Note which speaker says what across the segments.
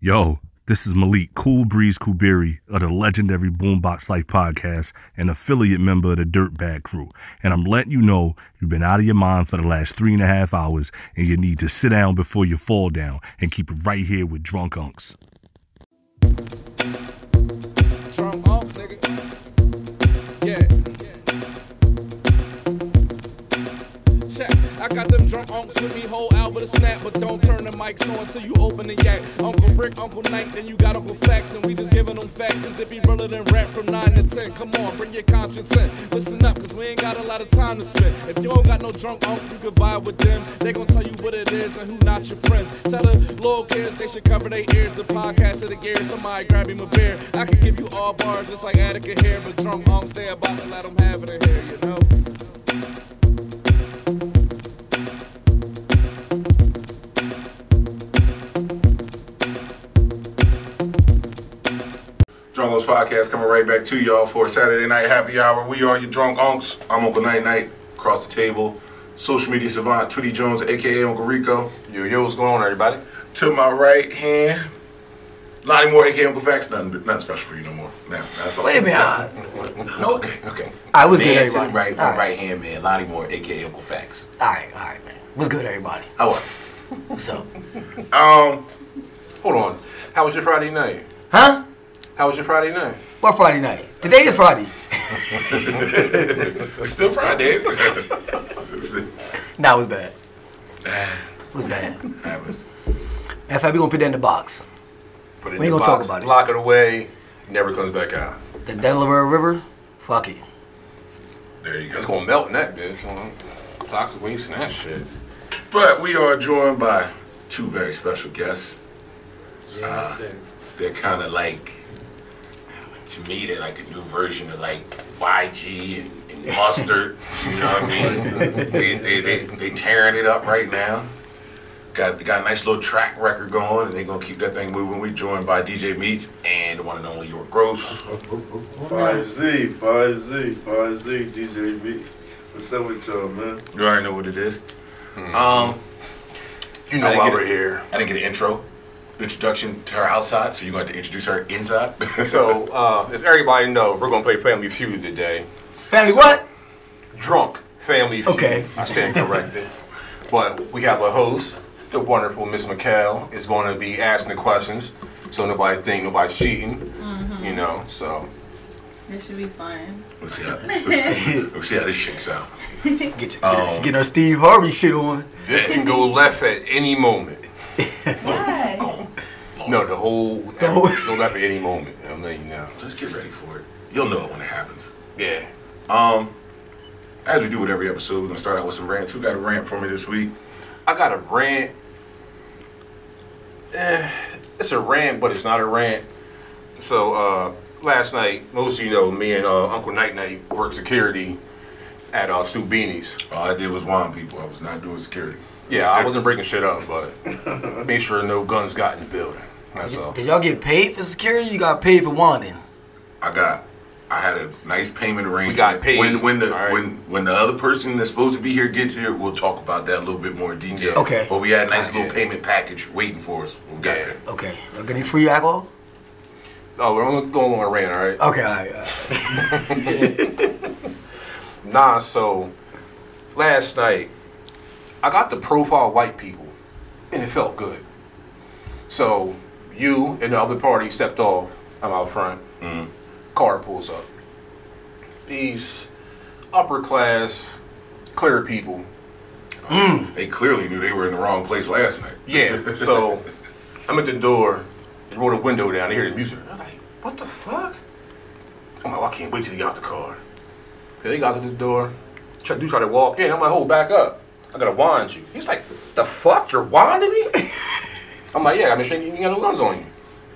Speaker 1: Yo, this is Malik Cool Breeze Kuberi of the legendary Boombox Life podcast, an affiliate member of the Dirtbag Crew. And I'm letting you know you've been out of your mind for the last three and a half hours, and you need to sit down before you fall down and keep it right here with Drunk Unks.
Speaker 2: Drunk unks, nigga. Yeah. Check. I got them drunk unks with me, whole album to snap, but don't turn the mics on till you open the yak. Uncle Rick, Uncle Nate, then you got Uncle Facts, and we just giving them facts, cause it be realer than rap from 9 to 10. Come on, bring your conscience in. Listen up, cause we ain't got a lot of time to spend. If you don't got no drunk unk, you can vibe with them. They gon' tell you what it is and who not your friends. Tell the little kids they should cover their ears. The podcast of the gear, somebody grab him a beer. I can give you all bars just like Attica here, but drunk unks, they about to let them have it in here, you know?
Speaker 3: Drunk Unks Podcast coming right back to y'all for a Saturday night happy hour. We are your drunk unks. I'm Uncle Night Night, across the table, social media savant Tweety Jones, aka Uncle Rico.
Speaker 4: Yo, yo, what's going on, everybody?
Speaker 3: To my right hand, Lonnie Moore, aka Uncle Facts. Nothing, nothing special for you no more. Now that's all.
Speaker 5: Wait a minute. Ah.
Speaker 3: That's not- No, okay, okay.
Speaker 5: I was good,
Speaker 3: man, to the
Speaker 5: everybody.
Speaker 3: right,
Speaker 5: All
Speaker 3: my
Speaker 5: right.
Speaker 3: right hand man, Lonnie Moore, aka Uncle Facts.
Speaker 5: All right, all right, man. What's good, everybody?
Speaker 3: How are
Speaker 5: What's up?
Speaker 3: you? Um,
Speaker 4: Hold on. How was your Friday night?
Speaker 5: Huh?
Speaker 4: How was your Friday night?
Speaker 5: What Friday night? Today is Friday.
Speaker 3: it's still Friday.
Speaker 5: Nah, it was bad. It was bad. Matter
Speaker 3: Happens.
Speaker 5: of fact, we gonna put that in the box.
Speaker 4: Put it
Speaker 5: We ain't
Speaker 4: your
Speaker 5: gonna talk
Speaker 4: box,
Speaker 5: about it.
Speaker 4: Lock it away. Never comes back out.
Speaker 5: The Delaware River? Fuck it.
Speaker 3: There you go.
Speaker 4: It's gonna melt in that bitch. huh? Toxic waste and that shit.
Speaker 3: But we are joined by two very special guests. Uh, they're kind of like, to me, they're like a new version of like YG and, and Mustard. you know what I mean? they, they, they, they tearing it up right now. Got, got a nice little track record going, and they're gonna keep that thing moving. We joined by DJ Meats and the one and only York Gross.
Speaker 6: 5Z, 5Z, 5Z, DJ Beats. What's up with y'all, man?
Speaker 3: You already know what it is. Um,
Speaker 4: You know
Speaker 3: I
Speaker 4: why
Speaker 3: get
Speaker 4: we're
Speaker 3: it.
Speaker 4: here.
Speaker 3: I didn't get an intro, introduction to her outside, so you're going to have to introduce her inside.
Speaker 4: So, uh, if everybody know, we're gonna play Family Feud today.
Speaker 5: Family, what?
Speaker 4: Drunk Family Feud.
Speaker 5: Okay.
Speaker 4: I stand corrected. but we have a host. The wonderful Miss McHale is going to be asking the questions, so nobody think nobody's cheating.
Speaker 5: Mm-hmm.
Speaker 4: You know, so
Speaker 7: This should be fun.
Speaker 3: We'll see how, we'll see how this shakes out.
Speaker 5: Get, get,
Speaker 4: Oh.
Speaker 5: get our Steve Harvey shit on.
Speaker 4: this can go left at any moment.
Speaker 7: Why?
Speaker 4: No, the whole the
Speaker 5: whole-
Speaker 4: go left at any moment. I'm letting you know.
Speaker 3: Just get ready for it. You'll know it when it happens.
Speaker 4: Yeah.
Speaker 3: Um, as we do with every episode, we're gonna start out with some rants. Who got a rant for me this week?
Speaker 4: I got a rant. Eh, it's a rant, but it's not a rant. So uh, last night, most of you know, me and uh, Uncle Night Night work security at uh, Stu Beanie's.
Speaker 3: All I did was wine people. I was not doing security.
Speaker 4: Yeah, I wasn't breaking shit up, but make sure no guns got in the building. That's all.
Speaker 5: Did y'all get paid for security? You got paid for wanding.
Speaker 3: I got. I had a nice payment arrangement.
Speaker 4: got paid.
Speaker 3: When when the
Speaker 4: All right.
Speaker 3: when when the other person that's supposed to be here gets here, we'll talk about that a little bit more in detail.
Speaker 4: Yeah.
Speaker 5: Okay.
Speaker 3: But we had a nice
Speaker 4: Yeah.
Speaker 3: little payment package waiting for us. when We got
Speaker 4: Yeah.
Speaker 3: there.
Speaker 5: Okay. Y'all getting free alcohol?
Speaker 4: Oh, we're only going on a rant, all right?
Speaker 5: Okay, all right. all right.
Speaker 4: Nah, so last night I got to profile white people and it felt good. So you and the other party stepped off. I'm out front. Car pulls up. These upper class clear people.
Speaker 3: They clearly knew they were in the wrong place last night.
Speaker 4: Yeah, so I'm at the door. They roll the window down. They hear the music. I'm like, what the fuck? I'm like, "Oh, I can't wait till they get out the car. So they got to the door. Try, do try to walk in. I'm like, hold back up. I gotta wind you. He's like, the fuck? You're winding me? I'm like, yeah, I'm sure you ain't got no guns on you.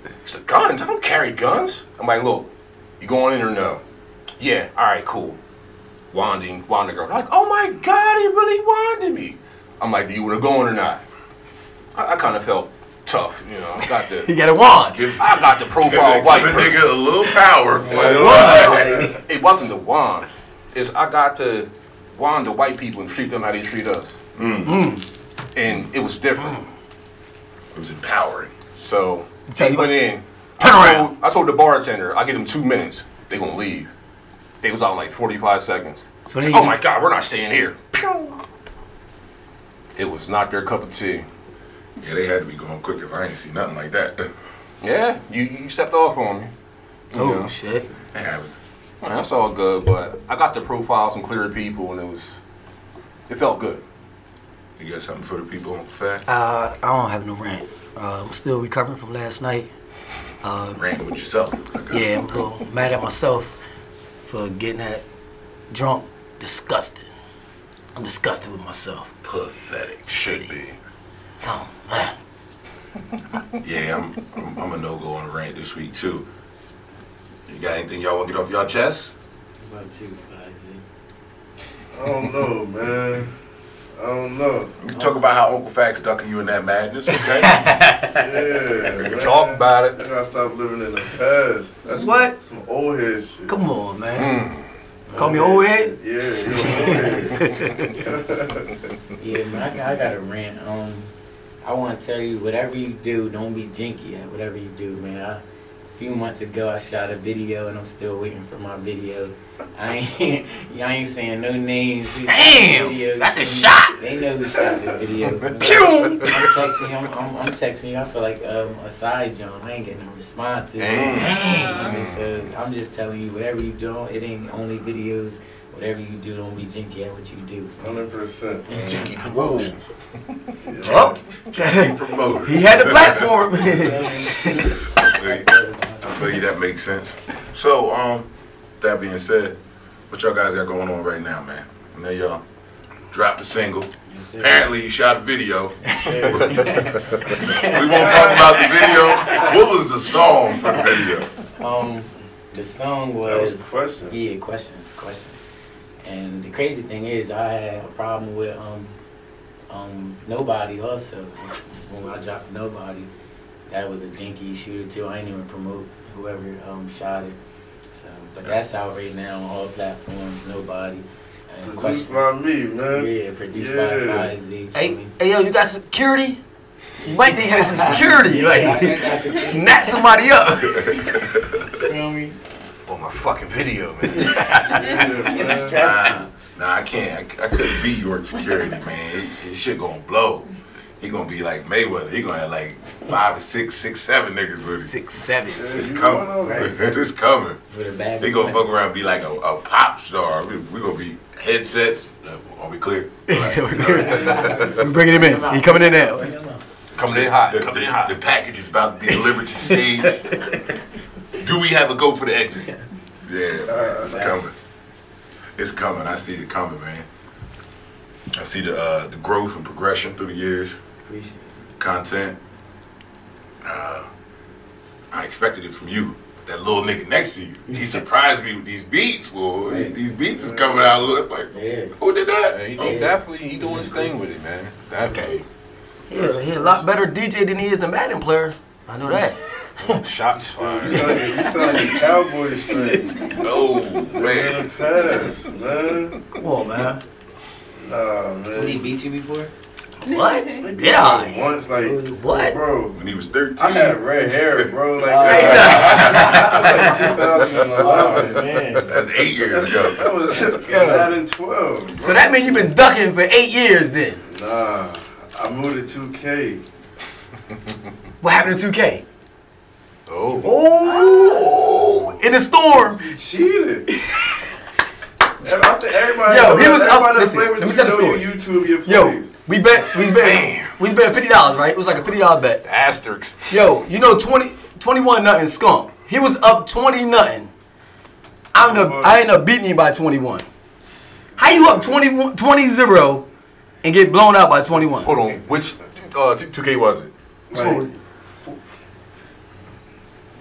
Speaker 4: He said, guns? I don't carry guns. I'm like, look, you going in or no? Yeah, all right, cool. Winding, winding girl. They're like, oh my god, he really winded me. I'm like, do you want to go in or not? I, I kind of felt tough, you know. I got
Speaker 5: You
Speaker 4: the,
Speaker 5: got a wand.
Speaker 4: I got the
Speaker 3: Give
Speaker 4: profile
Speaker 3: that-
Speaker 4: white
Speaker 3: give a
Speaker 4: person.
Speaker 3: nigga a little power. boy.
Speaker 4: It wasn't the wand. It's I got to wand the white people and treat them how they treat us.
Speaker 3: Mm.
Speaker 4: And it was different.
Speaker 3: It was empowering.
Speaker 4: So He went in.
Speaker 5: Turn
Speaker 4: I
Speaker 5: around.
Speaker 4: told, I told the bartender, I give them two minutes. They gonna leave. They was out in like 45 seconds.
Speaker 5: So they-
Speaker 4: oh my God, we're not staying here. Pew. It was not their cup of tea.
Speaker 3: Yeah, they had to be going quick because I ain't see nothing like that. That
Speaker 4: Yeah, you, you stepped off on me.
Speaker 5: Oh
Speaker 4: Yeah.
Speaker 5: shit.
Speaker 3: happens.
Speaker 4: Yeah, That's all good, but I got to profile some clear people, and it was, it felt good.
Speaker 3: You got something for the people on fat?
Speaker 5: Uh, I don't have no rant. Uh, I'm still recovering from last night. Uh,
Speaker 3: Ran with yourself. I got
Speaker 5: yeah, I'm a little mad at myself for getting that drunk. Disgusted. I'm disgusted with myself.
Speaker 3: Pathetic.
Speaker 4: Should be.
Speaker 5: Oh, man.
Speaker 3: Yeah, I'm, I'm, I'm a no go on a rant this week too. You got anything y'all want to get off y'all chest?
Speaker 8: What about you, Fozzie?
Speaker 6: I don't know, man. I don't know.
Speaker 3: We can talk about how Uncle Facts ducking you in that madness, okay?
Speaker 6: Yeah.
Speaker 4: We
Speaker 6: man.
Speaker 4: can talk about
Speaker 6: I
Speaker 4: it.
Speaker 6: gotta stop living in the past. That's
Speaker 5: What?
Speaker 6: Some, some old head shit.
Speaker 5: Come on, man. Call me old head?
Speaker 6: Yeah, you an old head.
Speaker 8: Yeah, man, I got, I got a rant. Um, I want to tell you, whatever you do, don't be jinky at whatever you do, man. I, a few months ago, I shot a video, and I'm still waiting for my video. I ain't, y'all ain't saying no names. Who shot the
Speaker 5: Damn,
Speaker 8: video.
Speaker 5: that's a shot.
Speaker 8: They know who shot the video. I'm
Speaker 5: Pew!
Speaker 8: texting, I'm, I'm, I'm texting you. I feel like um, a side John. I ain't getting no responses. I mean, so I'm just telling you, whatever you do, it ain't only videos. Whatever you do, don't be jinky at what you do.
Speaker 6: 100%.
Speaker 4: Jinky promotions.
Speaker 5: Oh.
Speaker 3: Promoter.
Speaker 5: he had the platform.
Speaker 3: I feel you. That makes sense. So, um, that being said, what y'all guys got going on right now, man? I know y'all dropped a single.
Speaker 8: Yes, sir.
Speaker 3: Apparently, you shot a video. we won't talk about the video. What was the song for the video?
Speaker 8: Um, the song
Speaker 6: That was
Speaker 8: was,
Speaker 6: a question.
Speaker 8: yeah, questions, questions. And the crazy thing is, I had a problem with um, um, nobody also. When I dropped nobody, that was a jinky shooter too. I ain't even promote whoever um shot it. So, but that's out right now on all platforms. Nobody. And
Speaker 6: Produced
Speaker 8: question.
Speaker 6: by me, man.
Speaker 8: Yeah, produced
Speaker 6: Yeah.
Speaker 8: by YZ.
Speaker 5: hey, hey, yo, you got security? You might need to have some security. Like, snatch somebody up.
Speaker 8: feel me?
Speaker 4: On Oh, my fucking video, man.
Speaker 6: Yeah, man.
Speaker 3: Nah, nah, I can't. I, I couldn't be York security, man. His- His shit gonna blow. He gonna be like Mayweather. He gonna have like five or six, six, seven niggas with him.
Speaker 5: Six, seven.
Speaker 6: Yeah,
Speaker 3: It's
Speaker 6: you
Speaker 3: coming.
Speaker 6: going over.
Speaker 3: it's coming.
Speaker 8: With a bag.
Speaker 3: They
Speaker 8: of
Speaker 3: gonna
Speaker 8: money.
Speaker 3: fuck around and be like a, a pop star. We, we gonna be headsets. Uh, Are we clear? Right.
Speaker 5: We're bringing him in. He coming in now.
Speaker 8: Bring 'em up.
Speaker 4: Coming in hot.
Speaker 3: The,
Speaker 4: Coming in
Speaker 3: the-
Speaker 4: hot.
Speaker 3: the package is about to be delivered to the stage. Do we have a go for the exit? Yeah, man, it's coming. It's coming. I see it coming, man. I see the uh, the growth and progression through the years.
Speaker 8: Appreciate it.
Speaker 3: content. Uh, I expected it from you. That little nigga next to you. He surprised me with these beats, boy. These beats is coming out look like
Speaker 8: Yeah.
Speaker 3: who did
Speaker 4: Yeah,
Speaker 3: that?
Speaker 4: he, he definitely he doing his thing with it, man. Definitely.
Speaker 5: Yeah, he a lot better DJ than he is a Madden player. I know that.
Speaker 4: Shots
Speaker 6: You
Speaker 4: fired.
Speaker 6: sound- You sound like cowboy straight.
Speaker 3: Oh
Speaker 6: Man,
Speaker 3: man.
Speaker 6: pass, man.
Speaker 5: Come on, man.
Speaker 6: Nah,
Speaker 8: Did he
Speaker 6: man.
Speaker 8: beat you before?
Speaker 5: What? Did
Speaker 6: Like,
Speaker 5: I?
Speaker 6: Once, like,
Speaker 5: What?
Speaker 6: bro,
Speaker 3: When he was 13.
Speaker 6: I had red hair, bro. Like,
Speaker 5: Oh,
Speaker 6: that was like 2011.
Speaker 8: man.
Speaker 3: That's eight years ago.
Speaker 6: That was just 2012. Bro.
Speaker 5: So that means you've been ducking for eight years then.
Speaker 6: Nah, I moved to 2K.
Speaker 5: What happened to 2K?
Speaker 4: Oh.
Speaker 5: Oh, in the storm.
Speaker 6: You cheated. Every- I think everybody,
Speaker 5: Yo, he was up-
Speaker 6: everybody that
Speaker 5: listen,
Speaker 6: played with
Speaker 5: let me
Speaker 6: you
Speaker 5: tell the
Speaker 6: know your YouTube, your
Speaker 5: Yo,
Speaker 6: plays.
Speaker 5: we bet, we bet, we bet fifty dollars, right? It was like a fifty dollar bet.
Speaker 4: Asterix.
Speaker 5: Yo, you know 20, 21 nothing skunk. He was up twenty nothing. I end up, I end up beating you by twenty one. How you up 21, 20-0 and get blown out by twenty one?
Speaker 4: Hold on. Which uh, 2K was it?
Speaker 6: Like,
Speaker 5: was it?
Speaker 6: f-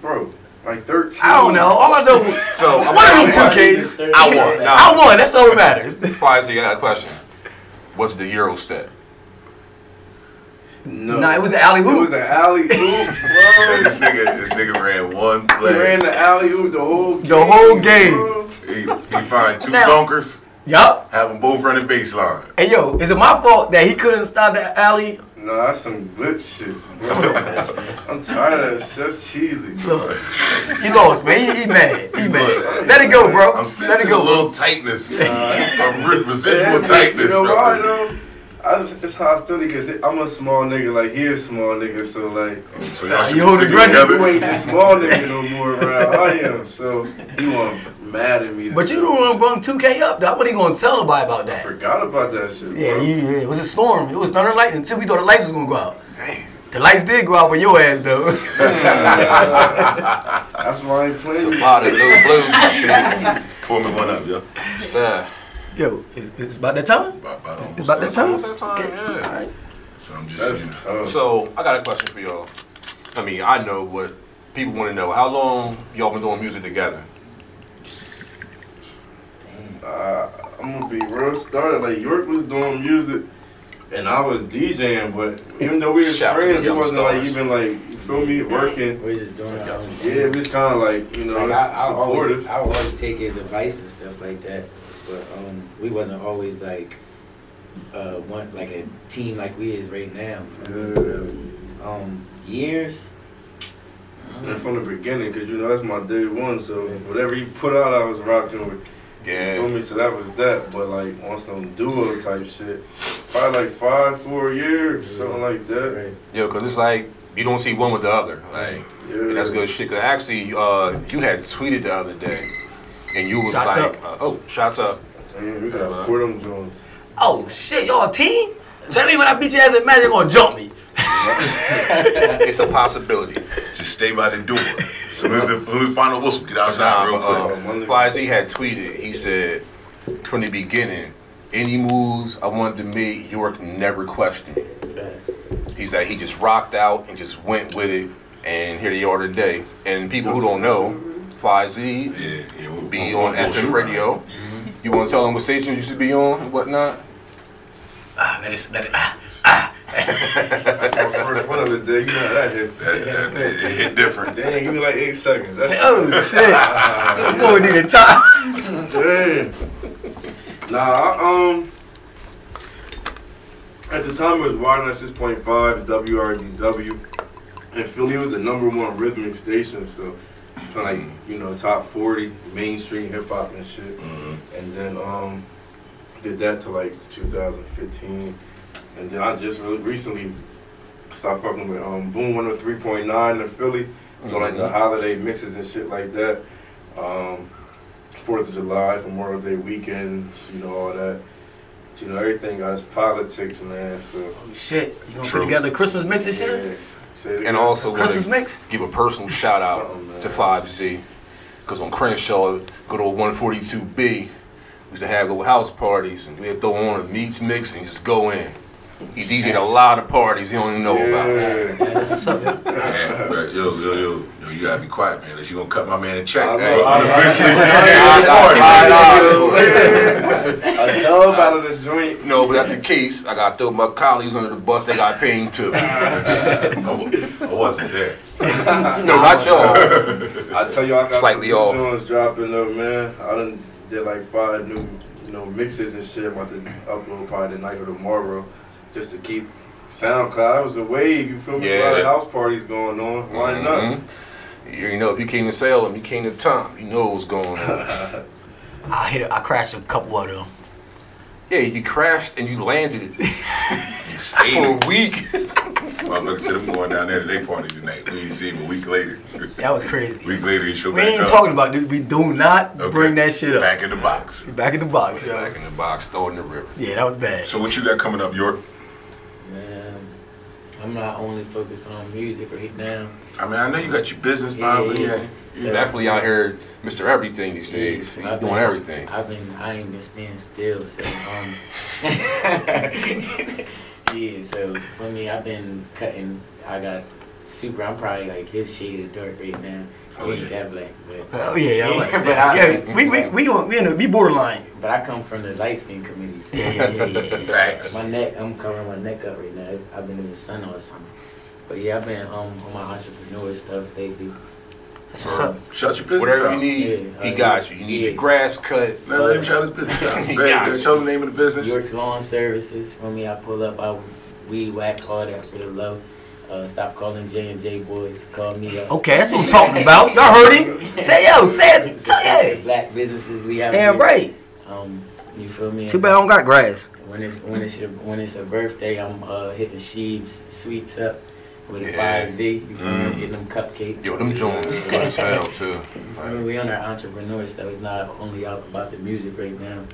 Speaker 6: Bro, like 13.
Speaker 5: I don't know. All I know,
Speaker 4: So I'm
Speaker 5: one of them
Speaker 4: gonna-
Speaker 5: two Ks.
Speaker 4: I won. Nah.
Speaker 5: I won. That's all that matters.
Speaker 4: Fizzy, I got a question. What's the Euro step?
Speaker 6: No.
Speaker 5: Nah, it was an alley
Speaker 6: It was
Speaker 5: hoop.
Speaker 6: an alley
Speaker 3: Man,
Speaker 6: oop, bro.
Speaker 3: this nigga, this nigga ran one
Speaker 6: He ran
Speaker 3: play.
Speaker 6: the alley oop the whole game.
Speaker 5: The whole game.
Speaker 6: bro.
Speaker 3: He, he find two
Speaker 5: Now-
Speaker 3: dunkers,
Speaker 5: Yup.
Speaker 3: have them both running baseline.
Speaker 5: Hey yo, is it my fault that he couldn't stop the alley
Speaker 6: Nah, that's some glitch shit. Bro. I'm tired of that shit. That's cheesy.
Speaker 5: Look, he lost, man. He, he mad. He mad. Let it go, bro.
Speaker 3: I'm
Speaker 5: Let it
Speaker 3: sensing a
Speaker 5: go.
Speaker 3: little tightness, a re- residual
Speaker 6: Yeah,
Speaker 3: tightness.
Speaker 6: You know
Speaker 3: bro.
Speaker 6: why though? I, it's hostility because I'm a small nigga, like he a small nigga, so like
Speaker 3: So y'all should
Speaker 5: you
Speaker 3: be
Speaker 5: hold a
Speaker 3: sticking
Speaker 5: grudge,
Speaker 3: together.
Speaker 6: you ain't the small nigga no more around. I am, so he want mad at me.
Speaker 5: But you don't want to bring 2K up, though. I wasn't gonna tell nobody about that.
Speaker 6: forgot about that shit.
Speaker 5: Yeah,
Speaker 6: bro.
Speaker 5: you, yeah, it was a storm. It was thunder and lightning until we thought the lights was gonna go out. The lights did go out with your ass though.
Speaker 6: That's why I ain't playing.
Speaker 4: It's a
Speaker 6: with you.
Speaker 4: lot of little blues. my
Speaker 3: Pour me one up, yo.
Speaker 4: team. Sir.
Speaker 5: Yo, it's, it's about that time.
Speaker 3: Bye, bye.
Speaker 5: It's about that time.
Speaker 4: It's that time, yeah.
Speaker 5: All right.
Speaker 3: So I'm just
Speaker 6: That's
Speaker 3: saying.
Speaker 6: tough.
Speaker 4: So I got a question for y'all. I mean, I know what people want to know. How long y'all been doing music together?
Speaker 6: Uh, I'm gonna be real started. Like York was doing music, and I was DJing. But even though we were
Speaker 4: Shout out to
Speaker 6: friends,
Speaker 4: the
Speaker 6: it
Speaker 4: young
Speaker 6: wasn't like
Speaker 4: stars.
Speaker 6: even like you feel me working.
Speaker 8: We're just doing our own
Speaker 6: Yeah,
Speaker 8: thing.
Speaker 6: we was kind of like you know
Speaker 8: Like, I, I always,
Speaker 6: supportive.
Speaker 8: I would always take his advice and stuff like that, but um, we wasn't always like uh, one like a team like we is right now. So, um, years. I
Speaker 6: And
Speaker 8: don't
Speaker 6: from the beginning, cause you know that's my day one. So whatever he put out, I was rocking with. You feel
Speaker 4: Yeah.
Speaker 6: me? So that was that. But like on some duo type shit, probably like five, four years, something like
Speaker 8: know,
Speaker 6: that.
Speaker 8: right?
Speaker 4: Yo, because it's like you don't see one with the other. Like,
Speaker 6: Yeah,
Speaker 4: that's good shit. Because actually, uh, you had tweeted the other day, and you was
Speaker 5: Shots
Speaker 4: like, uh, oh, shots up.
Speaker 6: Man, we gotta pour them joints.
Speaker 5: Oh shit, y'all a team? Tell me when I beat your ass at Magic, you're gonna jump me.
Speaker 4: it's a possibility.
Speaker 3: Just stay by the door. As soon as the, as soon as the final whistle, get outside
Speaker 4: Nah,
Speaker 3: real quick.
Speaker 6: um,
Speaker 4: but, uh, Fly Z had tweeted, he said, from the beginning, any moves I wanted to make, York never questioned.
Speaker 8: Facts.
Speaker 4: He said he just rocked out and just went with it, and here they are today. And people who don't know, Fly Z
Speaker 3: Yeah, yeah, we'll
Speaker 4: be on FM radio.
Speaker 3: Mm-hmm.
Speaker 4: You want to tell them what stations you should be on and whatnot?
Speaker 5: Ah, let it, let it. Ah.
Speaker 6: That's my first one of the day. You know how that hit.
Speaker 3: That, that, it hit different.
Speaker 6: Dang, give me like eight seconds. That's
Speaker 5: Oh shit, I'm going to the top.
Speaker 6: Yeah. Nah, I, um, at the time it was Y96.5, WRDW, and Philly was the number one rhythmic station, so kind of like, you know, top 40, mainstream hip hop and shit. And then, um, did that to like 2015. And then I just really recently stopped fucking with um, Boom 103.9 in Philly, doing like the holiday mixes and shit like that. Um, Fourth of July, Memorial Day weekends, you know, all that. You know, everything got its politics, man. So,
Speaker 5: Oh shit, you gonna
Speaker 3: True.
Speaker 5: put together a Christmas mix and shit?
Speaker 6: yeah. Say it again.
Speaker 4: And also want
Speaker 5: Christmas
Speaker 4: to
Speaker 5: mix?
Speaker 4: give a personal shout
Speaker 6: Oh, man.
Speaker 4: out to 5Z. Because on Crenshaw, good old 142B, we used to have little house parties and we had throw on a meats mix and just go in. He DJ'd a lot of parties he don't even know about.
Speaker 6: yeah.
Speaker 8: That's what's up.
Speaker 3: Man, but yo, yo, yo, yo, you gotta be quiet, man. Unless you gonna cut my man a check.
Speaker 6: I
Speaker 3: man.
Speaker 6: know, I know.
Speaker 3: Eventually,
Speaker 4: Five dollars, five dollars.
Speaker 6: I know about it, the joint.
Speaker 4: No, but that's the case. I got to throw my colleagues under the bus. They got paid too. No,
Speaker 3: I wa- I wasn't there.
Speaker 4: not y'all.
Speaker 6: I tell you, I got
Speaker 4: Slightly
Speaker 6: some new
Speaker 4: off.
Speaker 6: joints dropping though, man. I done did like five new, you know, mixes and shit. About to upload probably tonight or tomorrow, just to keep SoundCloud. That was a wave. You feel me? There's A lot
Speaker 4: Yeah.
Speaker 6: of house parties going on. Why
Speaker 4: Mhm. You know, if you came to Salem, you came to Tom, you know what's going on.
Speaker 5: I hit, it, I crashed a couple of them.
Speaker 4: Yeah, you crashed and you landed it for
Speaker 3: Stayed.
Speaker 4: a week.
Speaker 3: Motherfucker said I'm going down there to their party tonight. We ain't seen him a week later.
Speaker 5: That was crazy.
Speaker 3: week later, he showed
Speaker 5: We
Speaker 3: back
Speaker 5: ain't
Speaker 3: up.
Speaker 5: talking about it. We do not
Speaker 3: Okay.
Speaker 5: bring that shit up.
Speaker 3: Back in the box.
Speaker 5: Back in the box,
Speaker 4: Back
Speaker 5: yo.
Speaker 4: in the box, throw in the river.
Speaker 5: Yeah, that was bad.
Speaker 3: So what you got coming up, York?
Speaker 8: Man, I'm not only focused on music right now.
Speaker 3: I mean, I know you got your business, Bob, but
Speaker 8: Yeah,
Speaker 3: yeah.
Speaker 8: yeah.
Speaker 3: you
Speaker 4: You definitely out here, Mr. Everything these days. You
Speaker 8: I've
Speaker 4: doing
Speaker 8: been-
Speaker 4: everything.
Speaker 8: I've been, I ain't been standing still, so, um, yeah, so for me, I've been cutting, I got super, I'm probably like his shade of dark right now.
Speaker 3: Oh,
Speaker 8: I ain't
Speaker 3: yeah.
Speaker 8: that black, but,
Speaker 5: Oh yeah, yeah. I was like,
Speaker 8: But I-
Speaker 5: yeah, we we we on, we in a, we borderline.
Speaker 8: but I come from the light skin committee, so.
Speaker 5: Yeah, yeah, yeah, yeah.
Speaker 3: Facts.
Speaker 8: My neck, I'm covering my neck up right now. I've been in the sun all summer. But yeah, I've been um, on my entrepreneur stuff lately.
Speaker 5: That's what's up.
Speaker 3: Shout your business
Speaker 4: Whatever
Speaker 3: out.
Speaker 4: you need,
Speaker 8: Yeah,
Speaker 4: he
Speaker 8: uh,
Speaker 4: got you. You need your
Speaker 8: yeah.
Speaker 4: grass cut.
Speaker 3: Man, let him shout his business out.
Speaker 4: He
Speaker 3: Man,
Speaker 4: got you.
Speaker 3: tell him the name of the business.
Speaker 8: York's Lawn Services. For me, I pull up, I weed whack, all that for the low. Uh, stop calling J and J boys. Call me up.
Speaker 5: Okay, that's what I'm talking about. Y'all heard
Speaker 4: Mm-hmm.
Speaker 5: him? Say yo, say it. Tell yeah.
Speaker 8: Black businesses we have.
Speaker 5: Damn
Speaker 8: here.
Speaker 5: right.
Speaker 8: Um, you feel me?
Speaker 5: Too bad I don't got grass.
Speaker 8: When it's when it's your when it's a birthday, I'm uh, hitting Sheeb's sweets up with a
Speaker 4: Yeah.
Speaker 8: five Z. You feel
Speaker 5: Mm.
Speaker 8: me? Getting them cupcakes.
Speaker 4: Yo, them Jones is good as hell, too.
Speaker 8: I mean, we on our entrepreneur stuff. It's not only out about the music right now.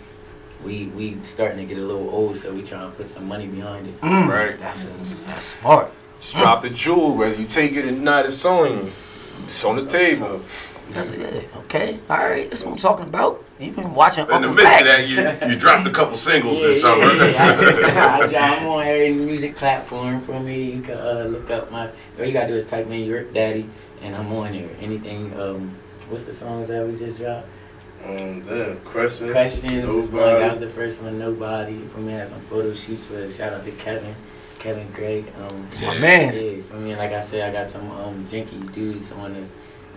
Speaker 8: We we starting to get a little old, so we trying to put some money behind it.
Speaker 4: Right?
Speaker 5: Mm. That's that's smart.
Speaker 4: Drop the jewel, whether you take it or not, it's on you. It's on the table.
Speaker 5: That's good. Okay. All right. That's what I'm talking about. You've been watching
Speaker 3: In the
Speaker 5: Uncle
Speaker 3: midst of that,
Speaker 5: Facts.
Speaker 3: you, you dropped a couple singles this summer.
Speaker 8: yeah. I, I, I'm on every music platform for me. You can uh, look up my. All you gotta do is type in your daddy, and I'm on there. Anything. Um, what's the songs that we just dropped?
Speaker 6: Um, damn, questions.
Speaker 8: Questions. One, that was
Speaker 6: Nobody.
Speaker 8: the first one. Nobody. For me, I had some photo shoots with. Shout out to Kevin. Kevin Gray. Um,
Speaker 5: My man's.
Speaker 8: Yeah, I mean, like I said, I got some um, janky dudes on the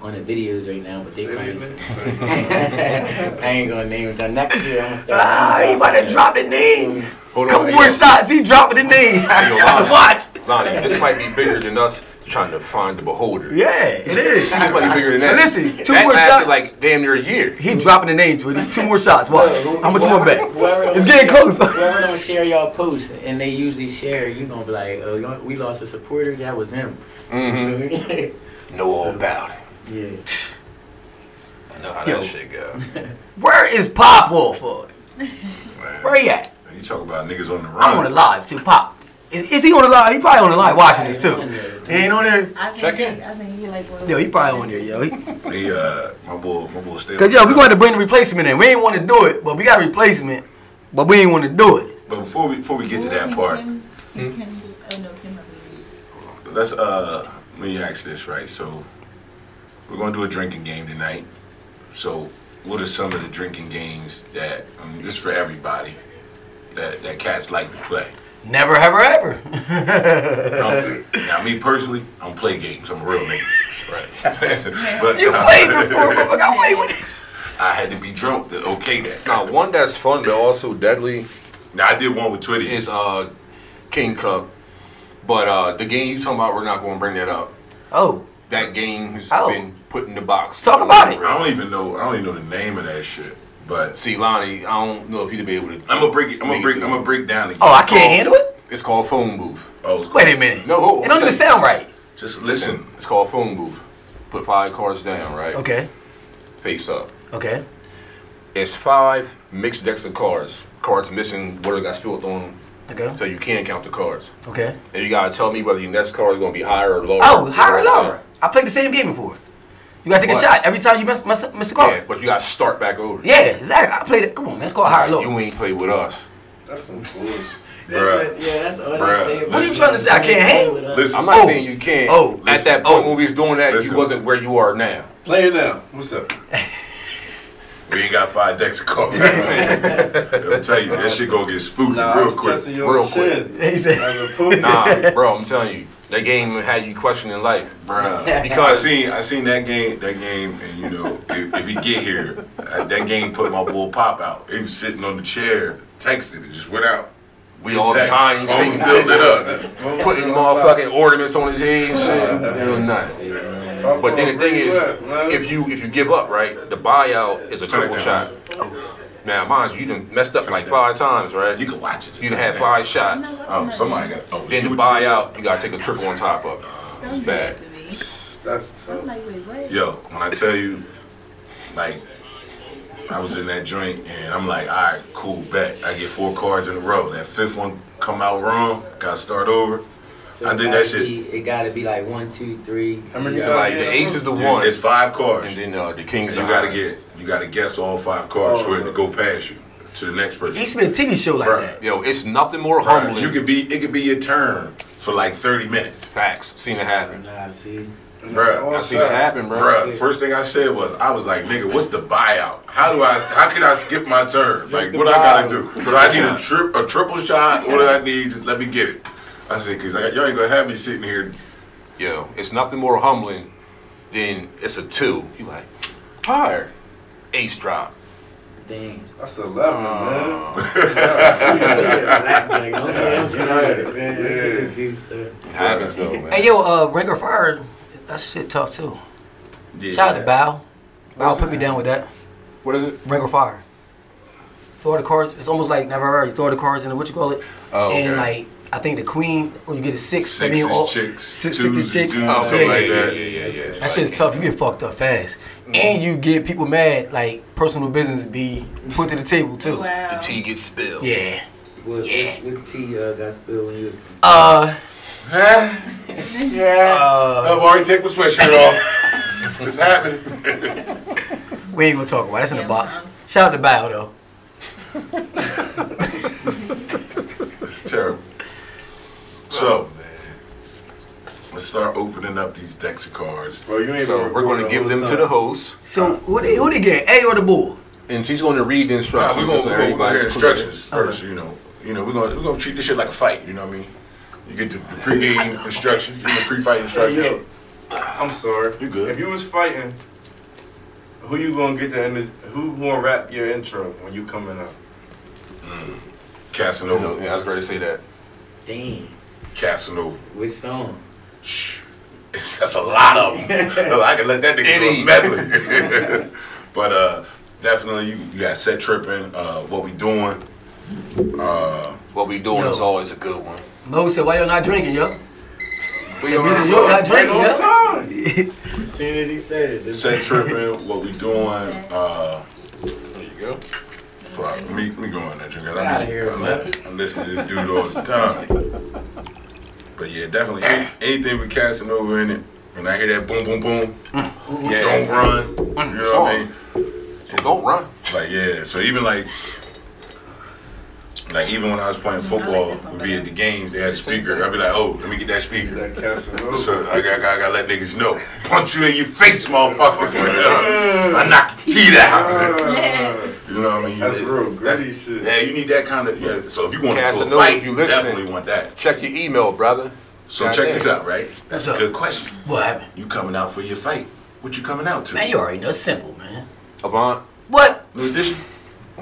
Speaker 8: on the videos right now, but they
Speaker 6: Say
Speaker 8: kind
Speaker 6: it,
Speaker 8: I ain't gonna name them. Next year, I'm gonna start.
Speaker 5: Ah, he about to drop the name.
Speaker 4: Hold
Speaker 5: Couple
Speaker 4: hey,
Speaker 5: more
Speaker 4: yo.
Speaker 5: shots. He dropping the name.
Speaker 4: Yo,
Speaker 5: Gotta
Speaker 4: Lonnie.
Speaker 5: watch.
Speaker 4: Lonnie, this might be bigger than us trying to find the beholder.
Speaker 5: Yeah, it is.
Speaker 4: This might be bigger than that.
Speaker 5: Listen, two
Speaker 4: that
Speaker 5: more
Speaker 4: lasted
Speaker 5: shots.
Speaker 4: like damn near a year.
Speaker 5: He dropping the names with it. Two more shots. Watch. How much more back?
Speaker 8: Whoever don't
Speaker 5: It's getting
Speaker 8: share-
Speaker 5: close.
Speaker 8: Whoever don't share y'all posts and they usually share, you gonna be like, oh, y'all- we lost a supporter. That was him. Mm-hmm.
Speaker 4: Know all about it.
Speaker 8: yeah.
Speaker 4: I know how
Speaker 5: Yo.
Speaker 4: that shit go.
Speaker 5: Where is Pop off? of? Where he at?
Speaker 3: You talk about niggas on the
Speaker 5: I'm on the
Speaker 3: run.
Speaker 5: live too. Pop. Is, is he on the live? He probably on the live watching this too. He ain't on there.
Speaker 7: I think,
Speaker 4: Check in.
Speaker 7: I think he like one of
Speaker 5: Yo,
Speaker 7: those-
Speaker 5: he probably on there, yo. He,
Speaker 3: They, uh, my boy, my boy, uh, stay.
Speaker 5: Cause yo, we going to bring the replacement in. We ain't want to do it, but we got a replacement. But we ain't want to do it.
Speaker 3: But before we before we get to
Speaker 7: Who
Speaker 3: that
Speaker 7: can
Speaker 3: part,
Speaker 7: Kim-
Speaker 4: Hmm?
Speaker 7: Kim do- oh, no, Kim doesn't
Speaker 3: let's uh let me ask this right. So we're gonna do a drinking game tonight. So what are some of the drinking games that I mean, this is for everybody that that cats like to play?
Speaker 5: Never, ever, ever.
Speaker 3: Um, now me personally, I don't play games. I'm a real nigga. Right. but uh,
Speaker 5: you played before,
Speaker 3: Oh,
Speaker 5: motherfucker. I played with it.
Speaker 3: I had to be drunk to okay that.
Speaker 4: Now, one that's fun but also deadly
Speaker 3: Now I did one with Twitty.
Speaker 4: is uh King Cup. But uh the game you talking about, we're not going to bring that up.
Speaker 5: Oh,
Speaker 4: That game has
Speaker 5: Oh.
Speaker 4: been put in the box.
Speaker 5: Talk about it.
Speaker 3: I don't even know. I don't even know the name of that shit. But
Speaker 4: See, Lonnie, I don't know if you'd be able to.
Speaker 3: I'm gonna break it. I'm gonna
Speaker 4: Make
Speaker 3: break.
Speaker 4: do.
Speaker 3: I'm gonna break down the
Speaker 5: oh, I
Speaker 3: game.
Speaker 5: can't handle it.
Speaker 4: It's called phone booth.
Speaker 3: Oh, it's-
Speaker 5: Wait a minute.
Speaker 4: No, hold on.
Speaker 5: it don't even sound right.
Speaker 3: just listen.
Speaker 4: It's called phone booth. Put five cards down, right?
Speaker 5: Okay,
Speaker 4: Face up.
Speaker 5: okay.
Speaker 4: It's five mixed decks of cards. Cards missing, water got spilled on them,
Speaker 5: Okay.
Speaker 4: so you can count the cards.
Speaker 5: Okay.
Speaker 4: And you gotta tell me whether your next card is gonna be higher or lower.
Speaker 5: Oh, higher or lower? I played the same game before. You gotta take a
Speaker 4: What?
Speaker 5: shot every time you miss, miss, miss a
Speaker 4: Yeah,
Speaker 5: card.
Speaker 4: but you gotta start back over.
Speaker 5: Yeah. exactly. I played it. Come on, man. It's called higher or lower.
Speaker 4: You ain't play with us.
Speaker 6: That's some bullshit.
Speaker 3: Bruh.
Speaker 8: That's what- yeah, that's all
Speaker 3: Bruh,
Speaker 8: I'm saying.
Speaker 3: What are you
Speaker 5: trying to say? I can't hang?
Speaker 3: Listen.
Speaker 4: I'm not
Speaker 5: Oh.
Speaker 4: saying you can't.
Speaker 5: Oh,
Speaker 4: at
Speaker 3: listen.
Speaker 4: that point
Speaker 5: Oh.
Speaker 4: when we was doing that,
Speaker 3: Listen.
Speaker 4: you wasn't where you are now.
Speaker 6: Play it now. What's up?
Speaker 3: We ain't got five decks of cards. I'll tell you, that shit gonna get spooky
Speaker 6: Nah, I
Speaker 3: real
Speaker 6: was
Speaker 3: quick.
Speaker 6: testing your
Speaker 4: real quick.
Speaker 6: chin.
Speaker 5: He said,
Speaker 6: As a poop.
Speaker 4: Nah, bro, I'm telling you, that game had you questioning life
Speaker 3: Bruh. I
Speaker 4: because
Speaker 3: seen I seen that game that game and you know if, if he get here uh, that game put my bull pop out. He was sitting on the chair texting it just went out.
Speaker 4: we all
Speaker 3: Text.
Speaker 4: behind you,
Speaker 3: Phone
Speaker 4: taking
Speaker 3: still lit up.
Speaker 4: putting motherfucking ornaments on his head and shit. You know, nothing. But then the thing is, if you if you give up, right, the buyout is a triple shot. Now, mind you, you done messed up like five times, right?
Speaker 3: You
Speaker 4: You
Speaker 3: can watch it.
Speaker 4: done had five shots.
Speaker 7: be.
Speaker 3: Oh, somebody got. Oh,
Speaker 4: Then
Speaker 3: you
Speaker 4: the
Speaker 3: would-
Speaker 4: buyout, you gotta take a triple on top of. it.
Speaker 7: Don't
Speaker 4: It's
Speaker 7: do
Speaker 4: bad.
Speaker 7: that to me.
Speaker 6: That's tough.
Speaker 7: I'm like, wait, what?
Speaker 3: Yo, when I tell you, like, I was in that joint and I'm like, all right, cool, bet. I get four cards in a row. That fifth one come out wrong, gotta start over. I did that shit.
Speaker 8: Be, it gotta be like one, two, three.
Speaker 6: How many
Speaker 8: Yeah.
Speaker 6: times?
Speaker 4: Like the ace is the one,
Speaker 3: It's five cards.
Speaker 4: and then uh, the kings.
Speaker 3: You
Speaker 4: are
Speaker 3: gotta
Speaker 4: high.
Speaker 3: get, you gotta guess all five cards for it to go past you to the next
Speaker 5: he
Speaker 3: person.
Speaker 5: spent a TV show like
Speaker 3: Bruh.
Speaker 5: that.
Speaker 4: Yo, it's nothing more
Speaker 3: Bruh,
Speaker 4: humbling.
Speaker 3: You could be, it could be your turn for like 30 minutes.
Speaker 4: facts. Seen it happen.
Speaker 8: Nah, see.
Speaker 6: And
Speaker 3: Bruh,
Speaker 6: that's all
Speaker 4: I seen it
Speaker 6: shots.
Speaker 4: happen, bro.
Speaker 3: Bruh, first thing I said was, I was like, nigga, what's the buyout? How do I, how can I skip my turn? Like, what I gotta do? Do I need a trip, a triple shot? What do I need? Just let me get it. I said, cause I, y'all ain't gonna have me sitting here.
Speaker 4: Yo, it's nothing more humbling than it's a two. You like higher, ace drop, Uh,
Speaker 8: thing.
Speaker 6: That's 11, man.
Speaker 8: Like, don't get him started, man. Don't get this dude started.
Speaker 3: Happens though, man.
Speaker 5: Hey yo, uh, Breaker Fire, that shit tough too.
Speaker 3: Yeah.
Speaker 5: Shout out to Bow. Bow put me down with that.
Speaker 4: What is it?
Speaker 5: Breaker Fire. Throw the cards. It's almost like never heard. You throw the cards in the what you call it,
Speaker 3: Oh,
Speaker 5: and
Speaker 3: okay.
Speaker 5: like I think the queen when you get a six. I
Speaker 3: Six
Speaker 5: mean,
Speaker 3: is
Speaker 5: all-
Speaker 3: chicks,
Speaker 5: six-
Speaker 3: twos
Speaker 5: six
Speaker 3: is
Speaker 5: is chicks.
Speaker 3: dudes,
Speaker 5: Oh,
Speaker 3: something
Speaker 5: yeah,
Speaker 3: like
Speaker 4: yeah,
Speaker 3: that.
Speaker 4: yeah, yeah, yeah.
Speaker 5: That shit's tough. You get fucked up fast, and you get people mad. Like personal business be put to the table too.
Speaker 7: Wow.
Speaker 3: Tea gets spilled.
Speaker 5: Yeah.
Speaker 8: What,
Speaker 5: Yeah.
Speaker 8: what tea uh, got spilled when you was
Speaker 5: Uh.
Speaker 3: Huh? yeah.
Speaker 5: Uh.
Speaker 3: I've already taken my sweatshirt off. it's happening.
Speaker 5: We ain't gonna talk about. it. That's in the
Speaker 7: Yeah,
Speaker 5: box.
Speaker 7: uh-uh.
Speaker 5: Shout out to Bow though.
Speaker 3: it's terrible.
Speaker 4: Oh,
Speaker 3: So, let's start opening up these decks of cards.
Speaker 6: Bro, you ain't
Speaker 4: So
Speaker 6: gonna
Speaker 4: we're going to
Speaker 6: record
Speaker 4: give
Speaker 6: whole
Speaker 4: them to
Speaker 6: time.
Speaker 4: the host,
Speaker 5: So who they who they get? A or the bull?
Speaker 4: and she's going to read the
Speaker 3: Nah,
Speaker 4: instructions.
Speaker 3: we're gonna,
Speaker 4: so
Speaker 3: we're gonna, we're gonna hear
Speaker 4: everybody's clear.
Speaker 3: instructions first, you know. You know, we're gonna we're gonna treat this shit like a fight, you know what I mean? You get the, the pre-game instructions, you get the pre-fight
Speaker 6: Hey,
Speaker 3: instructions.
Speaker 6: yo, I'm sorry.
Speaker 3: You good.
Speaker 6: If you was fighting, who you gonna get to end? the- Who gonna rap your intro when you coming out?
Speaker 4: You know,
Speaker 3: Casanova,
Speaker 4: yeah, I was ready to say that.
Speaker 8: Damn.
Speaker 3: Casanova.
Speaker 8: Which song?
Speaker 3: Shh. That's a lot of them. I can let that nigga go
Speaker 4: Any.
Speaker 3: meddling. but uh, definitely, you, you got set tripping. Uh, what we doing? Uh,
Speaker 4: What we doing
Speaker 5: Yo.
Speaker 4: is always a good one.
Speaker 5: Mo said, "Why you not drinking, yo?"
Speaker 4: We are-
Speaker 5: Said, "You're not drinking,
Speaker 6: Right on
Speaker 5: yo."
Speaker 6: time.
Speaker 8: As soon as he said it, this
Speaker 3: set tripping. What we doing? Uh,
Speaker 4: There you go.
Speaker 3: fuck. Let me, let me go on that drink. 'cause I
Speaker 8: Outta
Speaker 3: be-
Speaker 8: here,
Speaker 3: I,
Speaker 8: man.
Speaker 3: li- I listen to this dude all the time. But yeah, definitely any- anything with Casanova in it. When I hear that boom, boom, boom,
Speaker 4: Yeah.
Speaker 3: don't run. You know what I mean?
Speaker 4: So don't run.
Speaker 3: Like yeah, so even like like even when I was playing football,
Speaker 7: this one
Speaker 3: we'd be at
Speaker 7: better.
Speaker 3: the games, they had a speaker. I'd be like, oh, let me get that speaker.
Speaker 6: That Casanova.
Speaker 3: So I got, I gotta let niggas know. Punch you in your face, motherfucker. I knock your teeth out.
Speaker 6: Ah,
Speaker 3: You know what I mean?
Speaker 6: That's real gritty
Speaker 3: That's-
Speaker 6: shit.
Speaker 3: Yeah, you need that kind of yeah. So if you want to
Speaker 4: Casanova,
Speaker 3: fight,
Speaker 4: if you
Speaker 3: you
Speaker 4: listening.
Speaker 3: definitely want that.
Speaker 4: Check your email, brother.
Speaker 3: So
Speaker 4: God
Speaker 3: check
Speaker 4: damn.
Speaker 3: this out, right? That's a
Speaker 5: What's up?
Speaker 3: good question.
Speaker 5: What happened?
Speaker 3: You coming out for your fight? What you coming out to?
Speaker 5: Man, you already know. it's Simple, man.
Speaker 4: Avant.
Speaker 5: What?
Speaker 3: New edition.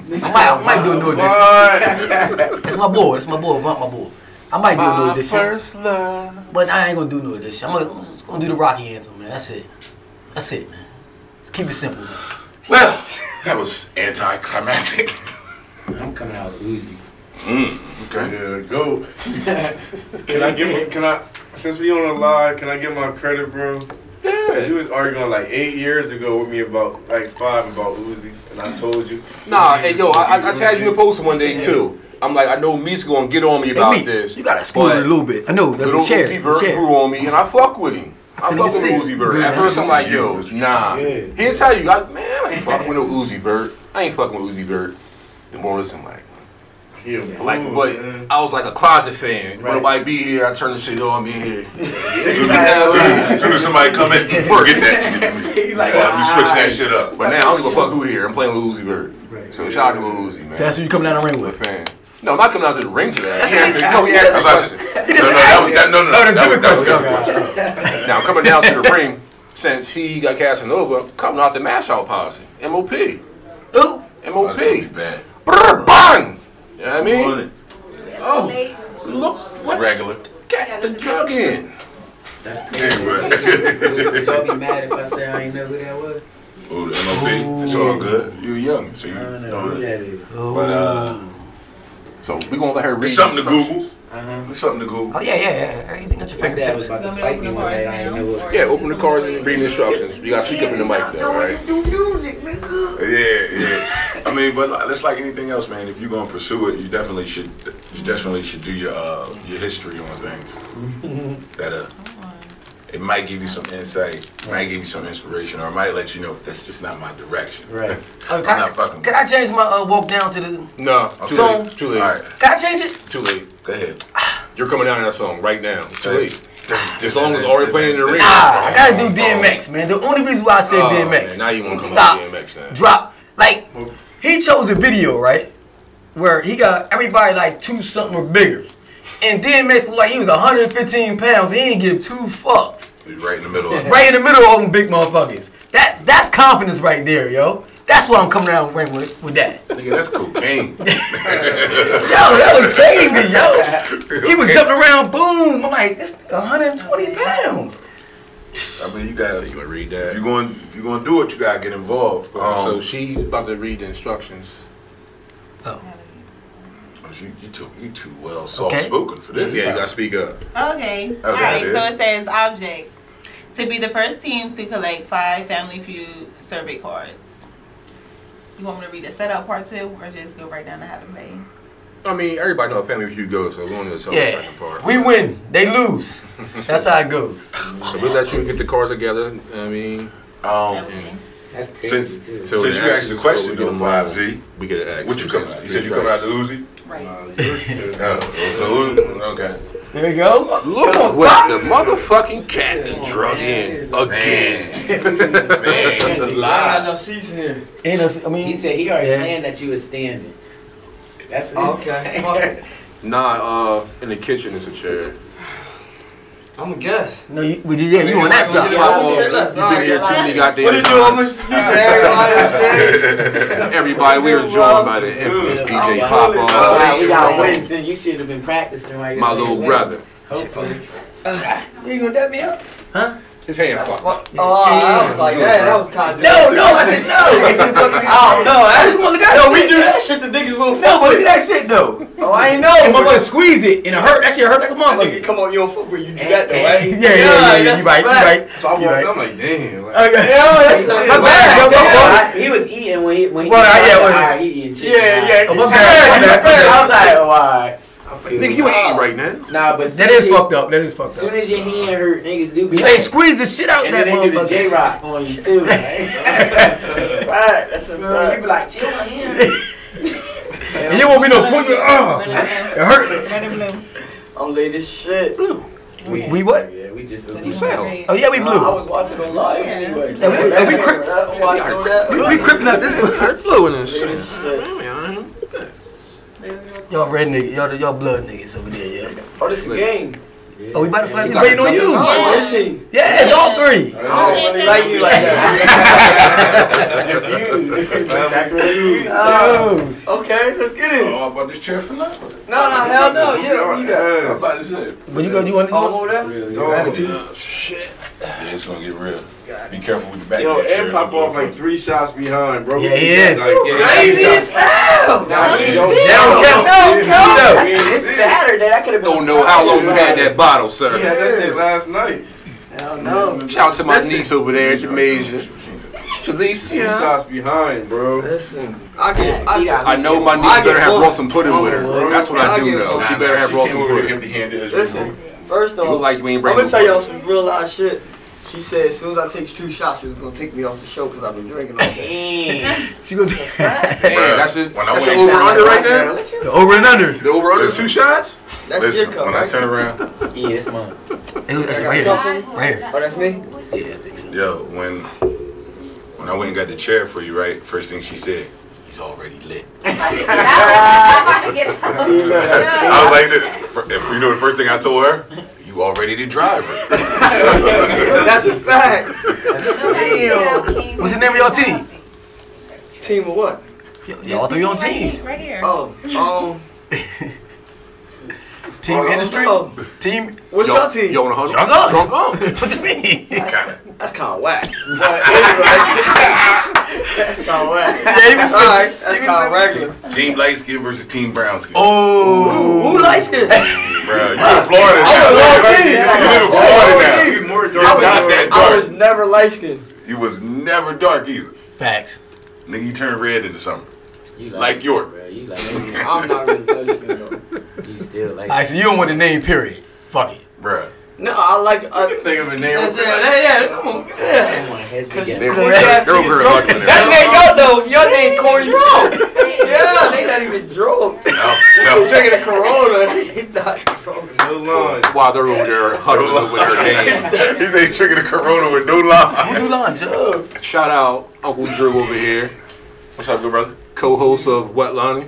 Speaker 5: I might, I might do a new edition.
Speaker 6: What?
Speaker 5: It's my boy. It's my boy. Bump my boy. I might do a new edition,
Speaker 4: love.
Speaker 5: but I ain't gonna do a new edition. I'm gonna, I'm just gonna do the Rocky anthem, man. That's it. That's it, man. Let's keep it simple. Man.
Speaker 3: Well, that was anticlimactic.
Speaker 8: I'm coming out with Uzi.
Speaker 3: okay.
Speaker 6: Yeah, go. Can I give? my- Can I? Since we on a live, can I get my credit, bro? You
Speaker 4: Yeah.
Speaker 6: was arguing like eight years ago with me about like five about Uzi, and I told you.
Speaker 4: Nah,
Speaker 6: Uzi
Speaker 4: hey,
Speaker 6: was
Speaker 4: yo,
Speaker 6: gonna
Speaker 4: I,
Speaker 6: be
Speaker 4: I, I
Speaker 6: Uzi.
Speaker 4: tagged you in a post one day, too. I'm like, I know Meek's gonna get on me about
Speaker 5: Hey, Meeks,
Speaker 4: this.
Speaker 5: you gotta scoot
Speaker 4: but
Speaker 5: it a little bit. I know. That's
Speaker 4: Little
Speaker 5: the chair.
Speaker 4: Uzi Bird
Speaker 5: The chair.
Speaker 4: grew on me, and I fuck with him. I
Speaker 5: couldn't
Speaker 4: fuck with
Speaker 5: even see it.
Speaker 4: Uzi Bird.
Speaker 5: Good,
Speaker 4: At
Speaker 5: I
Speaker 4: first, I'm
Speaker 3: couldn't
Speaker 4: like,
Speaker 3: see
Speaker 4: yo,
Speaker 3: you.
Speaker 4: nah.
Speaker 8: Yeah.
Speaker 4: He'll tell you, like, man, I ain't fucking with no Uzi Bird. I ain't fucking with Uzi Bird. The more I listen, like,
Speaker 6: Yeah, boom,
Speaker 4: like, but
Speaker 6: man.
Speaker 4: I was like a closet fan. Right.
Speaker 6: Right.
Speaker 4: Nobody be here. I turn the shit on. I'm in here.
Speaker 3: Soon as, soon as somebody come in, get that.
Speaker 8: He like,
Speaker 3: Yeah, we switch that shit up.
Speaker 4: But now I don't give a fuck who here. I'm playing with Uzi Bird. So shout out to Lil Uzi, man.
Speaker 5: So that's what you coming down the ring
Speaker 4: I'm a
Speaker 5: with.
Speaker 4: fan. No, I'm not coming out to the ring to that.
Speaker 5: That's
Speaker 4: He
Speaker 5: what
Speaker 4: asked
Speaker 5: he-
Speaker 4: me- no, he asked me a
Speaker 3: That's why I said-
Speaker 4: question.
Speaker 3: no, no, that was, that, no, no, no,
Speaker 5: Oh, that's
Speaker 3: that was, that was,
Speaker 5: different
Speaker 3: that was-
Speaker 4: Now coming down to the ring, since he got Casanova, coming out the mash out policy. MOP.
Speaker 5: Ooh.
Speaker 3: that was gonna be
Speaker 4: MOP.
Speaker 3: bad.
Speaker 4: Brr, bang! You know what I
Speaker 3: Wasn't
Speaker 4: mean?
Speaker 3: it?
Speaker 7: Oh.
Speaker 4: Look
Speaker 3: It's
Speaker 4: what
Speaker 3: regular.
Speaker 4: got the drug in.
Speaker 8: That's
Speaker 3: Hey,
Speaker 8: crazy.
Speaker 3: bro.
Speaker 8: Would, would y'all be mad if I said I ain't know who that was?
Speaker 3: Ooh, the MOP. It's all good. You're young, so you
Speaker 8: I
Speaker 3: don't
Speaker 8: don't know who
Speaker 3: know.
Speaker 8: that is. Uh
Speaker 3: But uh,
Speaker 4: So we gonna let her read.
Speaker 3: it's something to
Speaker 4: the instructions.
Speaker 3: Google.
Speaker 8: huh.
Speaker 3: It's something to Google.
Speaker 5: Oh yeah, yeah, yeah. Anything at your
Speaker 8: My dad Uh-huh. was
Speaker 5: fingertips.
Speaker 8: about to fight me one day. I ain't know what.
Speaker 4: Yeah, open the cards and read the instructions. You gotta speak up in the mic though, right?
Speaker 3: Yeah, yeah. I mean, but like, it's like anything else, man. If you're gonna pursue it, you definitely should. You definitely should do your uh, your history on things. that uh, it might give you some insight, might give you some inspiration, or it might let you know that's just not my direction.
Speaker 8: Right.
Speaker 5: Uh,
Speaker 3: I'm
Speaker 5: can,
Speaker 3: not
Speaker 5: I,
Speaker 3: fucking.
Speaker 5: can I change my uh, walk down to the?
Speaker 4: No, too late. Too
Speaker 3: All
Speaker 4: late.
Speaker 3: right,
Speaker 5: Can I change it?
Speaker 4: Too late.
Speaker 3: go ahead.
Speaker 4: You're coming down in that song right now. Too late.
Speaker 3: As
Speaker 4: long as already playing in the ring.
Speaker 5: Ah, I gotta do DMX, man. The only reason why I said
Speaker 4: Oh,
Speaker 5: DMX.
Speaker 4: man, now you wanna come
Speaker 5: Stop.
Speaker 4: up with DMX now.
Speaker 5: Drop. Like, he chose a video, right? Where he got everybody like two something or bigger. And DMX looked like he was 115 pounds. He didn't give two fucks.
Speaker 3: Right in the middle. of it.
Speaker 5: Right in the middle of them big motherfuckers. That that's confidence right there, yo. That's what I'm coming around with with, with that. Yo,
Speaker 3: Nigga, that's cocaine.
Speaker 5: that was crazy, yo. He was jumping around, boom. I'm like, this nigga 120 pounds.
Speaker 3: I mean, you gotta.
Speaker 4: you
Speaker 3: If
Speaker 4: would read
Speaker 3: you're
Speaker 4: that.
Speaker 3: going, if you're gonna do it, you gotta get involved.
Speaker 4: so
Speaker 3: Um,
Speaker 4: she's about to read the instructions.
Speaker 3: you, you too, you too well soft-spoken for this.
Speaker 4: Yeah, you gotta speak up.
Speaker 7: Okay. All right.
Speaker 3: Oh, it
Speaker 7: So
Speaker 3: is.
Speaker 7: it says object to be the first team to collect five Family Feud survey cards. You want me to read the setup part too, or just go right down to how to play?
Speaker 4: I mean, everybody know how Family Feud goes, so we don't need to tell the
Speaker 5: Yeah.
Speaker 4: second part.
Speaker 5: We win, they lose. That's how it goes.
Speaker 4: So we let you get the cards together. I mean,
Speaker 3: Um,
Speaker 7: Everything.
Speaker 8: That's crazy
Speaker 3: since
Speaker 8: too.
Speaker 4: so
Speaker 3: since you asked
Speaker 4: it
Speaker 3: the
Speaker 4: actually- so
Speaker 3: question
Speaker 4: we get
Speaker 3: though,
Speaker 4: them
Speaker 3: Five
Speaker 4: all.
Speaker 3: Z,
Speaker 4: we get to ask.
Speaker 3: what you coming out? You said you coming out the Uzi?
Speaker 7: Right.
Speaker 3: No. So Uzi- Oh, okay.
Speaker 5: There we go.
Speaker 4: Look with the motherfucking cat and drug in again.
Speaker 3: Man, man, that's a lot.
Speaker 5: And it's- I mean,
Speaker 8: He said he already
Speaker 5: Yeah.
Speaker 8: planned that you was standing. That's what he-
Speaker 9: Okay.
Speaker 4: Nah, uh, in the kitchen is a chair.
Speaker 9: I'm gonna guess.
Speaker 5: no, you, well, yeah, you on that side.
Speaker 9: Yeah, I'm gonna
Speaker 4: You've
Speaker 9: guess.
Speaker 4: been here too many goddamn
Speaker 9: I'm
Speaker 4: times. Everybody, we were joined by the infamous DJ
Speaker 8: Oh,
Speaker 4: Papa,
Speaker 8: wow, we got wins, and you should have been practicing right
Speaker 4: my little brother.
Speaker 8: Hopefully.
Speaker 9: You ain't gonna dab me up?
Speaker 4: His hand fucked. up.
Speaker 9: Oh, I was like, yeah, that was kind of.
Speaker 5: No, no, I said no.
Speaker 9: Oh, no, I just wanna look at
Speaker 5: No, we do that
Speaker 9: shit, the niggas won't
Speaker 5: no, but look at that shit though.
Speaker 9: Oh, I ain't
Speaker 5: And my
Speaker 9: know.
Speaker 5: boy squeeze it and it hurt. That shit hurt like a
Speaker 9: Nigga,
Speaker 5: motherfucker.
Speaker 9: come on, you don't fuck with you do that though,
Speaker 5: Yeah,
Speaker 9: right?
Speaker 5: yeah, yeah. yeah,
Speaker 9: that's
Speaker 5: you right,
Speaker 9: the
Speaker 5: you
Speaker 9: fact.
Speaker 5: right.
Speaker 6: So I walked
Speaker 5: You right.
Speaker 6: up like, damn. Like,
Speaker 5: Okay.
Speaker 9: that's not-
Speaker 5: my bad, yo, my fault.
Speaker 8: Yeah, He was eating when he when he
Speaker 5: Well,
Speaker 8: was
Speaker 5: yeah, well,
Speaker 8: hired, he eating chicken.
Speaker 9: Yeah, yeah.
Speaker 5: Oh, my bad, my bad, my
Speaker 8: I was
Speaker 5: bad.
Speaker 8: like, oh, alright. I feel
Speaker 4: Nigga,
Speaker 8: you.
Speaker 4: you ain't eating right now.
Speaker 8: Nah, but
Speaker 5: That
Speaker 8: soon
Speaker 5: is
Speaker 8: as you-
Speaker 5: fucked up. That is fucked
Speaker 8: Soon
Speaker 5: up.
Speaker 8: as your hand hurt, niggas do.
Speaker 5: They squeeze the shit out
Speaker 8: And
Speaker 5: that
Speaker 8: then they do the J
Speaker 5: motherfucker.
Speaker 8: Rock on you too. Right?
Speaker 9: Right, that's a
Speaker 8: you
Speaker 9: fact.
Speaker 8: be like, chill my hand.
Speaker 5: And you won't be no point. Uh,
Speaker 7: Red
Speaker 5: it hurt.
Speaker 7: and blue.
Speaker 9: I'm late as shit.
Speaker 5: We, we what?
Speaker 8: Yeah, we just.
Speaker 7: Red
Speaker 8: You
Speaker 7: and
Speaker 4: sound-
Speaker 7: blue.
Speaker 5: Oh yeah, we
Speaker 9: Nah, I
Speaker 5: blue.
Speaker 9: was watching on live
Speaker 7: Yeah.
Speaker 9: anyway.
Speaker 5: And we- and we cri-
Speaker 9: I'm watching on that.
Speaker 5: We, we cripping up this.
Speaker 4: Her flu in this
Speaker 9: Late as
Speaker 4: shit.
Speaker 9: shit.
Speaker 5: Y'all red nigga. Y'all y'all blood niggas over there. Yeah.
Speaker 9: Oh, this is a game.
Speaker 5: Oh, we about to play. We
Speaker 4: got
Speaker 5: waiting on
Speaker 4: the
Speaker 5: you.
Speaker 4: jump
Speaker 9: Oh, this team.
Speaker 5: Yeah, it's all three.
Speaker 9: I
Speaker 7: Oh,
Speaker 9: don't really like you like that.
Speaker 8: That's what you.
Speaker 4: Uh,
Speaker 5: Oh,
Speaker 9: Okay, let's get
Speaker 3: Oh,
Speaker 9: it.
Speaker 3: I bought this chair for nothing.
Speaker 9: No, no, hell no. Yeah,
Speaker 6: yeah,
Speaker 9: you got
Speaker 3: I'm
Speaker 6: yeah.
Speaker 3: about to say.
Speaker 5: but you gonna do one?
Speaker 9: all over there.
Speaker 6: Dog.
Speaker 3: Yeah, it's gonna get real. Be careful with the back. of
Speaker 6: Yo,
Speaker 3: that chair.
Speaker 6: and pop off like three shots behind, bro.
Speaker 5: Yeah, he is.
Speaker 6: Like,
Speaker 5: Crazy as hell.
Speaker 9: Oh,
Speaker 6: Nah,
Speaker 7: Nah,
Speaker 6: we
Speaker 7: he's
Speaker 6: don't-
Speaker 7: sick.
Speaker 6: they don't count.
Speaker 5: No, no.
Speaker 6: We ain't
Speaker 8: It's
Speaker 6: seen it.
Speaker 8: Saturday. That could have been.
Speaker 4: Don't know how long you had that bottle,
Speaker 6: He had
Speaker 4: sir.
Speaker 6: that shit last night.
Speaker 9: Hell no.
Speaker 4: Shout out to my niece over there, Jamasia.
Speaker 3: Oh,
Speaker 6: Three
Speaker 4: Jalicia.
Speaker 6: shots behind, bro.
Speaker 9: Listen, I get, I get,
Speaker 4: I know my niece better have brought some pudding with her.
Speaker 9: Oh,
Speaker 4: That's what I do know.
Speaker 3: Nah,
Speaker 4: Oh, She
Speaker 3: nah,
Speaker 4: better have
Speaker 3: she
Speaker 4: brought
Speaker 3: came
Speaker 4: some
Speaker 3: over here
Speaker 4: pudding.
Speaker 3: empty-handed as
Speaker 9: Listen,
Speaker 3: usual.
Speaker 9: first
Speaker 4: You
Speaker 9: off,
Speaker 4: look like you ain't
Speaker 9: I'm
Speaker 4: bringing
Speaker 9: gonna
Speaker 4: no
Speaker 9: tell y'all
Speaker 4: pudding.
Speaker 9: some real life shit. She said as soon as I take two shots, she was gonna take me off the show because I've been drinking all day.
Speaker 8: Damn.
Speaker 5: She gonna the
Speaker 4: Damn, that's your
Speaker 3: When I
Speaker 4: that's your
Speaker 3: went-
Speaker 4: over under right there.
Speaker 8: there.
Speaker 5: over and under.
Speaker 4: The over under is two shots.
Speaker 9: That's
Speaker 3: Listen,
Speaker 9: your cup.
Speaker 3: when I
Speaker 9: right?
Speaker 3: turn around,
Speaker 8: Yeah, it's mine.
Speaker 5: It was that's
Speaker 9: I got
Speaker 5: right
Speaker 9: a
Speaker 5: here.
Speaker 9: couple.
Speaker 5: Right here.
Speaker 9: Oh, that's me.
Speaker 5: Yeah, I think so.
Speaker 3: yo, when when I went and got the chair for you, right? First thing she said, he's already lit.
Speaker 9: See, look, that's-
Speaker 3: I was like, this- fir- if, you know the first thing I told her? You already the driver.
Speaker 9: that's a fact.
Speaker 5: What's the name of your team?
Speaker 9: Team of what?
Speaker 5: Y'all y'all three on teams.
Speaker 7: Right here.
Speaker 9: Oh, um,
Speaker 5: Team industry.
Speaker 9: Oh,
Speaker 5: Team.
Speaker 9: what's your
Speaker 4: Y'all,
Speaker 9: team?
Speaker 4: y'all want to
Speaker 5: Drunk
Speaker 4: hunt?
Speaker 5: us.
Speaker 4: Drunk on.
Speaker 5: What you mean? yeah,
Speaker 9: That's kind of whack. But anyway, that's kind of whack.
Speaker 5: he was
Speaker 9: All right,
Speaker 5: sick.
Speaker 9: that's
Speaker 5: He was
Speaker 9: kind of
Speaker 5: sick.
Speaker 9: regular.
Speaker 3: team light skin versus team brown skin.
Speaker 5: Oh.
Speaker 9: Who likes it?
Speaker 3: Bruh, you in Florida now. You live in Florida now. You more dark. Not that
Speaker 9: I was
Speaker 3: dark.
Speaker 9: never light skinned.
Speaker 3: You was never dark either.
Speaker 5: Facts.
Speaker 3: Nigga, you turned red in the summer.
Speaker 8: You
Speaker 3: Like
Speaker 8: it,
Speaker 3: York.
Speaker 8: bro. You like it.
Speaker 9: I'm not really light skinned though.
Speaker 8: You still like.
Speaker 5: All right, so you don't want the name, period. Fuck it.
Speaker 3: Bruh.
Speaker 9: No, I like. I,
Speaker 6: Think of a name.
Speaker 9: that's it. Yeah, yeah, come on. Yeah.
Speaker 8: Come on, heads together.
Speaker 4: They're
Speaker 9: Cool
Speaker 4: they're
Speaker 9: ass
Speaker 4: over here hugging in
Speaker 9: That
Speaker 4: there.
Speaker 9: name, y'all know, your name Corey Drunk. yeah, they not even drunk.
Speaker 3: No,
Speaker 9: They
Speaker 3: no.
Speaker 9: drinking a Corona. They not drunk.
Speaker 6: Lil Lon.
Speaker 4: While they're over there huddling over their name.
Speaker 3: he said he tricking the corona with no lie.
Speaker 5: Who do lunch? Oh.
Speaker 4: Shout out Uncle Drew over here,
Speaker 3: What's up, good brother?
Speaker 4: co-host of Wet Lonnie.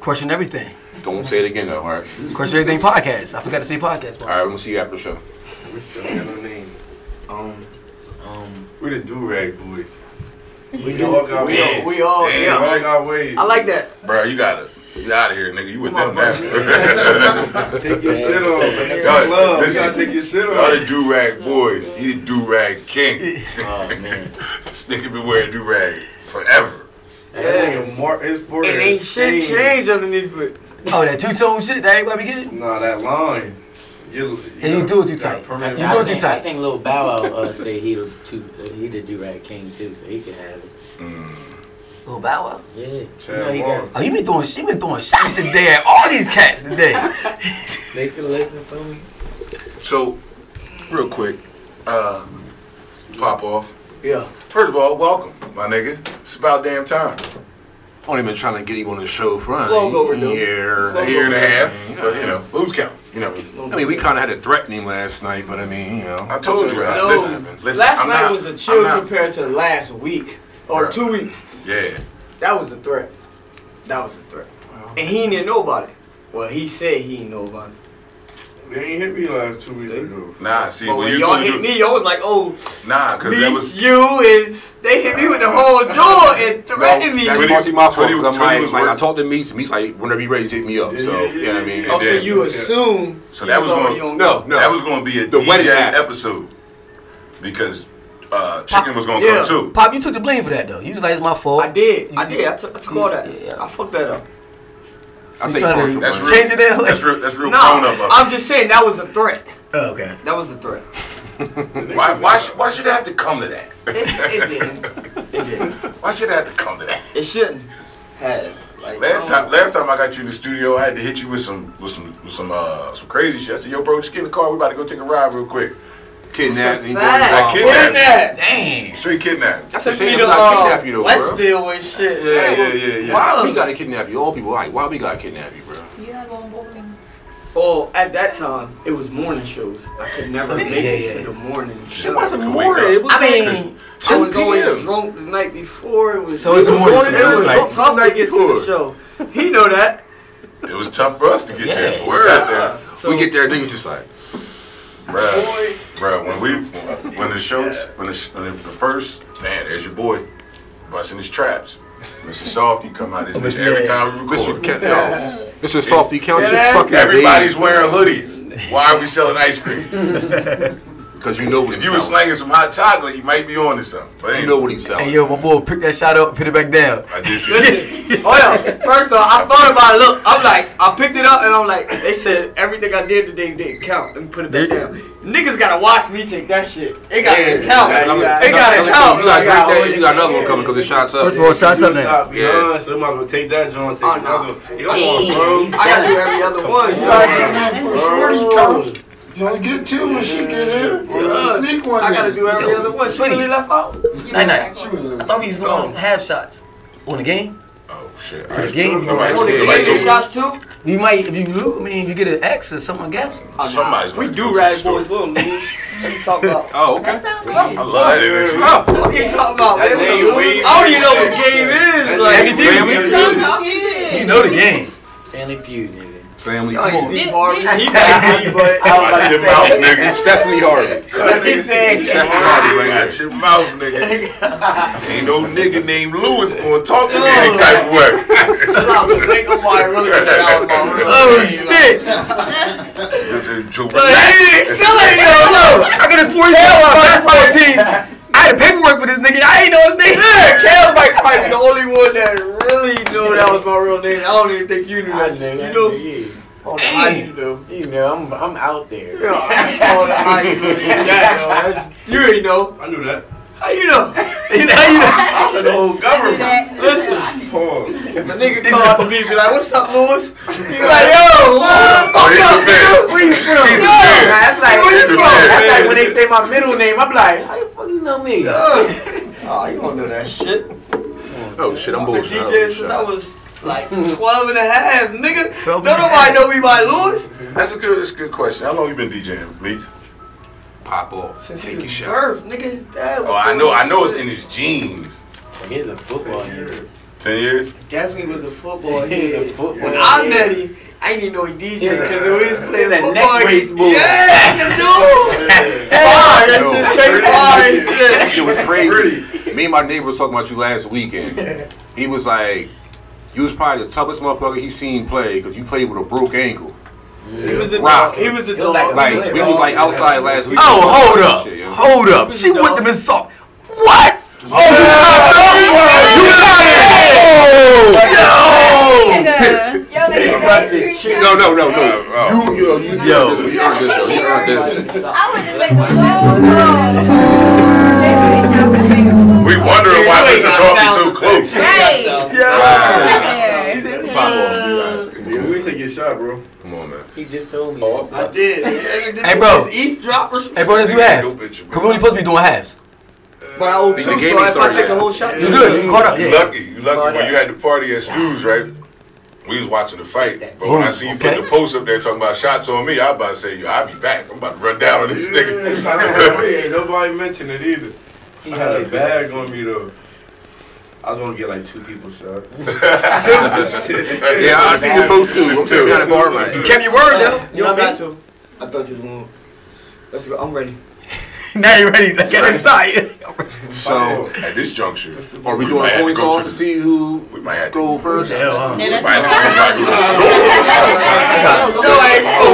Speaker 5: Question everything.
Speaker 4: Don't say it again though. All right.
Speaker 5: Question everything podcast. I forgot to say podcast.
Speaker 4: All
Speaker 5: bro.
Speaker 4: right. We'll see you after the show.
Speaker 6: We still got no name.
Speaker 8: Um, um,
Speaker 6: We the do rag boys. We, all got
Speaker 9: We all-
Speaker 6: ways.
Speaker 9: we all-
Speaker 6: We
Speaker 9: yeah.
Speaker 6: all got ways.
Speaker 9: I like that.
Speaker 3: Bro, you gotta get out of here, nigga. You with them now.
Speaker 6: Take your shit off. man. That's
Speaker 3: God,
Speaker 6: love. You
Speaker 3: listen.
Speaker 6: gotta take your shit
Speaker 3: Y'all
Speaker 6: off.
Speaker 3: the do rag boys. He the do rag king.
Speaker 8: Oh man.
Speaker 3: this nigga been wearing do rag forever.
Speaker 6: That nigga Mark his forehead.
Speaker 9: It ain't shit
Speaker 6: stained.
Speaker 9: change underneath it.
Speaker 5: Oh, that two tone shit that everybody be getting?
Speaker 6: Nah, that line. You,
Speaker 5: And you do it too tight.
Speaker 8: I,
Speaker 6: permanent-
Speaker 5: You do it too
Speaker 8: think,
Speaker 5: tight.
Speaker 8: I think Lil Bow Wow uh, say he the two, uh, he the do rag king too, so he can have it.
Speaker 5: Oh, Bow Wow.
Speaker 8: Yeah.
Speaker 6: Chad
Speaker 8: you know he
Speaker 6: Wall.
Speaker 8: got
Speaker 5: Oh, you been throwing, she been throwing shots today at all these cats today.
Speaker 8: They still listen for me.
Speaker 3: So, real quick, uh, pop off.
Speaker 9: Yeah.
Speaker 3: First of all, welcome, my nigga. It's about damn time.
Speaker 4: Only been trying to get him on the show for a
Speaker 9: Long overdue.
Speaker 4: year,
Speaker 3: A year and a half, but you know, lose count. You know,
Speaker 4: I mean, we kind of had to threaten him last night, but I mean, you know.
Speaker 3: I told you. I-
Speaker 9: No.
Speaker 3: Listen, listen.
Speaker 9: last
Speaker 3: I'm
Speaker 9: night
Speaker 3: not,
Speaker 9: was a
Speaker 3: I'm
Speaker 9: chill
Speaker 3: not-
Speaker 9: compared to last week or
Speaker 3: Bruh.
Speaker 9: two weeks.
Speaker 3: Yeah.
Speaker 9: That was a threat. That was a threat. And he didn't know about it. Well, he said he didn't know about it.
Speaker 6: They ain't hit me last two weeks ago.
Speaker 3: Nah, see,
Speaker 9: But
Speaker 3: when
Speaker 9: when
Speaker 3: you
Speaker 9: y'all
Speaker 3: supposed to
Speaker 9: hit
Speaker 3: do,
Speaker 9: me, y'all was like, oh,
Speaker 3: nah, because
Speaker 9: me,
Speaker 3: that was
Speaker 9: you, and they hit me with the whole jaw and threatened me.
Speaker 4: That's
Speaker 3: Twenty-
Speaker 4: partially my fault. 'cause
Speaker 3: twenty-
Speaker 4: I'm
Speaker 3: twenty
Speaker 4: like,
Speaker 3: was
Speaker 4: like, I
Speaker 3: working.
Speaker 4: talked to Meeks. Meeks like, whenever you ready, hit me up.
Speaker 6: Yeah,
Speaker 4: so,
Speaker 6: yeah,
Speaker 4: you know what I
Speaker 6: yeah,
Speaker 4: mean?
Speaker 9: Oh, so
Speaker 3: Yeah.
Speaker 9: you assume.
Speaker 3: So that was
Speaker 9: already
Speaker 3: gonna-
Speaker 9: on
Speaker 4: No, no.
Speaker 3: that was going to be a
Speaker 4: The wedding
Speaker 3: DJ
Speaker 4: act.
Speaker 3: episode because uh, chicken was going to
Speaker 9: Yeah.
Speaker 3: come too.
Speaker 5: Pop, you took the blame for that though. You was like, it's my fault.
Speaker 9: I did. I did. I took, I took all that.
Speaker 5: Yeah.
Speaker 9: I fucked that up.
Speaker 5: So
Speaker 4: I
Speaker 5: you
Speaker 4: take
Speaker 5: tryna
Speaker 4: partial blame.
Speaker 3: That's real.
Speaker 5: change it that way.
Speaker 3: That's real. That's real.
Speaker 9: No,
Speaker 3: grown up of
Speaker 9: I'm just saying that was a threat.
Speaker 5: Oh, okay.
Speaker 9: That was a threat.
Speaker 3: you. Why? Why should, why should it have to come to that?
Speaker 9: It, it didn't. It didn't.
Speaker 3: Why should it have to come to that?
Speaker 9: It shouldn't have. Like,
Speaker 3: Last
Speaker 9: I don't-
Speaker 3: time, last time I got you in the studio, I had to hit you with some, with some, with some, uh, some crazy shit. I said, "Yo, bro, just get in the car. We about to go take a ride real quick."
Speaker 4: Kidnapped.
Speaker 9: Fact.
Speaker 4: and going
Speaker 3: I
Speaker 4: wild.
Speaker 9: Where
Speaker 3: kidnapped.
Speaker 9: that?
Speaker 5: Damn.
Speaker 3: Straight kidnapped.
Speaker 4: That's a
Speaker 9: Took
Speaker 4: shame.
Speaker 9: me
Speaker 4: I'm
Speaker 9: to
Speaker 4: not
Speaker 9: uh,
Speaker 4: kidnap you, though, bro.
Speaker 9: Westville and shit.
Speaker 3: Yeah,
Speaker 9: man.
Speaker 3: yeah, yeah, yeah.
Speaker 4: Why we gotta kidnap you? All people like, why we gotta kidnap you, bro?
Speaker 7: You're not going bowling.
Speaker 9: Well, at that time, it was morning shows. I could never make
Speaker 5: yeah,
Speaker 9: it
Speaker 5: yeah.
Speaker 9: to the morning
Speaker 3: It
Speaker 9: show. I
Speaker 3: wasn't morning, it
Speaker 4: was
Speaker 5: I mean,
Speaker 9: was
Speaker 5: just
Speaker 9: always
Speaker 5: PM.
Speaker 9: drunk the night before. It was
Speaker 5: So it's
Speaker 9: it was
Speaker 5: morning
Speaker 9: going in there,
Speaker 5: show,
Speaker 9: It was
Speaker 5: like-
Speaker 9: so tough to get to the show. He know that.
Speaker 3: It was tough for us to get there.
Speaker 5: Yeah.
Speaker 3: but We're out there.
Speaker 9: So
Speaker 4: we get there, niggas just like,
Speaker 3: Bruh, bruh, when we, when the show, when the, when the first, man, there's your boy, busting his traps. Mr. Softy come out his bitch every time we
Speaker 4: Mr.
Speaker 3: record.
Speaker 4: Ke- yo, Mr. Softy, count your
Speaker 9: Yeah.
Speaker 4: fucking
Speaker 3: Everybody's wearing hoodies. Why are we selling ice cream?
Speaker 4: because you know what
Speaker 3: If
Speaker 4: he's
Speaker 3: you was
Speaker 4: selling.
Speaker 3: slanging some hot chocolate, you might be on to something. But
Speaker 4: You know
Speaker 3: anyway,
Speaker 4: what he's selling.
Speaker 5: Hey yo, my boy, pick that shot up, put it back down.
Speaker 3: I did see
Speaker 9: Oh yeah. First off, I thought about it. Look, I'm like, I picked it up and I'm like, they said everything I did today didn't count. Let me put it back down. Niggas gotta watch me take that shit. It gotta
Speaker 4: Yeah,
Speaker 9: count.
Speaker 4: yeah, yeah,
Speaker 9: it
Speaker 4: yeah.
Speaker 9: gotta
Speaker 4: You
Speaker 9: count.
Speaker 4: gotta drink
Speaker 9: Like,
Speaker 4: that, and you got another one coming because it shots up.
Speaker 5: First of all, shots up now.
Speaker 6: Stop beyond, so they might as well take that joint, take
Speaker 9: Oh, nah.
Speaker 6: another. one. Come on, bro.
Speaker 9: I gotta do every other one. You know what I mean?
Speaker 6: Bro.
Speaker 10: You only get two when she get here.
Speaker 9: Yeah.
Speaker 10: Or sneak one
Speaker 9: I
Speaker 10: in.
Speaker 9: gotta do every other one. She
Speaker 5: Sweetie.
Speaker 9: really left out.
Speaker 5: Night night. I
Speaker 10: Shoot.
Speaker 5: thought we was going half shots. On the game?
Speaker 3: Oh, shit.
Speaker 5: On the game?
Speaker 3: Nobody
Speaker 9: Oh,
Speaker 3: told
Speaker 9: they
Speaker 3: me.
Speaker 9: gave
Speaker 3: Nobody
Speaker 9: you
Speaker 3: told me.
Speaker 9: shots too?
Speaker 5: We might, if you lose, I mean, you get an X or something, I guess.
Speaker 3: Somebody's
Speaker 9: We
Speaker 3: going to
Speaker 9: do rag boys. We don't lose. What you talking about?
Speaker 4: Oh, okay.
Speaker 7: That's not right.
Speaker 3: I love that energy.
Speaker 9: What you talking about,
Speaker 6: That
Speaker 9: man? We
Speaker 6: nigga
Speaker 9: don't
Speaker 6: weak.
Speaker 9: lose. I don't even Oh, know what game is. Like,
Speaker 5: Everything
Speaker 9: Family
Speaker 5: we-
Speaker 9: Feud.
Speaker 5: You know the game.
Speaker 8: Family feud, nigga.
Speaker 4: Family.
Speaker 9: Y'all ain't
Speaker 4: Come
Speaker 9: Steve
Speaker 7: Did-
Speaker 9: Harvey.
Speaker 7: did-
Speaker 9: He might be, but
Speaker 3: Out your mouth, nigga.
Speaker 4: on. Stephanie Harvey.
Speaker 9: he said.
Speaker 4: Stephanie Harvey right
Speaker 3: Out
Speaker 4: here.
Speaker 3: your mouth, nigga. Ain't no nigga named Lewis gonna talk to me that type of way.
Speaker 9: I was thinking about it really good now, bro.
Speaker 5: Oh shit!
Speaker 3: Listen, to-
Speaker 5: Hey, still ain't know. Yo, I could have sworn you were on basketball teams. I had the paperwork with this nigga. I ain't know his name. Yeah,
Speaker 9: Cam might might be the only one that really knew that was my real name. I don't even think you knew
Speaker 8: I
Speaker 9: that. shit.
Speaker 8: know, I
Speaker 9: You know,
Speaker 8: know, yeah.
Speaker 9: on the high you know.
Speaker 8: You know, I'm I'm out there.
Speaker 9: Yeah, on the high you know. That, yo, that's- You ain't know.
Speaker 6: I knew that.
Speaker 9: How you know?
Speaker 3: I said, oh,
Speaker 7: Do that.
Speaker 9: Listen.
Speaker 6: Pause.
Speaker 9: My nigga called up to me and be like, what's up, Lewis? He like, yo, what?
Speaker 3: Oh, he's a man.
Speaker 9: Where you from?
Speaker 3: He's
Speaker 9: Yo,
Speaker 3: a man.
Speaker 9: That's like, where
Speaker 3: He's a
Speaker 9: you from?
Speaker 3: man.
Speaker 9: That's like when they say my middle name, I'm like,
Speaker 8: How the fuck you know me?
Speaker 9: oh, you don't know that shit.
Speaker 4: Oh shit, I'm
Speaker 9: I've been
Speaker 4: bullshit. I'm
Speaker 9: DJing since I
Speaker 4: bullshit.
Speaker 9: was like
Speaker 8: Hmm.
Speaker 9: 12 and a half, nigga.
Speaker 5: 12
Speaker 9: Don't
Speaker 5: and a
Speaker 9: nobody
Speaker 5: half.
Speaker 9: know me by Lewis.
Speaker 3: That's a good, that's a good question. How long you been DJing, Meats?
Speaker 4: Pop off.
Speaker 9: Since
Speaker 4: Take
Speaker 9: he
Speaker 4: your
Speaker 9: was
Speaker 4: shot.
Speaker 9: birth, nigga, his dad.
Speaker 3: Oh, I know, I know it's in his jeans.
Speaker 8: He's a football nigga.
Speaker 3: Ten years?
Speaker 9: Definitely was a football
Speaker 8: He's a
Speaker 9: head.
Speaker 8: football
Speaker 9: When I met
Speaker 8: nigga.
Speaker 9: him, I didn't even know he DJ because we was playing
Speaker 8: He's a
Speaker 9: football.
Speaker 8: neck brace boy.
Speaker 9: Yeah, dude. Bar, that's
Speaker 4: Yo,
Speaker 9: the straight bar and shit.
Speaker 4: It was crazy.
Speaker 6: Pretty.
Speaker 4: Me and my neighbor was talking about you last weekend. He was like, "You was probably the toughest motherfucker he seen play because you played with a broke ankle."
Speaker 9: He was the dog.
Speaker 4: Rocking.
Speaker 9: He was the He was dog. like a
Speaker 4: Like, we
Speaker 9: player.
Speaker 4: was like outside last week.
Speaker 5: Oh, hold up.
Speaker 4: Shit, yo.
Speaker 5: Hold up. She went to Miss Salt. What? Oh, you got it.
Speaker 7: uh, Oh.
Speaker 5: You got it. Yo.
Speaker 4: No, no, no, no. You, you, you, you
Speaker 5: Yo.
Speaker 4: earned this. You earned this. yo. You earned this.
Speaker 3: We wondering why this is always so close.
Speaker 6: Yeah, we take your shot, bro.
Speaker 4: Come on, man.
Speaker 8: He just told me.
Speaker 3: Oh,
Speaker 9: I did. Hey,
Speaker 5: Hey, bro.
Speaker 9: Each drop or
Speaker 5: Hey, bro, that's you
Speaker 3: No
Speaker 5: have.
Speaker 3: bitch,
Speaker 5: Cause we only supposed to be doing halves.
Speaker 9: But I owe two,
Speaker 4: They
Speaker 9: so
Speaker 4: gave me
Speaker 9: if I
Speaker 4: sorry,
Speaker 9: take a
Speaker 4: yeah.
Speaker 9: whole shot,
Speaker 5: You good? You caught up?
Speaker 3: You
Speaker 5: Yeah.
Speaker 3: lucky. You lucky when you had the party at Stu's, right? We was watching the fight, but when I see you put
Speaker 5: Oh, Okay.
Speaker 3: the post up there talking about shots on me, I about to say, yo, I'll be back. I'm about to run down on this nigga.
Speaker 6: Ain't nobody mentioned it either. I had a bag on me though. I was gonna get like two people shot.
Speaker 4: Yeah, I see the post too.
Speaker 3: It's
Speaker 4: Two. Got a bar mic.
Speaker 5: You kept your word though.
Speaker 9: You don't got to. I thought you was going. Let's go. I'm ready.
Speaker 5: Now you ready? Let's get inside.
Speaker 4: So,
Speaker 3: At this juncture,
Speaker 4: are we
Speaker 3: might
Speaker 4: doing
Speaker 3: have
Speaker 4: coin
Speaker 3: go
Speaker 4: toss
Speaker 3: to
Speaker 4: to
Speaker 3: the-
Speaker 4: see who
Speaker 3: We might have to.
Speaker 4: go first?
Speaker 5: Hell,
Speaker 3: we might have to- we might have to go.
Speaker 9: No,
Speaker 4: Oh,
Speaker 9: I
Speaker 5: oh,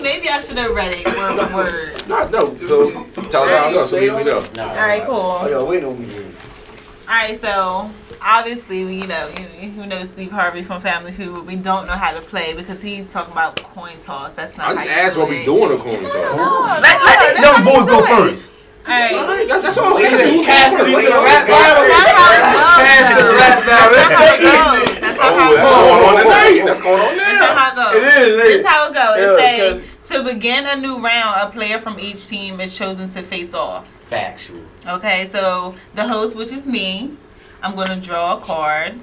Speaker 7: Maybe I should have read it word for word.
Speaker 4: No, no. So, oh. tell us how it goes, so we we know.
Speaker 8: Nah,
Speaker 7: All right,
Speaker 4: Oh,
Speaker 7: cool.
Speaker 9: Yo, wait on me.
Speaker 7: All right, so obviously, you know, you, who knows Steve Harvey from Family Feud, but we don't know how to play because he talk about coin toss. That's not.
Speaker 4: I just
Speaker 7: how you Oh,
Speaker 4: asked
Speaker 7: do
Speaker 4: what we
Speaker 7: it.
Speaker 4: doing a coin toss.
Speaker 7: No,
Speaker 5: Let,
Speaker 7: no,
Speaker 5: let
Speaker 7: that's
Speaker 5: these
Speaker 7: how
Speaker 5: young
Speaker 7: you
Speaker 5: boys
Speaker 7: do
Speaker 5: go
Speaker 7: it.
Speaker 5: first.
Speaker 7: All right.
Speaker 4: That's all I'm saying. Who
Speaker 7: That's how it goes. That's how
Speaker 3: Oh, that's
Speaker 7: it
Speaker 3: going
Speaker 7: goes.
Speaker 3: on tonight. That's going on
Speaker 7: This is
Speaker 3: now.
Speaker 7: how it goes. This is how it goes. It say to begin a new round, a player from each team is chosen to face off.
Speaker 8: Factual.
Speaker 7: Okay, so the host, which is me, I'm gonna draw a card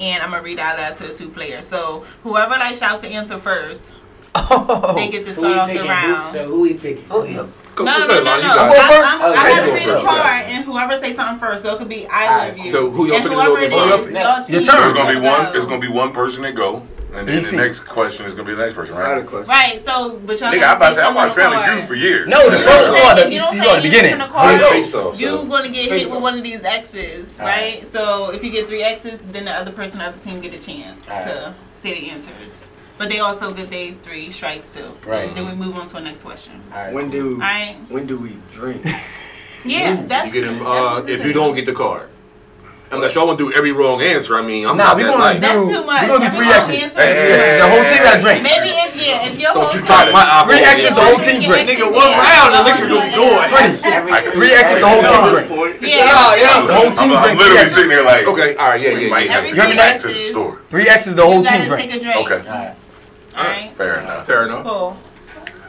Speaker 7: and I'm gonna read out loud to the two players. So whoever like shouts to answer first,
Speaker 5: Oh.
Speaker 7: they get to
Speaker 8: Who
Speaker 7: start
Speaker 8: we
Speaker 7: off the
Speaker 8: picking?
Speaker 7: round.
Speaker 8: Who, so who we picking?
Speaker 4: Go-
Speaker 7: no,
Speaker 4: go
Speaker 7: no,
Speaker 4: play,
Speaker 7: no, no.
Speaker 4: Lonnie, you
Speaker 7: I,
Speaker 4: got it.
Speaker 7: I'm,
Speaker 8: Oh,
Speaker 7: I
Speaker 8: you
Speaker 7: gotta
Speaker 8: go
Speaker 7: read a
Speaker 8: first.
Speaker 7: card, and whoever say something first, so it could be either of you.
Speaker 4: So who y'all
Speaker 7: and
Speaker 4: picking
Speaker 7: whoever
Speaker 4: to
Speaker 7: it
Speaker 4: go
Speaker 7: is,
Speaker 4: first?
Speaker 7: y'all
Speaker 5: Your
Speaker 7: team
Speaker 5: turn.
Speaker 3: There's gonna be
Speaker 7: gotta
Speaker 3: one.
Speaker 7: go.
Speaker 3: There's gonna be one person that go, and then
Speaker 5: These
Speaker 3: the
Speaker 5: two.
Speaker 3: next question is gonna be the next person,
Speaker 9: I had a
Speaker 3: right?
Speaker 9: question.
Speaker 7: Right. So, but y'all.
Speaker 3: Nigga,
Speaker 7: gotta
Speaker 3: I'm about to say I
Speaker 7: face
Speaker 3: watched
Speaker 7: on the
Speaker 3: Family
Speaker 7: card.
Speaker 3: Feud for years.
Speaker 5: No, the
Speaker 3: Yeah.
Speaker 5: first one, the,
Speaker 7: You don't
Speaker 5: you
Speaker 7: say
Speaker 5: know, the beginning.
Speaker 7: anything on the card.
Speaker 4: Yeah, face off,
Speaker 7: you
Speaker 4: so.
Speaker 7: gonna get hit
Speaker 9: Face
Speaker 7: with
Speaker 9: off.
Speaker 7: one of these X's, right? So if you get three X's, then the other person, the other team get a chance
Speaker 8: Alright.
Speaker 7: to say the answers. But they also get they three strikes too.
Speaker 8: Right.
Speaker 7: Then we move on to our next question.
Speaker 8: All right.
Speaker 9: When
Speaker 7: All
Speaker 9: do
Speaker 7: right.
Speaker 9: when do we drink?
Speaker 7: Yeah.
Speaker 4: You
Speaker 7: That's.
Speaker 4: get him,
Speaker 7: that's
Speaker 4: uh,
Speaker 7: what this
Speaker 4: if you
Speaker 7: is.
Speaker 4: don't get the card. Unless y'all want to do every wrong answer, I mean, I'm
Speaker 5: Nah,
Speaker 4: not
Speaker 5: we
Speaker 4: that
Speaker 5: gonna do.
Speaker 4: light.
Speaker 7: That's
Speaker 5: We
Speaker 7: too
Speaker 5: gonna
Speaker 7: much.
Speaker 5: do
Speaker 7: Every
Speaker 5: three
Speaker 7: whole
Speaker 5: exes.
Speaker 7: answer
Speaker 3: Hey, hey,
Speaker 7: is-
Speaker 3: hey.
Speaker 5: The whole team got a drink.
Speaker 7: Maybe if yeah, if your
Speaker 4: Don't
Speaker 7: whole
Speaker 4: you try to my
Speaker 7: team-
Speaker 4: eyeball.
Speaker 5: Three
Speaker 4: man.
Speaker 5: X's, the whole team
Speaker 7: Yeah.
Speaker 5: drink.
Speaker 9: Nigga, one round, the liquor gonna go in.
Speaker 5: Three.
Speaker 8: Every,
Speaker 5: Three exes, the whole team drink.
Speaker 7: Yeah.
Speaker 5: The whole
Speaker 3: I'm,
Speaker 5: team
Speaker 3: I'm
Speaker 5: drink.
Speaker 3: literally
Speaker 5: three
Speaker 3: sitting there
Speaker 5: X's.
Speaker 3: like,
Speaker 4: Okay, all right, yeah,
Speaker 3: we
Speaker 4: yeah,
Speaker 3: might
Speaker 4: yeah.
Speaker 3: have to
Speaker 7: Every
Speaker 3: go
Speaker 7: three
Speaker 3: back to the
Speaker 7: X's.
Speaker 3: store.
Speaker 5: Three X's, the
Speaker 7: You
Speaker 5: whole team
Speaker 7: gotta
Speaker 5: drink.
Speaker 7: take a drink.
Speaker 3: Okay,
Speaker 8: All right.
Speaker 7: All right.
Speaker 3: fair enough.
Speaker 4: Fair enough.
Speaker 7: Cool.
Speaker 3: All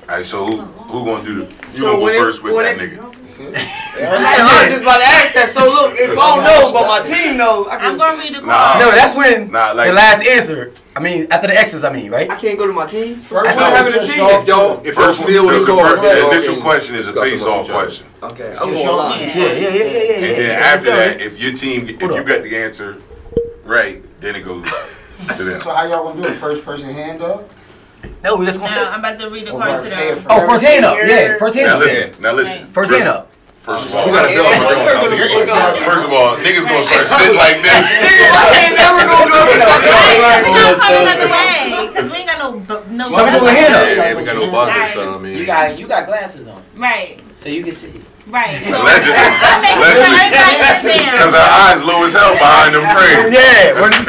Speaker 3: right, so who who gonna do the? You
Speaker 9: So
Speaker 3: gonna go
Speaker 9: when it-
Speaker 3: first with
Speaker 9: when
Speaker 3: that
Speaker 9: it-
Speaker 3: nigga?
Speaker 9: I was just about to ask that. So look, if I don't know, but my team knows, I, can,
Speaker 7: I'm gonna read the
Speaker 3: Nah.
Speaker 7: card.
Speaker 5: No, that's when
Speaker 3: Oh. Nah, like-
Speaker 5: the last answer. I mean, after the X's, I mean, right?
Speaker 9: I can't go to my team.
Speaker 10: First
Speaker 9: That's
Speaker 10: one
Speaker 9: not
Speaker 10: was
Speaker 9: having a
Speaker 10: just
Speaker 9: team.
Speaker 10: y'all
Speaker 4: If y'all, if y'all
Speaker 3: First, the,
Speaker 4: steal the
Speaker 3: the,
Speaker 4: card,
Speaker 3: the
Speaker 4: y'all
Speaker 3: initial
Speaker 4: can
Speaker 3: question is a
Speaker 4: discuss amongst
Speaker 3: face-off
Speaker 4: each other.
Speaker 3: question,
Speaker 9: Okay, I'm
Speaker 10: Just
Speaker 9: going
Speaker 10: y'all
Speaker 9: line.
Speaker 10: team.
Speaker 5: Yeah, yeah, yeah, yeah, yeah.
Speaker 3: and
Speaker 5: yeah,
Speaker 3: then
Speaker 5: yeah, let's
Speaker 3: after
Speaker 5: go,
Speaker 3: that,
Speaker 5: right?
Speaker 3: if your team, if
Speaker 5: Hold
Speaker 3: you
Speaker 5: up.
Speaker 3: got the answer right, then it goes to them.
Speaker 10: So how y'all gonna do it? First person hand up?
Speaker 5: no, we just gonna
Speaker 7: Now
Speaker 5: say.
Speaker 7: I'm about to read the
Speaker 10: Or
Speaker 7: card to
Speaker 10: say it
Speaker 7: them.
Speaker 10: from
Speaker 5: Oh, first
Speaker 10: every-
Speaker 5: hand up. Yeah, first hand
Speaker 3: Now
Speaker 5: up.
Speaker 3: listen, now listen.
Speaker 5: First hand up.
Speaker 3: First of all,
Speaker 4: You gotta tell them what's going on.
Speaker 10: Your hand up.
Speaker 3: First of all, niggas gonna start sitting like this.
Speaker 9: I ain't never gonna go to my team.
Speaker 7: Right, 'cause we gotta find another way, 'cause we ain't got no bu- no.
Speaker 5: So we do a hand up.
Speaker 4: Yeah, we got no buzzer, so I
Speaker 8: You
Speaker 4: mean.
Speaker 8: got you got glasses on,
Speaker 7: Right,
Speaker 8: so you can see.
Speaker 7: right. So
Speaker 3: Allegedly,
Speaker 7: I'm making sure
Speaker 3: allegedly,
Speaker 7: everybody
Speaker 3: because
Speaker 7: understands.
Speaker 3: our eyes low as hell behind them frames.
Speaker 5: Yeah. we're just-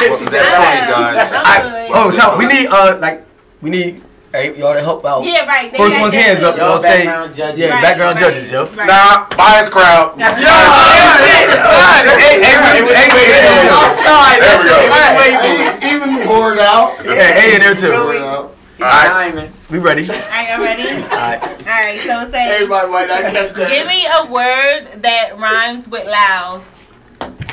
Speaker 4: What's that point, guys?
Speaker 5: I-
Speaker 7: Good.
Speaker 5: Oh, tell we need uh like we need hey, y'all to help out.
Speaker 7: Yeah, right. they
Speaker 5: First
Speaker 7: got
Speaker 5: one's
Speaker 7: that
Speaker 5: hands
Speaker 7: too.
Speaker 5: up,
Speaker 8: Y'all
Speaker 5: Y'all say-
Speaker 8: background judges.
Speaker 5: yeah,
Speaker 7: Right,
Speaker 5: background
Speaker 7: right,
Speaker 5: judges, yo.
Speaker 7: right.
Speaker 3: Nah, biased crowd.
Speaker 5: Yeah, yeah, yeah. Hey, hey, hey, hey, hey, hey, hey, hey.
Speaker 3: There we go.
Speaker 10: Even even poured out.
Speaker 5: Yeah, hey in there too.
Speaker 10: Poured out.
Speaker 3: All right.
Speaker 5: We ready?
Speaker 7: All right, y'all ready? All right, so it say,
Speaker 9: Everybody might not catch that.
Speaker 7: give me a word that rhymes with louse.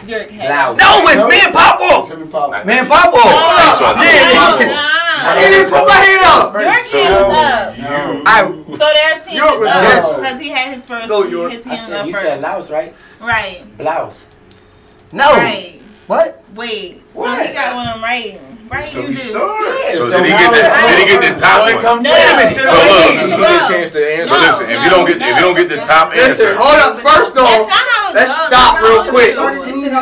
Speaker 7: Your head.
Speaker 8: Loud.
Speaker 5: No, it's me and Pop Off.
Speaker 10: Let me pop.
Speaker 5: Man, Pop
Speaker 9: Oh.
Speaker 5: Off.
Speaker 3: So,
Speaker 5: Yeah, yeah,
Speaker 7: No,
Speaker 5: yeah.
Speaker 7: nah.
Speaker 5: Hey, just put my hand up.
Speaker 7: Your team is up.
Speaker 5: I
Speaker 7: So their team is
Speaker 9: You're-
Speaker 7: up
Speaker 10: No.
Speaker 7: because he had his first.
Speaker 9: No, you're-
Speaker 7: his
Speaker 8: I
Speaker 7: hand
Speaker 8: said
Speaker 7: up
Speaker 8: you
Speaker 7: first.
Speaker 8: said louse, right?
Speaker 7: Right.
Speaker 8: Blouse.
Speaker 5: no.
Speaker 7: Right.
Speaker 5: What?
Speaker 7: Wait. So
Speaker 5: What?
Speaker 7: he got one I'm right. Right,
Speaker 6: So
Speaker 7: you
Speaker 6: we
Speaker 7: do.
Speaker 6: start.
Speaker 7: Yeah,
Speaker 3: So did he get the, did he get the top one?
Speaker 7: No,
Speaker 3: So look,
Speaker 7: no,
Speaker 3: you
Speaker 7: no,
Speaker 4: chance to answer.
Speaker 3: So listen, if you don't get if you don't get the top answer,
Speaker 9: Listen, hold up. First
Speaker 7: That's
Speaker 9: off,
Speaker 7: not how it
Speaker 9: let's
Speaker 7: goes.
Speaker 9: stop
Speaker 7: That's
Speaker 9: real
Speaker 7: not how
Speaker 9: quick.
Speaker 7: it
Speaker 9: The
Speaker 7: goes.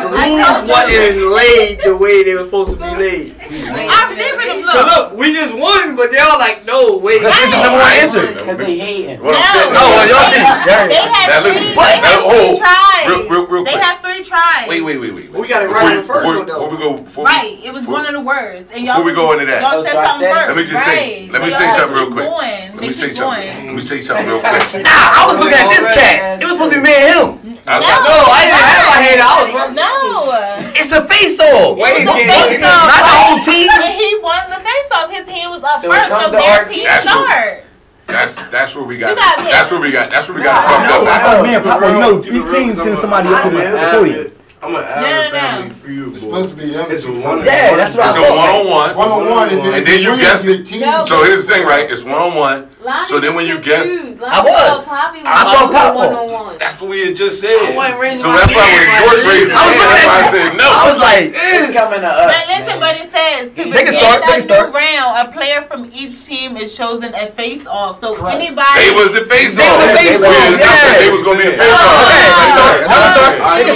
Speaker 9: rules wasn't laid the way they were supposed to be laid.
Speaker 7: I remember them.
Speaker 9: So
Speaker 7: Look,
Speaker 9: look, we just won, but they all like, no, wait.
Speaker 5: That's the number one answer.
Speaker 8: Because they hating.
Speaker 3: what I'm saying,
Speaker 7: No.
Speaker 5: No, on your team. Yeah,
Speaker 7: they
Speaker 5: yeah.
Speaker 3: Now
Speaker 7: had
Speaker 3: listen,
Speaker 7: three. They
Speaker 3: but-
Speaker 7: had
Speaker 3: now, hold.
Speaker 7: three tries.
Speaker 3: Real- real- real
Speaker 7: they
Speaker 3: quick.
Speaker 7: had three tries.
Speaker 3: wait, wait, wait, wait, wait.
Speaker 9: We got it
Speaker 3: Before
Speaker 9: right
Speaker 3: you-
Speaker 9: on the first
Speaker 3: before-
Speaker 9: one, though.
Speaker 3: Before we go, before we-
Speaker 7: Right, it was
Speaker 3: before-
Speaker 7: one of the words, and y'all.
Speaker 3: Before we go into that.
Speaker 7: y'all
Speaker 8: Oh,
Speaker 7: said
Speaker 8: so I
Speaker 7: something
Speaker 8: said-
Speaker 7: first.
Speaker 3: Let me just
Speaker 7: right.
Speaker 3: say, let me
Speaker 7: So
Speaker 3: say
Speaker 7: y'all
Speaker 3: something real
Speaker 7: keep
Speaker 3: quick.
Speaker 7: Going.
Speaker 3: Let
Speaker 7: They
Speaker 3: me say
Speaker 7: keep
Speaker 3: something.
Speaker 7: going.
Speaker 3: Let me say something real quick.
Speaker 5: Nah, I was looking at this cat. It was supposed to be me and him.
Speaker 3: I
Speaker 7: No,
Speaker 3: got-
Speaker 5: I didn't have my hand out.
Speaker 7: Oh, No.
Speaker 5: It's a face off.
Speaker 9: Wait,
Speaker 7: The
Speaker 9: wait,
Speaker 7: face off.
Speaker 5: Not the whole team.
Speaker 7: When he won the face off, his hand was up
Speaker 8: So it
Speaker 7: first,
Speaker 8: comes
Speaker 7: so
Speaker 8: to
Speaker 7: their
Speaker 8: our
Speaker 7: team
Speaker 3: That's what-
Speaker 7: start.
Speaker 3: That's that's where we got.
Speaker 7: You got hit.
Speaker 3: That's where we got. That's where we got fucked
Speaker 5: know,
Speaker 3: up. at.
Speaker 5: I know. Me and Papa
Speaker 6: Real-
Speaker 5: know
Speaker 6: keep
Speaker 5: these
Speaker 6: it real,
Speaker 5: teams
Speaker 6: I'm
Speaker 5: send
Speaker 6: a-
Speaker 5: somebody up to the-
Speaker 6: I'm
Speaker 5: the
Speaker 6: an
Speaker 5: podium.
Speaker 6: avid- I'm an
Speaker 7: No,
Speaker 6: avid
Speaker 7: no,
Speaker 6: family
Speaker 7: no.
Speaker 6: feud boy.
Speaker 10: It's supposed to be them.
Speaker 6: It's
Speaker 10: two.
Speaker 6: one.
Speaker 5: Yeah, that's what I
Speaker 3: It's a
Speaker 5: thought.
Speaker 3: one on
Speaker 10: One
Speaker 3: one.
Speaker 10: on one, and then,
Speaker 3: And then you
Speaker 10: win,
Speaker 3: guessed
Speaker 10: your
Speaker 3: it.
Speaker 10: Team.
Speaker 11: No,
Speaker 3: So here's the thing, right? It's one on one.
Speaker 11: Lonnie
Speaker 3: So then when you
Speaker 11: was
Speaker 3: guess-
Speaker 11: confused.
Speaker 5: I
Speaker 11: Lonnie
Speaker 5: was.
Speaker 11: thought Poppy was
Speaker 5: I thought Pop was.
Speaker 11: one on one.
Speaker 3: That's what we had just said.
Speaker 9: wasn't raising
Speaker 3: So
Speaker 9: my
Speaker 3: that's why when
Speaker 9: hand.
Speaker 3: George raised his
Speaker 5: I was
Speaker 3: hand, that's why I said
Speaker 5: I
Speaker 3: no.
Speaker 5: was like,
Speaker 8: It's coming to
Speaker 7: But
Speaker 8: us.
Speaker 7: listen,
Speaker 8: man.
Speaker 7: but it says to
Speaker 5: can
Speaker 7: begin
Speaker 5: start, they
Speaker 7: the
Speaker 5: can start.
Speaker 7: new round, a player from each team is chosen at face off. So
Speaker 10: Correct.
Speaker 7: anybody.
Speaker 3: They was the Oh, face
Speaker 5: They
Speaker 3: off.
Speaker 5: were the
Speaker 3: We
Speaker 5: face-off,
Speaker 3: had announced that They was gonna be the face off.
Speaker 5: Y'all can start. They can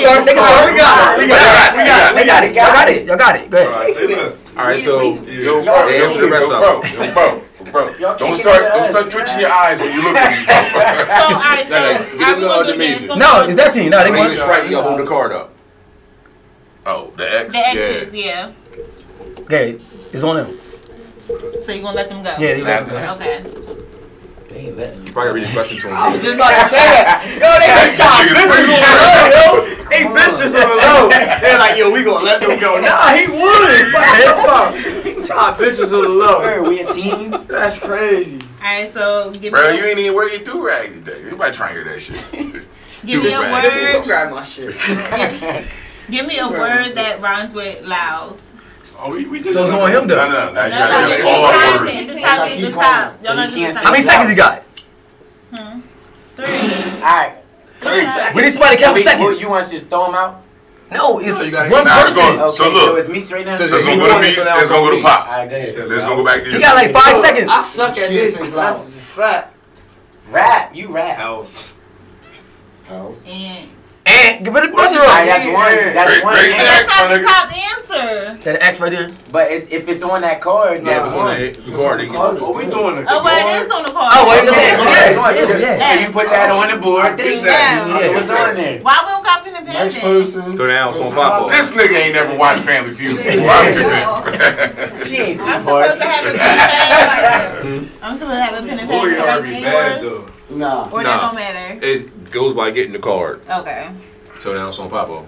Speaker 5: start. They can start. We got it. We got it. We got it. They got it. Y'all got it. Y'all got it. Go
Speaker 6: All
Speaker 5: ahead.
Speaker 6: right, say less.
Speaker 4: All right, so
Speaker 3: Yo, bro,
Speaker 6: Yeah.
Speaker 8: Y'all
Speaker 3: yo, yo,
Speaker 8: kicking
Speaker 3: yo, bro,
Speaker 4: us
Speaker 3: yo, bro, bro.
Speaker 8: Y'all
Speaker 3: Don't
Speaker 8: kicking
Speaker 3: start,
Speaker 8: us,
Speaker 3: don't start twitching your eyes when you look at me. bro.
Speaker 7: So, all right, so.
Speaker 4: No, no,
Speaker 7: are
Speaker 4: give
Speaker 7: we
Speaker 4: them the
Speaker 7: gonna do
Speaker 4: ultimate.
Speaker 7: this? Gonna
Speaker 5: No,
Speaker 7: do
Speaker 5: it's their team. No, they
Speaker 4: when you
Speaker 5: won.
Speaker 4: strike, you gotta hold the card up.
Speaker 3: Oh, the X.
Speaker 7: The X's, yeah.
Speaker 5: Okay, it's on them.
Speaker 7: So you gonna let them go?
Speaker 5: Yeah, they got it.
Speaker 7: Okay.
Speaker 8: They ain't letting me.
Speaker 4: You probably read the question to him.
Speaker 9: Just about to say that. Yo, they got shot.
Speaker 3: Niggas pretty
Speaker 9: yo. They vicious on the
Speaker 5: Oh,
Speaker 9: low. They're like, yo, we gonna let them go. Nah, he would. Top bitches on the
Speaker 8: Word,
Speaker 9: low.
Speaker 8: We a team.
Speaker 9: That's crazy.
Speaker 7: All right, so give
Speaker 3: Bro,
Speaker 7: me
Speaker 3: you ain't even wear your do rag today. Everybody trying to hear that shit.
Speaker 7: give me a
Speaker 4: Dude,
Speaker 9: Don't
Speaker 7: word.
Speaker 9: grab my shit.
Speaker 7: Give me a word that rhymes with Laos.
Speaker 6: Oh, we, we
Speaker 5: So it's on him
Speaker 3: No,
Speaker 5: though.
Speaker 3: no, now you
Speaker 7: No, no,
Speaker 3: gotta
Speaker 7: you
Speaker 3: get
Speaker 7: keep
Speaker 3: all
Speaker 7: rhyming
Speaker 3: words.
Speaker 7: at the top, at the top. Y'all
Speaker 8: So
Speaker 7: not
Speaker 8: you
Speaker 7: gonna
Speaker 8: can't
Speaker 7: say
Speaker 5: How many seconds he got?
Speaker 7: Three.
Speaker 8: Alright.
Speaker 7: Three seconds.
Speaker 5: We need somebody to count the seconds.
Speaker 8: You want to just throw them out?
Speaker 5: No, it's
Speaker 4: you gotta-
Speaker 5: one
Speaker 3: Nah, it's
Speaker 5: person.
Speaker 3: gonna-
Speaker 8: Okay,
Speaker 3: So
Speaker 8: so,
Speaker 3: look,
Speaker 8: it's Meeks right now?
Speaker 3: so it's gonna
Speaker 4: You
Speaker 3: go to
Speaker 4: want
Speaker 3: me,
Speaker 4: it,
Speaker 3: it's
Speaker 4: so now
Speaker 3: gonna go to
Speaker 4: me.
Speaker 3: Pop.
Speaker 8: Alright, go ahead.
Speaker 3: Let's go back to you.
Speaker 5: He got like five seconds.
Speaker 9: I suck at
Speaker 10: Kids
Speaker 9: this.
Speaker 10: ain't
Speaker 9: That's
Speaker 10: flowers.
Speaker 9: a fact.
Speaker 8: Rap. You rap.
Speaker 6: House.
Speaker 10: House.
Speaker 7: And
Speaker 5: And give it a buzzer
Speaker 8: Alright,
Speaker 5: up.
Speaker 8: that's one. That's
Speaker 3: Great-
Speaker 8: one.
Speaker 3: great
Speaker 8: answer.
Speaker 3: Next,
Speaker 7: that's not
Speaker 3: my
Speaker 7: the
Speaker 3: nigga.
Speaker 7: top answer.
Speaker 5: That X right there.
Speaker 8: But it, if it's on that card,
Speaker 4: Yeah,
Speaker 8: that's
Speaker 4: it's on
Speaker 8: one.
Speaker 4: that. It's a card. They can-
Speaker 6: What we doing? it?
Speaker 7: Oh, well, it is on the card.
Speaker 5: Oh, wait,
Speaker 8: Yeah,
Speaker 5: it's
Speaker 8: it's
Speaker 5: X.
Speaker 8: on
Speaker 5: Yeah,
Speaker 8: that.
Speaker 5: it's on- it's
Speaker 8: So
Speaker 5: on- yeah.
Speaker 8: you put that on the board. Ding,
Speaker 7: Yeah.
Speaker 8: dang, It was on there.
Speaker 7: Why we don't copy the
Speaker 10: Next
Speaker 7: business?
Speaker 10: person.
Speaker 4: So now it's on
Speaker 10: Goes
Speaker 4: Pop off.
Speaker 3: This nigga ain't never watched Family Feud before. I'm convinced.
Speaker 8: She ain't
Speaker 7: I'm
Speaker 8: sleep
Speaker 7: supposed
Speaker 8: hard.
Speaker 7: to have a pen and paper. I'm supposed to have a pen and
Speaker 6: Boy,
Speaker 7: paper.
Speaker 6: y'all
Speaker 7: right
Speaker 6: already mad
Speaker 7: there.
Speaker 6: though.
Speaker 10: Nah.
Speaker 7: Or that
Speaker 4: Nah.
Speaker 7: don't matter.
Speaker 4: It goes by getting the card.
Speaker 7: Okay.
Speaker 4: So now it's on Pop off.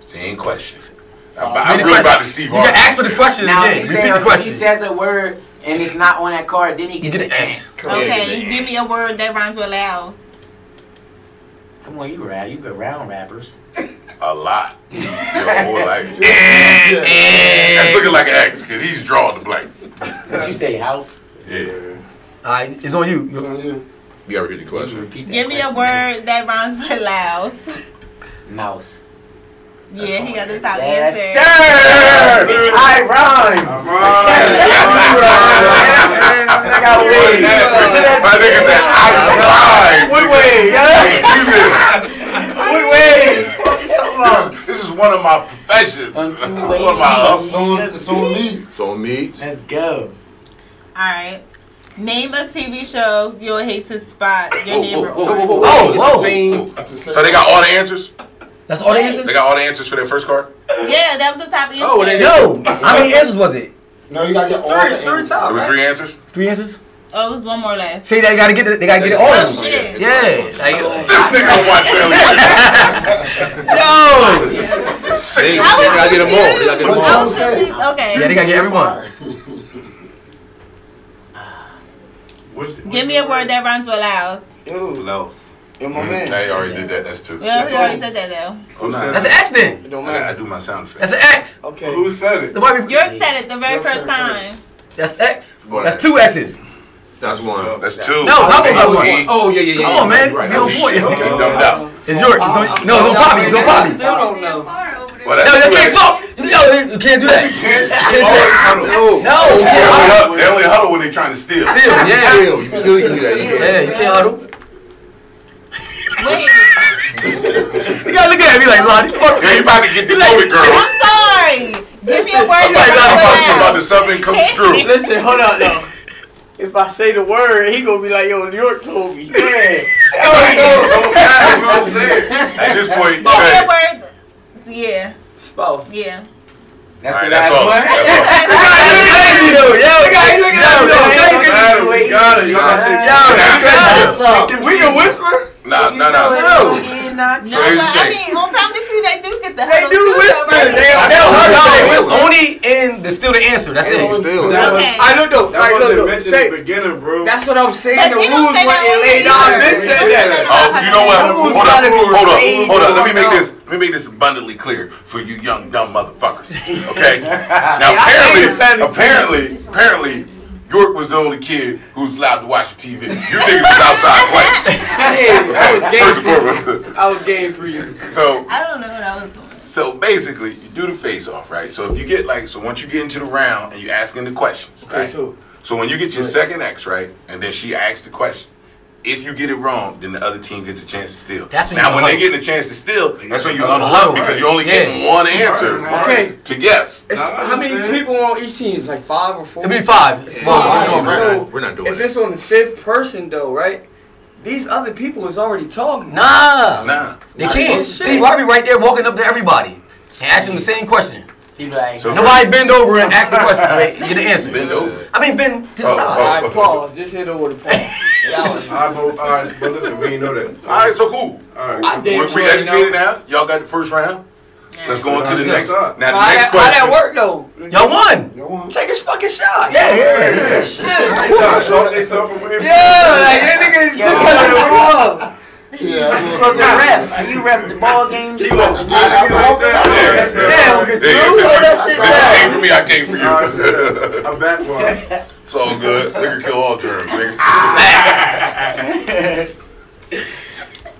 Speaker 3: Same questions. I'm, I'm really about to Steve
Speaker 5: You can
Speaker 3: Harvey.
Speaker 5: ask for the question
Speaker 8: Now, if
Speaker 5: again. Repeat
Speaker 8: he, says,
Speaker 5: the
Speaker 8: if he
Speaker 5: question.
Speaker 8: says a word and it's not on that card, then he
Speaker 5: You
Speaker 8: gets
Speaker 5: get an
Speaker 8: an
Speaker 5: X.
Speaker 7: Okay, give me a word that rhymes with Laos.
Speaker 8: Come on, you rap. You good round rappers.
Speaker 3: A lot. Your whole life.
Speaker 10: Yeah.
Speaker 3: That's looking like an X, because he's drawing the blank.
Speaker 8: Did you say house?
Speaker 3: Yeah.
Speaker 5: Alright,
Speaker 10: It's
Speaker 5: it's on you.
Speaker 10: on you.
Speaker 4: You gotta read the
Speaker 8: Did you
Speaker 4: question.
Speaker 8: repeat that
Speaker 7: Give me a
Speaker 8: question?
Speaker 7: word that rhymes with Laos.
Speaker 8: Mouse.
Speaker 7: Yeah, he got the top
Speaker 8: Yes,
Speaker 7: answer.
Speaker 8: sir. I rhyme. And I got
Speaker 3: My
Speaker 8: weed.
Speaker 3: nigga said, I lied.
Speaker 8: What way?
Speaker 3: Hey, do
Speaker 8: What way?
Speaker 3: this. this. This is one of my professions. one of
Speaker 8: On two
Speaker 3: my
Speaker 8: ways.
Speaker 10: It's
Speaker 3: hustles.
Speaker 10: on, it's on me.
Speaker 4: It's on me.
Speaker 8: Let's go.
Speaker 7: All right. Name a TV show you'll hate to spot your
Speaker 3: Whoa,
Speaker 7: neighbor
Speaker 3: whoa, whoa,
Speaker 7: on.
Speaker 3: whoa, whoa.
Speaker 5: Oh,
Speaker 4: It's the
Speaker 5: whoa.
Speaker 4: same.
Speaker 3: So they got all the answers?
Speaker 5: That's all the answers?
Speaker 3: They got all the answers for their first card?
Speaker 7: Yeah, that was the top answer.
Speaker 4: Oh, they-
Speaker 5: No. How many answers was it?
Speaker 10: No, you gotta get all
Speaker 9: Three,
Speaker 10: the
Speaker 9: three
Speaker 10: answers.
Speaker 3: There
Speaker 9: times.
Speaker 3: was three answers?
Speaker 5: Three answers?
Speaker 7: Oh, it was one more left.
Speaker 5: See, they gotta get it. They gotta get it all. of
Speaker 7: Oh,
Speaker 5: them.
Speaker 7: shit.
Speaker 5: Yeah. Like,
Speaker 3: This nigga don't watch Family Feud.
Speaker 5: yo.
Speaker 4: They, they
Speaker 7: I was
Speaker 4: gotta get them all. They gotta get them
Speaker 10: What
Speaker 4: all.
Speaker 10: y'all say?
Speaker 7: Okay.
Speaker 5: Yeah, they gotta get everyone.
Speaker 6: What's- what's
Speaker 7: Give me a
Speaker 6: your
Speaker 7: word that rhymes with Laos.
Speaker 9: Yo,
Speaker 6: Louse.
Speaker 9: yo, my
Speaker 3: Now
Speaker 9: man.
Speaker 3: you already did that. That's two.
Speaker 7: Well, he already said that though.
Speaker 3: Oh, nah.
Speaker 5: That's an X then.
Speaker 9: It don't
Speaker 3: I gotta
Speaker 9: matter.
Speaker 3: do my sound
Speaker 5: That's
Speaker 3: effect.
Speaker 5: an X.
Speaker 9: Okay.
Speaker 6: Who said
Speaker 5: That's
Speaker 6: it?
Speaker 5: the Barbie-
Speaker 7: York said it the very
Speaker 10: York said
Speaker 7: first
Speaker 10: it
Speaker 7: time.
Speaker 5: That's X.
Speaker 4: What?
Speaker 5: That's two X's.
Speaker 4: That's one.
Speaker 3: That's E. two.
Speaker 5: No, I was- I was-
Speaker 3: Three.
Speaker 4: Oh yeah, yeah, yeah.
Speaker 5: Come on,
Speaker 4: yeah,
Speaker 5: man.
Speaker 4: Right.
Speaker 5: Be on
Speaker 4: Okay.
Speaker 5: point.
Speaker 3: Okay, dumbed out.
Speaker 5: It's yours. It's on, no, it's on Poppy. It's on Poppy.
Speaker 9: Still don't know.
Speaker 3: Well,
Speaker 5: No,
Speaker 3: that's
Speaker 5: you
Speaker 3: two
Speaker 5: can't
Speaker 3: answers.
Speaker 5: talk. You yo, you can't do that.
Speaker 3: They always huddle.
Speaker 5: No, no,
Speaker 3: They
Speaker 5: you can't
Speaker 3: only
Speaker 5: huddle.
Speaker 3: huddle- they only huddle when they're trying to steal.
Speaker 5: Still, yeah,
Speaker 4: Still, you still can do that. You
Speaker 5: yeah, you can't huddle.
Speaker 7: Wait,
Speaker 5: You gotta look at me like, nah, these fuck.
Speaker 3: Yeah, you about to get demoted, girl.
Speaker 7: I'm sorry. Give me a
Speaker 3: I'm
Speaker 7: word.
Speaker 3: like,
Speaker 7: for
Speaker 3: I'm talking
Speaker 7: now.
Speaker 3: about the Southern comes through.
Speaker 9: Listen, hold on though. If I say the word, he gonna be like, yo, New York told me. Yeah.
Speaker 3: At this point,
Speaker 7: Give me
Speaker 3: hey,
Speaker 7: a word. Yeah,
Speaker 9: Spouse.
Speaker 7: yeah.
Speaker 3: all right, that's all. That's all.
Speaker 6: Adam, you got it. You got it.
Speaker 9: We can whisper.
Speaker 3: Nah, nah, nah.
Speaker 7: No,
Speaker 3: So here's
Speaker 7: but
Speaker 3: the
Speaker 7: I
Speaker 3: thing.
Speaker 7: mean, on Family Feud, they do get the
Speaker 9: They
Speaker 7: huddle
Speaker 9: do
Speaker 7: too, though,
Speaker 9: whisper.
Speaker 7: right?
Speaker 9: They
Speaker 5: No,
Speaker 9: all
Speaker 5: no, no, only in the still the answer. That's it.
Speaker 6: Still.
Speaker 7: Okay.
Speaker 6: That
Speaker 9: I know though. Like,
Speaker 6: wasn't
Speaker 9: look, look,
Speaker 6: mentioned in the
Speaker 9: say,
Speaker 6: beginning, bro.
Speaker 9: that's what I'm saying.
Speaker 7: But
Speaker 9: the
Speaker 7: they
Speaker 9: rules weren't
Speaker 7: don't say
Speaker 9: laid
Speaker 7: that on the
Speaker 9: out.
Speaker 7: either.
Speaker 9: This
Speaker 7: They
Speaker 9: and
Speaker 7: don't say
Speaker 9: that.
Speaker 7: that.
Speaker 3: Oh, you know what?
Speaker 9: Who's
Speaker 3: Hold up,
Speaker 9: gotta be
Speaker 3: hold up,
Speaker 9: paid
Speaker 3: hold up. Let me
Speaker 9: going
Speaker 3: make
Speaker 9: out?
Speaker 3: this. Let me make this abundantly clear for you young dumb motherfuckers. Okay. Now
Speaker 9: Yeah, I hate
Speaker 3: apparently,
Speaker 9: offended.
Speaker 3: apparently, apparently, York was the only kid who was allowed to watch the TV. You niggas was outside playing.
Speaker 9: Hey, I was game
Speaker 3: First
Speaker 9: for you.
Speaker 3: and foremost.
Speaker 9: I was game for you.
Speaker 3: So
Speaker 7: I don't know what I was doing.
Speaker 3: So basically, you do the face off, right? So if you get like, so once you get into the round and you asking the questions, right?
Speaker 9: so-
Speaker 3: So when you get your second X, right, and then she asks the question. If you get it wrong, then the other team gets a chance to steal.
Speaker 5: That's when you
Speaker 3: now, when they
Speaker 5: huddle.
Speaker 3: get a chance to steal, that's when you
Speaker 6: gotta
Speaker 3: unlock
Speaker 5: huddle,
Speaker 3: because
Speaker 5: right.
Speaker 3: you only get
Speaker 5: Yeah.
Speaker 3: one answer
Speaker 9: Okay.
Speaker 3: to guess.
Speaker 9: It's,
Speaker 6: Nah, I
Speaker 9: how many
Speaker 6: understand.
Speaker 9: people on each team? It's like five or four.
Speaker 5: It'd be five. It's
Speaker 9: Five.
Speaker 5: Five. Normal.
Speaker 9: So,
Speaker 4: We're not doing
Speaker 9: If
Speaker 4: that.
Speaker 9: it's on the fifth person though, right? These other people is already talking.
Speaker 5: Nah,
Speaker 3: Nah.
Speaker 5: they can't.
Speaker 9: Shit.
Speaker 5: Steve Harvey right there walking up to everybody and asking the same question.
Speaker 8: He be like,
Speaker 3: So-
Speaker 5: Nobody bend over and ask the question. Wait, get the answer.
Speaker 3: Bend over.
Speaker 5: I mean, bend to the
Speaker 3: Oh,
Speaker 5: side.
Speaker 9: Alright, pause. Just hit over the pause. That was-
Speaker 6: I vote ours, but listen, we ain't know that.
Speaker 3: All right, so cool.
Speaker 6: All
Speaker 9: I
Speaker 6: right.
Speaker 3: We,
Speaker 9: damn
Speaker 3: we
Speaker 9: sure already
Speaker 3: educated
Speaker 9: know.
Speaker 3: now. Y'all got the first round. Let's go on to the
Speaker 6: Yeah.
Speaker 3: next. Now the
Speaker 9: How that,
Speaker 3: next
Speaker 9: how that
Speaker 3: question.
Speaker 9: work though?
Speaker 5: Y'all won.
Speaker 10: Go on.
Speaker 5: Take his fucking shot. Yeah, yeah, yeah.
Speaker 6: They trying to short themselves away.
Speaker 9: Yeah, like that nigga just cut the rule up.
Speaker 10: Yeah.
Speaker 11: Because the
Speaker 10: I
Speaker 11: ref, and you ref the ball games.
Speaker 6: He wants to do
Speaker 10: I- I-
Speaker 9: Damn,
Speaker 6: that. Yeah.
Speaker 9: good
Speaker 3: Hey,
Speaker 9: dude.
Speaker 3: since
Speaker 9: Hold that
Speaker 3: you-
Speaker 9: shit
Speaker 3: since you came
Speaker 9: down.
Speaker 3: for me, I came for
Speaker 6: All right, so,
Speaker 3: you.
Speaker 6: I'm back one.
Speaker 3: It's all good. Nigga kill all germs. Nigga.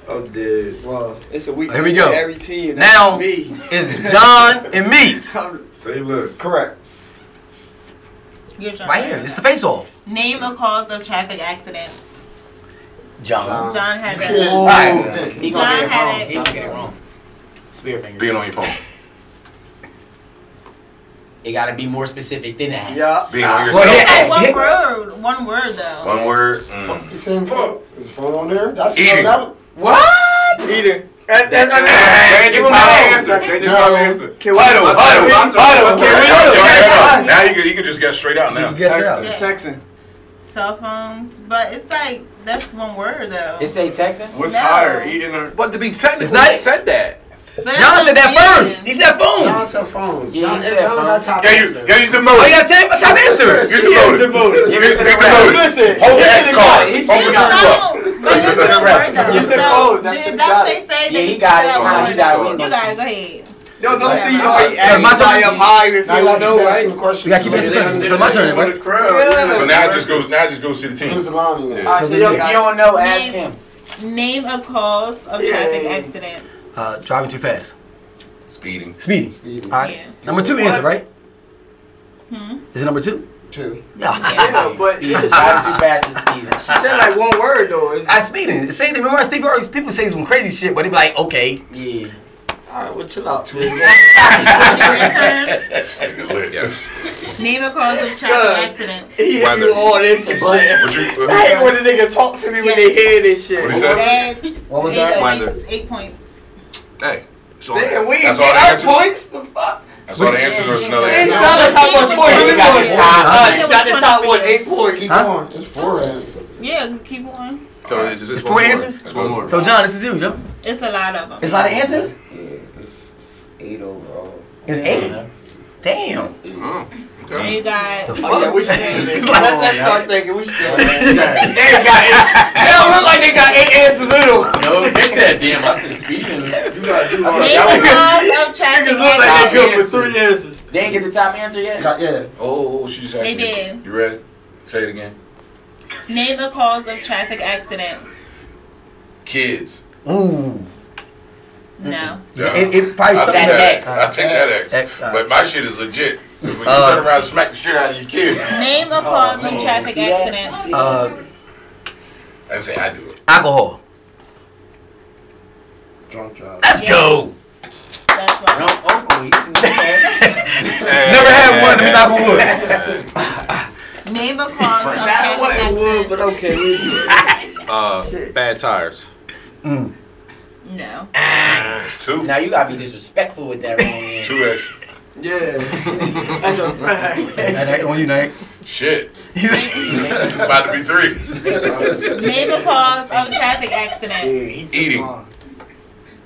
Speaker 6: I'm dead.
Speaker 9: Well, it's a week.
Speaker 5: Here we go.
Speaker 9: for Every team. That's
Speaker 5: Now
Speaker 9: me.
Speaker 5: is John and Meats
Speaker 6: Say less.
Speaker 10: Correct.
Speaker 7: Your turn.
Speaker 5: right here. It's the face off.
Speaker 7: Name a cause of traffic accidents.
Speaker 5: John.
Speaker 7: John had
Speaker 10: You
Speaker 7: that.
Speaker 10: can't-
Speaker 5: Alright.
Speaker 8: he gonna get
Speaker 7: John
Speaker 8: it
Speaker 7: had
Speaker 8: wrong.
Speaker 7: it.
Speaker 8: He gonna get it wrong. Spear
Speaker 3: Being
Speaker 8: finger.
Speaker 3: on your phone.
Speaker 8: It gotta be more specific than that.
Speaker 9: Yeah.
Speaker 3: Being on your
Speaker 5: Well,
Speaker 3: cell
Speaker 5: yeah.
Speaker 3: phone.
Speaker 7: Hey, one
Speaker 5: Hit-
Speaker 7: word. One word though.
Speaker 3: One word. mm.
Speaker 10: You saying phone? Is the phone on there? That's
Speaker 3: Eating.
Speaker 10: no,
Speaker 9: What? Eater. That's that's
Speaker 3: Hey, give him my answer.
Speaker 6: They just got an answer.
Speaker 9: Can we-
Speaker 6: Huddle, huddle, huddle.
Speaker 9: Can we-
Speaker 3: Yo, yo,
Speaker 9: Can
Speaker 3: yo,
Speaker 9: we-
Speaker 3: Now you can, you can just get straight out now.
Speaker 5: Guess her out.
Speaker 7: Yeah.
Speaker 9: Texan.
Speaker 7: Cell phones, but it's like that's one word though.
Speaker 8: It say Texan?
Speaker 6: What's
Speaker 7: No.
Speaker 6: higher, eating or
Speaker 4: But to be technical,
Speaker 5: It's not-
Speaker 4: he said that.
Speaker 7: But that's
Speaker 5: John said that
Speaker 7: what I'm
Speaker 5: first. He
Speaker 7: saying.
Speaker 10: John
Speaker 5: said phones.
Speaker 10: said phones.
Speaker 8: Yeah, he
Speaker 10: John,
Speaker 8: said
Speaker 10: John got
Speaker 8: phones.
Speaker 10: top
Speaker 3: Yeah, you,
Speaker 10: answer.
Speaker 3: yeah, you
Speaker 5: Oh,
Speaker 3: demoted.
Speaker 5: yeah, take my top answer.
Speaker 3: You demoted.
Speaker 9: demoted.
Speaker 3: You
Speaker 8: Give it to the
Speaker 3: get
Speaker 8: ref.
Speaker 3: demoted.
Speaker 9: Listen.
Speaker 3: Hold the
Speaker 9: listen
Speaker 3: X
Speaker 9: to
Speaker 3: card.
Speaker 9: me. He
Speaker 4: "Oh,
Speaker 3: Hold
Speaker 9: said-
Speaker 3: your turn up.
Speaker 7: No, but it's one word though.
Speaker 9: You said
Speaker 7: So,
Speaker 9: phone, that's
Speaker 7: then
Speaker 9: it,
Speaker 7: that's
Speaker 9: got
Speaker 7: what they
Speaker 9: it.
Speaker 7: say.
Speaker 8: Yeah,
Speaker 7: they
Speaker 8: he got
Speaker 7: said
Speaker 8: it.
Speaker 7: one
Speaker 8: Nah, he
Speaker 7: word.
Speaker 8: got it.
Speaker 7: You got it. Go ahead.
Speaker 9: Yo, no,
Speaker 7: Yeah.
Speaker 9: Steve, you already
Speaker 5: Sorry,
Speaker 9: asked
Speaker 5: my
Speaker 9: somebody
Speaker 5: turn.
Speaker 9: up high if you
Speaker 10: Now you
Speaker 9: don't
Speaker 10: like
Speaker 9: know,
Speaker 10: just asking
Speaker 9: right?
Speaker 10: the question.
Speaker 5: We gotta keep it specific. So my turn, right?
Speaker 9: Yeah.
Speaker 3: So now it just goes. Now it just goes to the
Speaker 10: Who's the
Speaker 3: team.
Speaker 10: line in
Speaker 9: All
Speaker 10: there?
Speaker 9: right, so yo,
Speaker 8: If you don't know, ask
Speaker 7: Name-
Speaker 8: him.
Speaker 7: Name a cause of
Speaker 9: Yeah.
Speaker 7: traffic accidents.
Speaker 5: Uh, driving too fast.
Speaker 3: Speeding.
Speaker 5: Speeding. All right.
Speaker 7: Yeah.
Speaker 5: Number two answer, right?
Speaker 7: Hmm?
Speaker 5: Is it number two?
Speaker 10: Two.
Speaker 5: Yeah.
Speaker 9: Yeah, but-
Speaker 8: Speed. Drive too fast is speeding.
Speaker 9: She said like one word though. It's,
Speaker 5: I speeding. Same thing. Remember, Steve Harvey. People say some crazy shit, but they be like, okay.
Speaker 8: Yeah.
Speaker 9: all right, well, chill out.
Speaker 7: Your turn.
Speaker 3: Nigga lit.
Speaker 7: Name a cause of
Speaker 9: Good.
Speaker 7: traffic accidents.
Speaker 9: He hit
Speaker 4: Weather.
Speaker 9: you all this and shit.
Speaker 3: What you?
Speaker 9: I
Speaker 3: What
Speaker 9: hate when a nigga talk to me when they hear this shit.
Speaker 3: what he
Speaker 9: Damn,
Speaker 3: said?
Speaker 7: That's
Speaker 10: What was
Speaker 7: eight
Speaker 10: that?
Speaker 7: points. Eight points.
Speaker 4: Hey, so
Speaker 9: we ain't
Speaker 3: That's all
Speaker 9: get
Speaker 3: they
Speaker 9: our
Speaker 3: answered?
Speaker 9: points. The fuck?
Speaker 3: That's all the answers or it's another
Speaker 9: They ain't
Speaker 3: answer.
Speaker 9: tell us how much
Speaker 7: Steve was
Speaker 9: points
Speaker 7: saying
Speaker 9: you got.
Speaker 7: it was
Speaker 5: Huh?
Speaker 9: Uh, You got the top one, eight points.
Speaker 10: Keep
Speaker 5: Huh?
Speaker 10: going. It's four answers.
Speaker 7: Yeah, keep going.
Speaker 4: So it's, it's,
Speaker 5: It's
Speaker 4: one
Speaker 5: four
Speaker 4: more.
Speaker 5: answers?
Speaker 4: It's one more.
Speaker 5: So John, this is you, John.
Speaker 7: It's a lot of
Speaker 5: It's
Speaker 7: them.
Speaker 5: a lot of answers.
Speaker 10: Yeah, it's, it's eight overall.
Speaker 5: It's eight. Damn.
Speaker 7: And you got
Speaker 5: The
Speaker 9: Oh, yeah,
Speaker 5: fuck?
Speaker 9: we standing.
Speaker 5: It's
Speaker 9: Let,
Speaker 5: like-
Speaker 9: let's start thinking. We standing.
Speaker 8: Yeah.
Speaker 9: They ain't got eight. They don't look like they got eight answers in them.
Speaker 8: No, he said, damn, I said speeding.
Speaker 6: You gotta do
Speaker 7: name
Speaker 6: hard.
Speaker 7: a cause of traffic
Speaker 9: Niggas look like they
Speaker 7: accidents.
Speaker 9: good for three answers.
Speaker 8: They didn't get the top answer
Speaker 10: You
Speaker 8: yet?
Speaker 10: got- yeah.
Speaker 3: Oh, she just asked
Speaker 7: They
Speaker 3: me.
Speaker 7: did.
Speaker 3: You ready? Say it again.
Speaker 7: Name a cause of traffic accidents.
Speaker 3: Kids.
Speaker 5: Ooh.
Speaker 7: No.
Speaker 3: Yeah.
Speaker 11: It- it probably
Speaker 3: I
Speaker 11: should
Speaker 3: take
Speaker 11: be
Speaker 3: that
Speaker 11: X.
Speaker 3: X. I take that X.
Speaker 11: X,
Speaker 3: but my shit is legit. 'Cause When you
Speaker 5: Uh,
Speaker 3: turn around and smack the shit out of your kid,
Speaker 7: Name a
Speaker 9: Oh,
Speaker 7: cause of traffic
Speaker 3: See that?
Speaker 7: accidents.
Speaker 5: Uh,
Speaker 3: I say I do it.
Speaker 5: alcohol.
Speaker 10: Drunk drive.
Speaker 5: Let's go. Never had one. Let me knock on wood.
Speaker 7: Name a cause of
Speaker 9: I
Speaker 7: traffic
Speaker 9: wanted wood, but
Speaker 7: accidents.
Speaker 9: okay. we'll do it.
Speaker 4: Uh, bad tires.
Speaker 7: No.
Speaker 3: It's two.
Speaker 8: Now you gotta be disrespectful with that wrong
Speaker 3: Two X.
Speaker 9: Yeah. That's a fact.
Speaker 5: Now that on you, Nick.
Speaker 3: Shit. it's about to be three.
Speaker 7: Name a cause of traffic accident.
Speaker 3: Mm. Eating.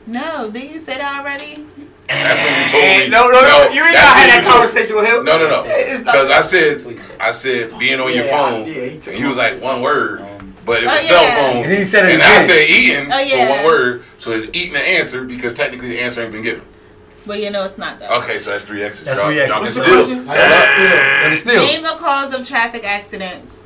Speaker 7: No. Did you say that already?
Speaker 3: That's what you told me.
Speaker 9: No, no, no. You ain't
Speaker 3: that's
Speaker 9: gotta have
Speaker 3: what
Speaker 9: that
Speaker 3: you told-
Speaker 9: conversation with him.
Speaker 3: No, no, no.
Speaker 9: It's not-
Speaker 3: Because I said, I said being on
Speaker 9: Yeah,
Speaker 3: your phone,
Speaker 9: I- yeah, he
Speaker 3: and
Speaker 9: took Um,
Speaker 3: he was like one word, but it
Speaker 7: Oh,
Speaker 3: was
Speaker 7: yeah.
Speaker 3: cell phone.
Speaker 5: And he said it
Speaker 3: and I
Speaker 5: again.
Speaker 3: said eating
Speaker 7: Oh, yeah.
Speaker 3: for one word, so it's eating the answer because technically the answer ain't been given.
Speaker 7: Well, you know it's not though.
Speaker 3: Okay, so that's three X's.
Speaker 5: That's
Speaker 3: y'all.
Speaker 5: three X's.
Speaker 3: Y'all can
Speaker 5: What's
Speaker 9: the
Speaker 3: still-
Speaker 9: question?
Speaker 5: And it's still.
Speaker 7: Name a cause of traffic accidents.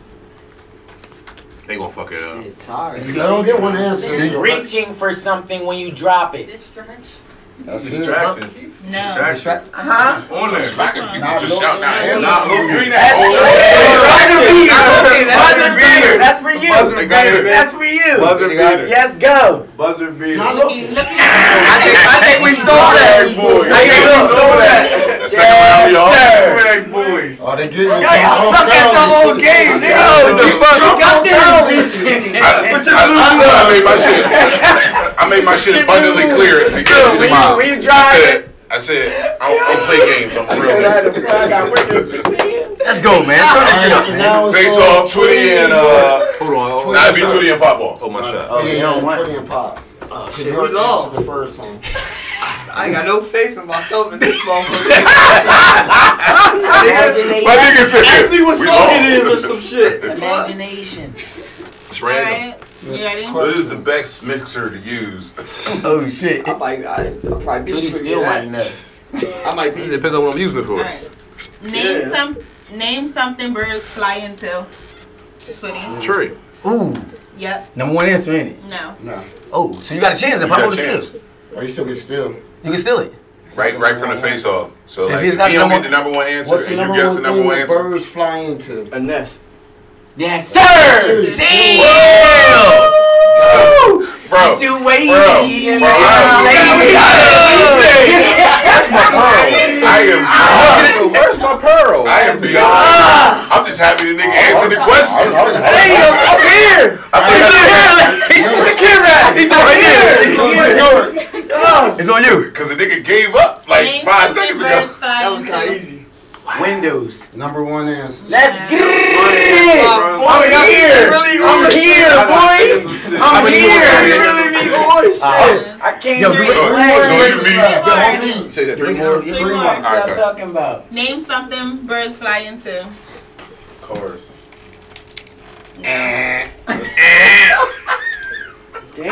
Speaker 4: They gonna fuck it up.
Speaker 11: It's hard.
Speaker 10: If you don't get one answer,
Speaker 11: You're
Speaker 10: that's
Speaker 11: reaching for something when you drop it.
Speaker 10: it.
Speaker 6: Distractions.
Speaker 7: No.
Speaker 6: Distractions.
Speaker 9: Huh?
Speaker 10: Uh-huh.
Speaker 6: On there.
Speaker 3: Smacking people
Speaker 10: Not
Speaker 3: just shouting out
Speaker 10: looking.
Speaker 3: answers.
Speaker 6: Not looking.
Speaker 3: You ain't that
Speaker 9: Okay,
Speaker 11: Buzzer beater. That's for
Speaker 6: Buzzer
Speaker 11: you.
Speaker 6: beater.
Speaker 11: That's for you.
Speaker 6: Buzzer beater.
Speaker 11: Yes, go.
Speaker 6: Buzzer beater.
Speaker 10: Not
Speaker 7: Look
Speaker 10: looking.
Speaker 7: at
Speaker 9: I think, I think we stole that.
Speaker 6: boy.
Speaker 9: I think we stole that.
Speaker 3: The second round, y'all.
Speaker 6: Rag boys.
Speaker 10: Oh, they getting it.
Speaker 9: Yo, you suck at your own game, nigga.
Speaker 6: Yo, the fuck?
Speaker 9: You got this.
Speaker 3: I, I, I, I made my shit. I made my shit abundantly clear at the beginning.
Speaker 11: When you, when you
Speaker 3: I
Speaker 11: drive it.
Speaker 3: said, I said, I don't, I don't play games. I'm a real nigga.
Speaker 5: Let's go, man. Turn this shit up.
Speaker 3: Face off, Twitty and uh,
Speaker 4: Hold on. Hold on.
Speaker 3: not be Twitty and Pop off.
Speaker 4: Hold my shot.
Speaker 10: Oh, yeah, yeah, Twenty and pop.
Speaker 9: Oh,
Speaker 10: Cause
Speaker 9: shit,
Speaker 10: you
Speaker 9: we
Speaker 10: answered
Speaker 9: lost.
Speaker 10: the first one.
Speaker 9: I ain't got no faith in myself in this motherfucker.
Speaker 11: Imagination.
Speaker 3: My nigga
Speaker 9: Ask
Speaker 3: said,
Speaker 9: me what
Speaker 3: we
Speaker 9: song it
Speaker 3: lost.
Speaker 9: is or some shit.
Speaker 11: Imagination.
Speaker 4: It's
Speaker 7: All
Speaker 4: random.
Speaker 7: right. You ready?
Speaker 3: What is the best mixer to use?
Speaker 5: Oh shit.
Speaker 9: I might, I, I probably
Speaker 8: Tootie
Speaker 9: be
Speaker 8: still like
Speaker 9: that.
Speaker 8: that.
Speaker 9: I might
Speaker 4: It
Speaker 9: be.
Speaker 4: depends on what I'm using it for.
Speaker 7: All right. Name
Speaker 9: Yeah.
Speaker 7: some. Name something birds fly into. Twitty.
Speaker 4: Tree.
Speaker 5: Ooh.
Speaker 7: Yep.
Speaker 5: Number one answer, ain't it?
Speaker 7: No.
Speaker 10: No.
Speaker 5: Oh, so you got a chance to
Speaker 3: You
Speaker 5: pop
Speaker 3: got
Speaker 5: over the
Speaker 3: chance.
Speaker 5: steals.
Speaker 10: Or you still get still.
Speaker 5: You can steal it.
Speaker 3: Right, right from the face off. So
Speaker 5: If
Speaker 3: like,
Speaker 5: it's
Speaker 3: if
Speaker 5: not
Speaker 3: you don't
Speaker 5: number-
Speaker 3: get the number one answer,
Speaker 10: What's
Speaker 3: and
Speaker 10: the
Speaker 3: you
Speaker 10: number
Speaker 3: guess the
Speaker 10: one
Speaker 3: number
Speaker 10: thing
Speaker 3: one
Speaker 10: that
Speaker 3: answer.
Speaker 10: birds fly into?
Speaker 9: A nest.
Speaker 11: Yes, sir.
Speaker 10: Seriously.
Speaker 3: Bro,
Speaker 11: Two ways.
Speaker 3: bro, bro. I am beyond.
Speaker 4: Where's my pearl?
Speaker 3: I am beyond. I'm just happy the nigga answered the question.
Speaker 9: Hey, yo, I'm here.
Speaker 3: I think I
Speaker 5: He's right here.
Speaker 10: York.
Speaker 5: It's on you.
Speaker 3: because the nigga gave up like
Speaker 7: Name
Speaker 3: five
Speaker 7: something
Speaker 3: seconds
Speaker 7: birds
Speaker 3: ago.
Speaker 7: fly
Speaker 9: That was
Speaker 7: into.
Speaker 9: kind of easy.
Speaker 11: Windows.
Speaker 10: Number one answer.
Speaker 11: Let's
Speaker 7: Yeah.
Speaker 11: get
Speaker 9: Yeah,
Speaker 11: it.
Speaker 9: bro.
Speaker 11: I'm
Speaker 9: Yeah.
Speaker 11: here.
Speaker 9: Really,
Speaker 11: I'm
Speaker 9: really.
Speaker 11: here, boy.
Speaker 3: How
Speaker 11: I'm
Speaker 9: You
Speaker 3: many more you
Speaker 11: here.
Speaker 3: got?
Speaker 9: really be going
Speaker 11: I
Speaker 9: shit.
Speaker 11: can't
Speaker 5: Yo,
Speaker 11: do
Speaker 5: three
Speaker 3: more
Speaker 11: it.
Speaker 3: answers.
Speaker 10: Don't leave.
Speaker 4: Say that.
Speaker 8: Three
Speaker 4: more.
Speaker 7: Three more.
Speaker 11: What y'all talking about?
Speaker 7: Name something birds fly into.
Speaker 6: Cars.
Speaker 9: Dang.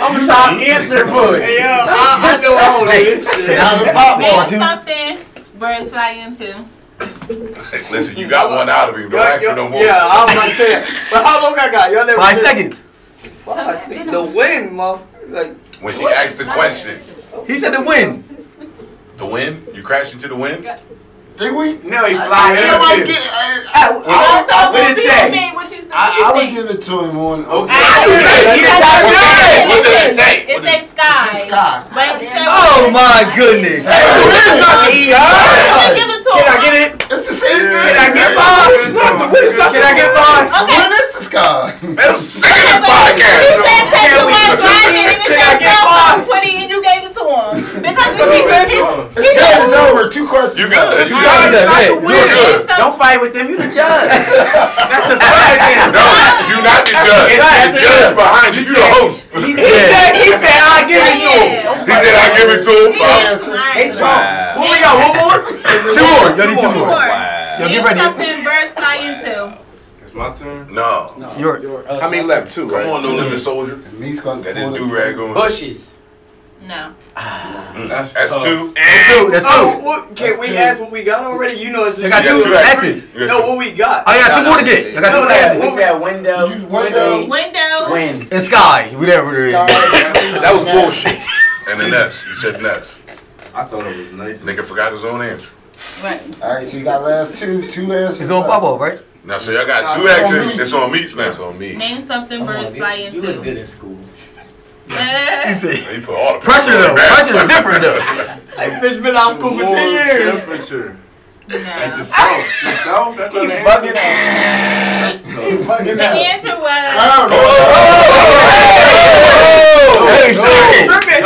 Speaker 11: I'm a top answer boy.
Speaker 9: Hey, yo, I, I know I don't like this shit.
Speaker 10: Now the pop
Speaker 7: Name
Speaker 10: one.
Speaker 7: something birds fly into.
Speaker 3: Hey, Listen, you got one out of him. Don't ask for no more.
Speaker 9: Yeah, I was about to say that. But how long I got? Y'all never
Speaker 5: Five
Speaker 9: said-
Speaker 5: seconds.
Speaker 9: Five seconds. The win, motherfucker. Like,
Speaker 3: When she asked the question,
Speaker 5: He said to win.
Speaker 3: the wind, you crashed into the wind.
Speaker 10: Did we?
Speaker 9: no, he
Speaker 10: I,
Speaker 9: flying.
Speaker 10: I, I, get- I,
Speaker 7: Oh, so
Speaker 9: what
Speaker 7: what
Speaker 9: it
Speaker 7: you
Speaker 9: say?
Speaker 7: mean, What you said?
Speaker 10: I, I would give it to him on. Okay.
Speaker 3: What does it say?
Speaker 7: It
Speaker 3: What does
Speaker 7: says sky.
Speaker 10: Sky.
Speaker 7: But it says-
Speaker 5: Oh my goodness.
Speaker 7: I would give it to
Speaker 9: Can I
Speaker 7: him.
Speaker 9: get it?
Speaker 10: It's the same thing.
Speaker 9: Can I get five? Can I get five?
Speaker 10: The one is the sky.
Speaker 3: I'm sick of this
Speaker 7: You said
Speaker 3: podcast.
Speaker 7: take the one driving and
Speaker 9: Can
Speaker 7: it
Speaker 9: I
Speaker 7: said
Speaker 9: get
Speaker 7: cell phone
Speaker 9: five?
Speaker 7: twenty and you gave it to him. Because he said
Speaker 10: It's done. It's over. Two questions.
Speaker 3: You got it. You
Speaker 10: left.
Speaker 3: got it.
Speaker 5: Hey,
Speaker 3: You good.
Speaker 11: Don't fight with them. You the judge.
Speaker 9: That's a five.
Speaker 3: No, you're not the judge. The judge behind you. You the host. He
Speaker 9: He said, he said, I'll give it to him.
Speaker 7: Yeah.
Speaker 3: said, "I give it to him." So
Speaker 7: Alright.
Speaker 9: What we got? One more?
Speaker 5: Two more. Yo, need two
Speaker 7: Two
Speaker 5: more.
Speaker 7: more.
Speaker 5: Yo,
Speaker 7: Name
Speaker 5: get ready.
Speaker 7: something birds fly into.
Speaker 6: It's my turn.
Speaker 3: no. no.
Speaker 5: York.
Speaker 4: How many left? Two,
Speaker 3: Come
Speaker 4: right?
Speaker 3: on, no living soldier.
Speaker 10: And he's gonna
Speaker 3: That
Speaker 10: pull the-
Speaker 3: is do rag on.
Speaker 8: Bushes.
Speaker 7: No.
Speaker 6: That's,
Speaker 3: That's
Speaker 6: tough.
Speaker 3: two.
Speaker 5: Two. That's
Speaker 9: Oh,
Speaker 5: two.
Speaker 9: what, can
Speaker 10: That's
Speaker 9: we
Speaker 10: two.
Speaker 9: ask what we got already? You know it's
Speaker 5: I got
Speaker 3: You
Speaker 5: two
Speaker 3: got two X's.
Speaker 5: X's.
Speaker 3: You got
Speaker 9: No,
Speaker 3: two.
Speaker 9: what we got?
Speaker 5: I got two more to get. I got
Speaker 9: No,
Speaker 5: two
Speaker 9: that's-
Speaker 5: X's.
Speaker 11: We said window.
Speaker 10: You- window.
Speaker 11: Win.
Speaker 7: Window.
Speaker 5: And sky, whatever it is.
Speaker 10: That
Speaker 4: That was bullshit.
Speaker 3: And the Nets. You said Nets.
Speaker 6: I thought it was nice.
Speaker 3: Nigga forgot his own answer.
Speaker 7: Right.
Speaker 10: All right, so you got last two two answers.
Speaker 5: It's on
Speaker 10: Bobo,
Speaker 5: right?
Speaker 3: Now, so y'all got two
Speaker 10: Nah, it's on
Speaker 3: exes.
Speaker 10: me.
Speaker 3: It's on meats now. It's
Speaker 4: on me.
Speaker 7: Name something birds fly into.
Speaker 8: You was good in school.
Speaker 7: Eh,
Speaker 3: He put all the
Speaker 5: Pressure though.
Speaker 3: Man.
Speaker 5: Pressure is different though.
Speaker 9: Hey, bitch been out of school for
Speaker 6: Warm
Speaker 9: 10 years.
Speaker 6: Temperature. Like the
Speaker 7: no.
Speaker 6: south. The south. That's not an answer.
Speaker 5: Bugging out.
Speaker 6: That's tough.
Speaker 5: Bugging
Speaker 7: The
Speaker 5: out.
Speaker 7: answer was
Speaker 5: Oh, Hey, sorry.
Speaker 4: oh.
Speaker 9: That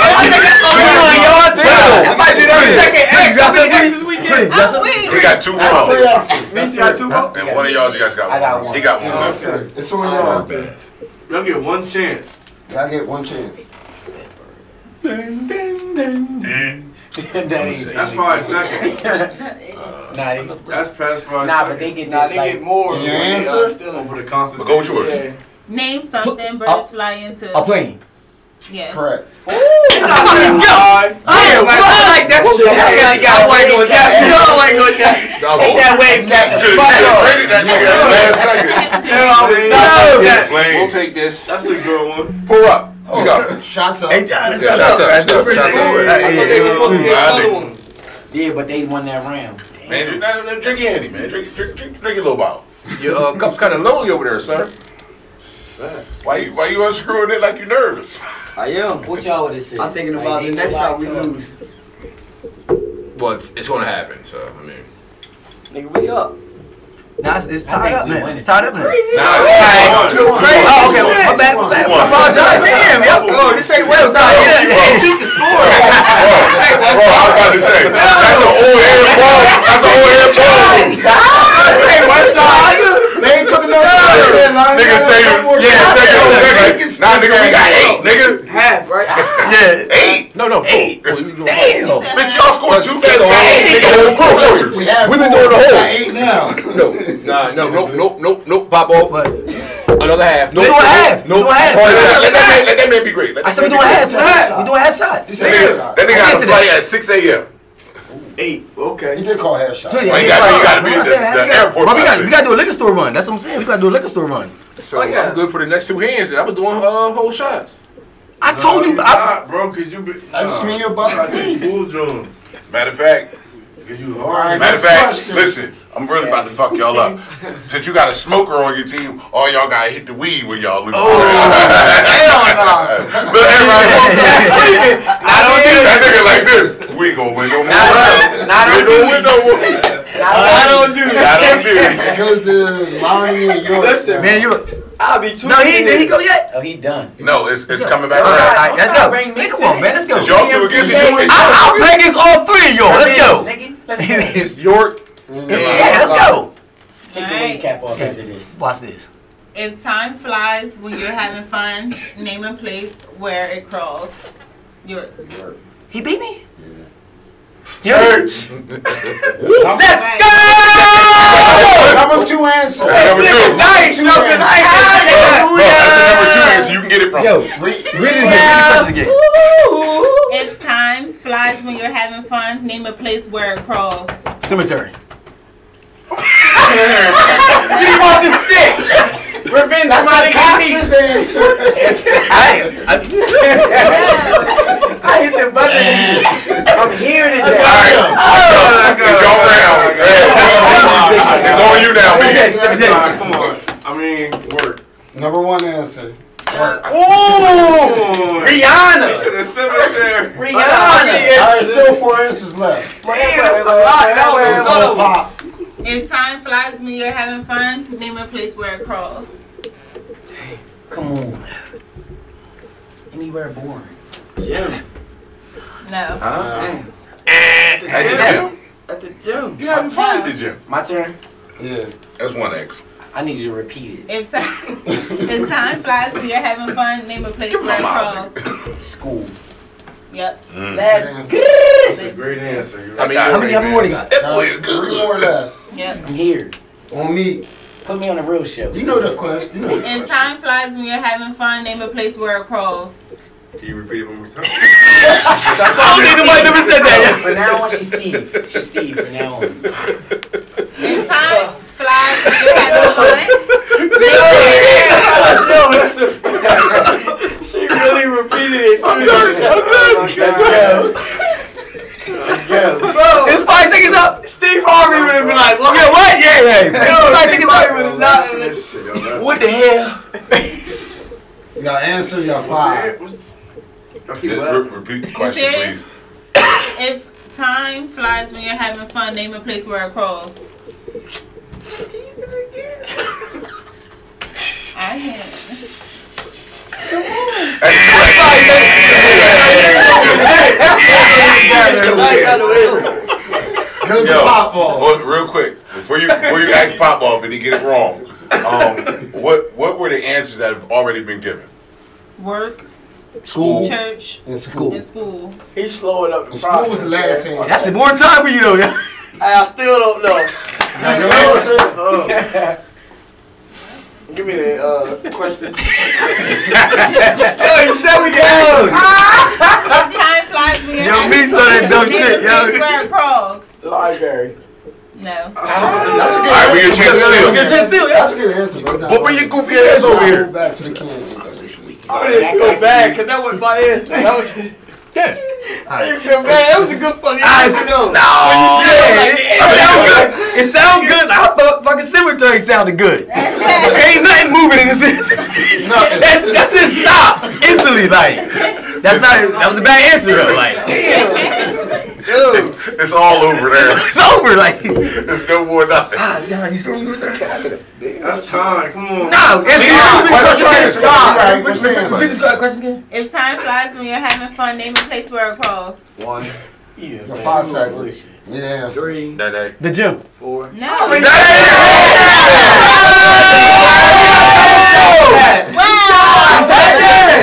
Speaker 9: might be their second ex. How many exes we get?
Speaker 7: I'm weak.
Speaker 3: He got two
Speaker 10: Three
Speaker 3: wrong.
Speaker 10: answers.
Speaker 9: Reese
Speaker 10: That's
Speaker 9: you got
Speaker 10: good.
Speaker 9: two more?
Speaker 3: And one of y'all you guys got one.
Speaker 8: I got one.
Speaker 3: He got one.
Speaker 10: No, that's good. It's on y'all.
Speaker 6: Y'all get one chance.
Speaker 10: Y'all get one chance.
Speaker 6: That's five seconds.
Speaker 8: Nah, they,
Speaker 6: That's past five
Speaker 8: nah,
Speaker 6: seconds.
Speaker 8: but they get
Speaker 9: Nah,
Speaker 8: that,
Speaker 9: they
Speaker 8: like,
Speaker 9: get more.
Speaker 10: Your answer?
Speaker 6: Over the
Speaker 3: But
Speaker 6: Constitution.
Speaker 3: go with yours.
Speaker 7: Name something birds
Speaker 5: Up.
Speaker 7: fly into.
Speaker 5: A plane.
Speaker 7: Yes.
Speaker 10: Correct.
Speaker 6: Five.
Speaker 9: Yeah, like, I like that shit. I got one going down. Y'all ain't going down.
Speaker 3: Take that wave cap. Should have traded that nigga at the last second.
Speaker 9: No.
Speaker 6: Yes.
Speaker 3: Blame.
Speaker 4: We'll take this.
Speaker 6: That's a good one.
Speaker 4: Pull up. Let's go.
Speaker 10: Oh, Shots up.
Speaker 5: John,
Speaker 4: Yeah, that's up. That's up. That's up.
Speaker 9: I
Speaker 6: Yeah.
Speaker 9: thought they were supposed to get another one.
Speaker 8: yeah, but they won that round.
Speaker 3: Man, drink, nah, nah, drink your handy, man. Drink, drink, drink, drink your little bottle.
Speaker 4: Your uh, cup's kind of lonely over there, sir.
Speaker 3: Why you, why you unscrewing it like you nervous?
Speaker 9: I am.
Speaker 8: What y'all would have said?
Speaker 9: I'm thinking
Speaker 8: Like,
Speaker 9: about the
Speaker 8: ain't
Speaker 9: next time we
Speaker 8: nobody told-
Speaker 9: lose.
Speaker 4: Well, it's, it's gonna happen. So I mean,
Speaker 9: Nigga, we up.
Speaker 5: Nah, it's, it's
Speaker 8: I think
Speaker 5: tied up
Speaker 8: we
Speaker 5: now.
Speaker 8: win
Speaker 5: It's
Speaker 8: it.
Speaker 5: tied up now.
Speaker 3: Nah,
Speaker 6: Alright.
Speaker 3: two one.
Speaker 6: Crazy.
Speaker 5: Oh, okay. My bad.
Speaker 10: Two
Speaker 5: My bad.
Speaker 3: one.
Speaker 5: I
Speaker 9: Damn,
Speaker 5: apologize.
Speaker 9: y'all
Speaker 6: Come on,
Speaker 9: this ain't well
Speaker 5: Yeah, yeah.
Speaker 3: Bro, I was about to say, that's an old head ball. That's an old head ball.
Speaker 10: They ain't took no shot.
Speaker 3: Nigga, tell you, yeah, tell you, second. Nah, nigga, we got eight, nigga.
Speaker 9: Half, right?
Speaker 5: Yeah.
Speaker 3: Eight.
Speaker 4: no, no. Eight.
Speaker 5: Damn.
Speaker 4: No.
Speaker 3: Bitch, y'all scored two fast. We got eight,
Speaker 4: Eight.
Speaker 3: nigga.
Speaker 10: We have
Speaker 4: We've been
Speaker 10: four. We
Speaker 4: doing the
Speaker 10: got
Speaker 4: whole.
Speaker 10: Eight now.
Speaker 4: No, nah, no, nope, nope, nope, nope, pop off.
Speaker 5: But
Speaker 4: Another half. Nope,
Speaker 5: do a half.
Speaker 4: Nope.
Speaker 5: Do a half.
Speaker 4: Oh,
Speaker 3: Let
Speaker 4: yeah.
Speaker 3: that- let that man- Let that man be great. Let
Speaker 5: I
Speaker 3: that
Speaker 5: said we
Speaker 3: man be
Speaker 5: doing half.
Speaker 3: great.
Speaker 5: half. We doing half shots.
Speaker 10: He
Speaker 5: Yeah,
Speaker 10: said half
Speaker 3: That nigga got to
Speaker 5: Listen.
Speaker 3: play at 6 a.m.
Speaker 9: Eight.
Speaker 10: He
Speaker 9: Okay.
Speaker 10: did call half shot.
Speaker 5: yeah,
Speaker 3: Well, you
Speaker 5: yeah,
Speaker 3: gotta-
Speaker 5: right.
Speaker 3: you gotta be
Speaker 5: That's what
Speaker 3: the-
Speaker 5: I'm saying,
Speaker 3: the
Speaker 5: half shot.
Speaker 3: airport
Speaker 5: Bro, we
Speaker 3: by
Speaker 5: got
Speaker 3: six.
Speaker 5: we got to do a liquor store run. That's what I'm saying. We got to do a liquor store run.
Speaker 4: So
Speaker 9: Oh, yeah.
Speaker 4: I'm good for the next two hands. Then I've been doing uh, whole shots.
Speaker 5: I told you. I,
Speaker 6: Nah, bro, because you been.
Speaker 10: I just mean
Speaker 6: Nah.
Speaker 10: your
Speaker 6: I
Speaker 10: butt.
Speaker 6: take cool Jones.
Speaker 3: Matter of fact,
Speaker 6: Because you
Speaker 10: Alright.
Speaker 6: hard.
Speaker 3: Matter of
Speaker 10: Next
Speaker 3: fact,
Speaker 10: question.
Speaker 3: listen, I'm really about to fuck y'all up. Since you got a smoker on your team, all y'all gotta hit the weed when y'all lose.
Speaker 9: Hell
Speaker 3: Look, everybody walks up.
Speaker 9: I
Speaker 3: That nigga like this. We ain't gonna win no more rounds.
Speaker 9: not
Speaker 3: We
Speaker 9: on
Speaker 3: ain't gonna win no more.
Speaker 9: don't do that.
Speaker 3: Not on me.
Speaker 10: Because the Lonnie and yours.
Speaker 9: Listen,
Speaker 5: man, you.
Speaker 9: I'll be two.
Speaker 5: No, he did he go yet?
Speaker 8: Oh, he done.
Speaker 3: No, it's it's coming back
Speaker 5: All right,
Speaker 3: around.
Speaker 5: all right, let's go. Man, come on, man, let's go.
Speaker 3: It's y'all two against each other. It's
Speaker 5: I, I'll
Speaker 3: y'all-
Speaker 5: play against all three of y'all. Let's go.
Speaker 8: Nigga, let's go.
Speaker 4: It's York.
Speaker 5: Yeah, let's go.
Speaker 7: All
Speaker 8: Take your
Speaker 7: right.
Speaker 8: wing cap off after this.
Speaker 5: Watch this.
Speaker 7: If time flies when you're having fun, name a place where it crawls. Your
Speaker 5: He beat me.
Speaker 3: Church.
Speaker 5: Let's
Speaker 7: Right.
Speaker 5: go.
Speaker 10: Number two answer.
Speaker 3: That's number two.
Speaker 9: Nice, no, cause I
Speaker 3: Bro, that's the number two answer. You can get it from.
Speaker 5: Yo, read it again. Read the question again.
Speaker 7: if time flies when you're having fun, name a place where it crawls.
Speaker 5: Cemetery.
Speaker 9: Revenge
Speaker 10: That's
Speaker 9: money
Speaker 10: not
Speaker 9: got me.
Speaker 10: conscious answer.
Speaker 5: I,
Speaker 9: I hit the button. I'm hearing it.
Speaker 3: All right.
Speaker 9: Oh
Speaker 3: It's your round. Yeah. It's on you now, man.
Speaker 6: Nah, come on. I mean, work.
Speaker 10: Number one answer. Work.
Speaker 9: Ooh,
Speaker 6: Come on. It's
Speaker 9: Rihanna.
Speaker 6: the cemetery.
Speaker 9: Rihanna.
Speaker 10: All right, still four answers left. It's all pop.
Speaker 7: If time flies when you're having fun, name a place where it crawls.
Speaker 8: Come on. Anywhere born.
Speaker 7: No.
Speaker 3: Huh? At the gym?
Speaker 9: At the gym.
Speaker 3: You having fun at the gym?
Speaker 8: My turn.
Speaker 10: Yeah.
Speaker 3: That's one X.
Speaker 8: I need you to repeat it.
Speaker 7: If time if time flies when you're having fun, name a place
Speaker 3: Give me
Speaker 7: where
Speaker 3: my
Speaker 7: it
Speaker 3: mouth,
Speaker 7: crawls.
Speaker 8: School.
Speaker 7: Yep.
Speaker 8: Let's go.
Speaker 6: That's a great answer. You're
Speaker 3: I
Speaker 6: right.
Speaker 3: mean,
Speaker 5: how many? How many more they got?
Speaker 3: That boy is
Speaker 10: Three more
Speaker 3: good.
Speaker 10: left.
Speaker 7: Yep.
Speaker 8: I'm here.
Speaker 10: On me.
Speaker 8: Put me on a real show.
Speaker 10: You know the question. You know the
Speaker 7: If
Speaker 10: question.
Speaker 7: time flies when you're having fun, name a place where it crawls.
Speaker 6: Can you repeat it one more time?
Speaker 5: I don't think nobody never said that.
Speaker 8: From now on, she's Steve. She's Steve from now on.
Speaker 7: If time flies when you're having fun,
Speaker 9: She really repeated it.
Speaker 3: I'm done. I'm done.
Speaker 9: Bro,
Speaker 1: It's five seconds up. Steve Harvey would have been like, what? Yeah, what? Yeah, yeah.
Speaker 9: Yo,
Speaker 1: five seconds
Speaker 9: would
Speaker 1: up.
Speaker 9: have not.
Speaker 1: What the hell?
Speaker 6: You got answer, you got five.
Speaker 3: Repeat the question,
Speaker 7: Serious?
Speaker 3: please.
Speaker 7: If time flies when you're having fun, name a place where it crawls. I can't.
Speaker 6: Good
Speaker 3: Yo,
Speaker 6: pop ball.
Speaker 3: well, real quick, before you before you ask pop off and he get it wrong, um, what what were the answers that have already been given?
Speaker 7: Work,
Speaker 3: School.
Speaker 7: church,
Speaker 6: In school.
Speaker 7: and school.
Speaker 9: He's slowing up the
Speaker 6: In school was the
Speaker 9: process.
Speaker 6: last answer.
Speaker 1: That's more time for you though.
Speaker 9: I still don't know.
Speaker 6: Now, your answer,
Speaker 9: Give me the uh, question. Yo, you said we can.
Speaker 7: If time flies when you're
Speaker 1: Yo,
Speaker 7: having
Speaker 1: me started
Speaker 7: fun,
Speaker 1: dumb
Speaker 7: name
Speaker 1: shit,
Speaker 7: a
Speaker 1: yo.
Speaker 7: place where it crawls.
Speaker 9: Library.
Speaker 7: No.
Speaker 6: that's a good
Speaker 3: All right, we
Speaker 6: answer.
Speaker 3: get a chance
Speaker 1: Yo,
Speaker 3: to
Speaker 1: get
Speaker 3: steal.
Speaker 1: your still,
Speaker 6: That's
Speaker 1: yo.
Speaker 6: a good answer, bro.
Speaker 3: What were your goofy ass over here?
Speaker 6: Back to the king.
Speaker 9: I didn't feel bad because that wasn't my answer. That was. I didn't feel bad. That was a good funny answer. though.
Speaker 1: Oh, yeah. It, it sounds good. It sounds good. I thought fucking Silver Thug sounded good. Ain't nothing moving in this Nothing.
Speaker 6: Nothing.
Speaker 1: That's, that shit stops instantly. Like, that's not, that was a bad answer though. Like,
Speaker 3: It's all over there.
Speaker 1: it's over. Like,
Speaker 3: It's no more nothing.
Speaker 1: Ah,
Speaker 12: That's time. Come on.
Speaker 1: nah, it's
Speaker 3: Yeah, what's your
Speaker 1: it's
Speaker 3: answer?
Speaker 6: Right, what's your answer?
Speaker 1: Repeat the question again.
Speaker 7: If time flies when you're having fun, name a place where it crawls.
Speaker 9: One,
Speaker 6: The five seconds. Yeah.
Speaker 9: three,
Speaker 4: That day.
Speaker 1: The gym.
Speaker 9: four.
Speaker 7: No.
Speaker 1: I
Speaker 7: Wow.
Speaker 1: said that.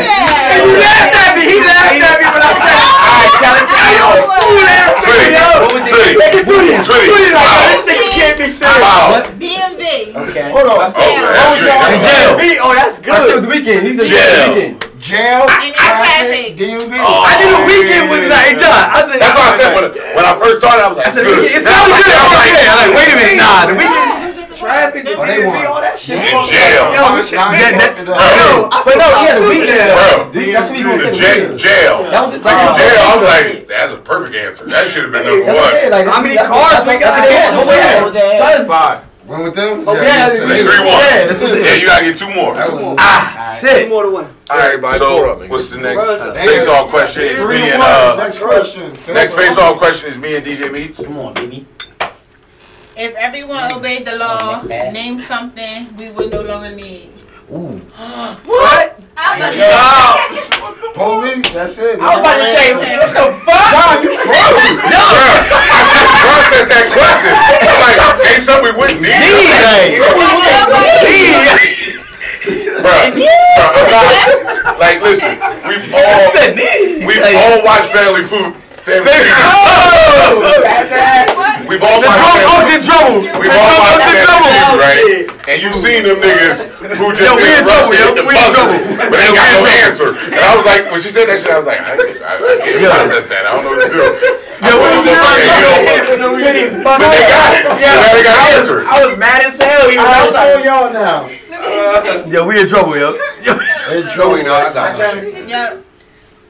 Speaker 1: You laughed at me. He laughed at me when I said it. All right, tell it. Hey, yo, fool ass nigga, yo. Make it Judy.
Speaker 3: Tweety.
Speaker 1: Judy, like, yo,
Speaker 3: Wow.
Speaker 1: this nigga can't be serious.
Speaker 3: Wow.
Speaker 7: DMV.
Speaker 5: Okay.
Speaker 6: Hold on.
Speaker 1: In
Speaker 3: Oh,
Speaker 1: jail.
Speaker 9: Me? Oh, that's
Speaker 1: I said
Speaker 9: good.
Speaker 1: the weekend. He said
Speaker 3: Jail.
Speaker 1: the weekend.
Speaker 6: Jail, traffic,
Speaker 7: And traffic.
Speaker 6: DMV.
Speaker 1: I
Speaker 9: Oh,
Speaker 1: knew the weekend was like, hey, John. I said,
Speaker 3: That's what I said when, when I first started. I was like,
Speaker 1: I said,
Speaker 3: good.
Speaker 1: it's not good. I'm like, I'm like, wait a minute, nah, the weekend.
Speaker 9: Traffic, the
Speaker 6: Oh, they
Speaker 9: DMV,
Speaker 6: won.
Speaker 9: all that shit.
Speaker 3: In jail.
Speaker 1: Yo,
Speaker 6: Now, now
Speaker 1: that,
Speaker 6: you
Speaker 1: that,
Speaker 6: fucked it up.
Speaker 1: no, but no, yeah, the weekend.
Speaker 3: Bro,
Speaker 1: That's what he
Speaker 3: the
Speaker 1: gonna say.
Speaker 3: j- jail.
Speaker 1: That was it,
Speaker 3: In
Speaker 1: like,
Speaker 3: jail, I was like, that's a perfect answer. That should have been number one.
Speaker 1: like, how many cars we got?
Speaker 5: that's-
Speaker 1: Over
Speaker 5: that's-
Speaker 1: there.
Speaker 5: that's-
Speaker 1: Tons.
Speaker 4: Five.
Speaker 6: Went with them?
Speaker 1: Oh, yeah,
Speaker 6: you
Speaker 1: that's-
Speaker 6: took
Speaker 3: Three,
Speaker 6: it.
Speaker 3: three, one.
Speaker 1: Yeah, that's what it
Speaker 3: Yeah,
Speaker 1: is.
Speaker 3: you gotta get two more.
Speaker 6: That
Speaker 3: All
Speaker 6: was-
Speaker 1: Ah,
Speaker 9: Two
Speaker 1: shit.
Speaker 9: more to one.
Speaker 3: right,
Speaker 4: Everybody four
Speaker 3: so
Speaker 4: up, nigga.
Speaker 3: what's the
Speaker 9: Bro,
Speaker 3: next
Speaker 6: it's a-
Speaker 3: face off question? Is
Speaker 6: Three
Speaker 3: me
Speaker 6: to
Speaker 3: and
Speaker 6: one.
Speaker 3: uh,
Speaker 6: Next question.
Speaker 3: next face off question is me and DJ Meats.
Speaker 5: Come on, baby.
Speaker 7: If everyone
Speaker 6: Mm.
Speaker 7: obeyed the law, name something we would no longer need.
Speaker 1: What?
Speaker 6: Police, that's it.
Speaker 1: I was about to say, what the fuck?
Speaker 6: John, you crazy.
Speaker 3: I just processed that question. I'm like, ain't something we wouldn't need.
Speaker 1: Knee.
Speaker 3: Bruh, bruh, I'm not- like, listen, we've all
Speaker 1: Said knee.
Speaker 3: we've
Speaker 1: Like,
Speaker 3: all watched Family Food. Family Feud.
Speaker 1: Oh!
Speaker 3: We've all
Speaker 1: The
Speaker 3: watched.
Speaker 1: drunk folks in
Speaker 3: Family-
Speaker 1: trouble.
Speaker 3: We've
Speaker 1: The
Speaker 3: all
Speaker 1: drunk
Speaker 3: watched
Speaker 1: folks in
Speaker 3: Family
Speaker 1: trouble.
Speaker 3: Feud, right? And you've seen them niggas who just
Speaker 1: Yo, we
Speaker 3: been
Speaker 1: in trouble,
Speaker 3: arrested
Speaker 1: yo,
Speaker 3: and
Speaker 1: we in
Speaker 3: busted,
Speaker 1: trouble.
Speaker 3: but they got no answer. And I was like, when she said that shit, I was like, I, I, I can't
Speaker 1: Yo.
Speaker 3: process that. I don't know what to do. I
Speaker 1: Yo,
Speaker 3: put
Speaker 1: we
Speaker 3: them up there, you know, But they got it. Yeah, they got an answer.
Speaker 1: I was mad as hell. even though I
Speaker 6: I'll
Speaker 1: was like,
Speaker 6: tell y'all now.
Speaker 1: Yo, we in trouble, yo. Yo,
Speaker 6: It's
Speaker 4: No, we not. I got this shit.
Speaker 7: Yep.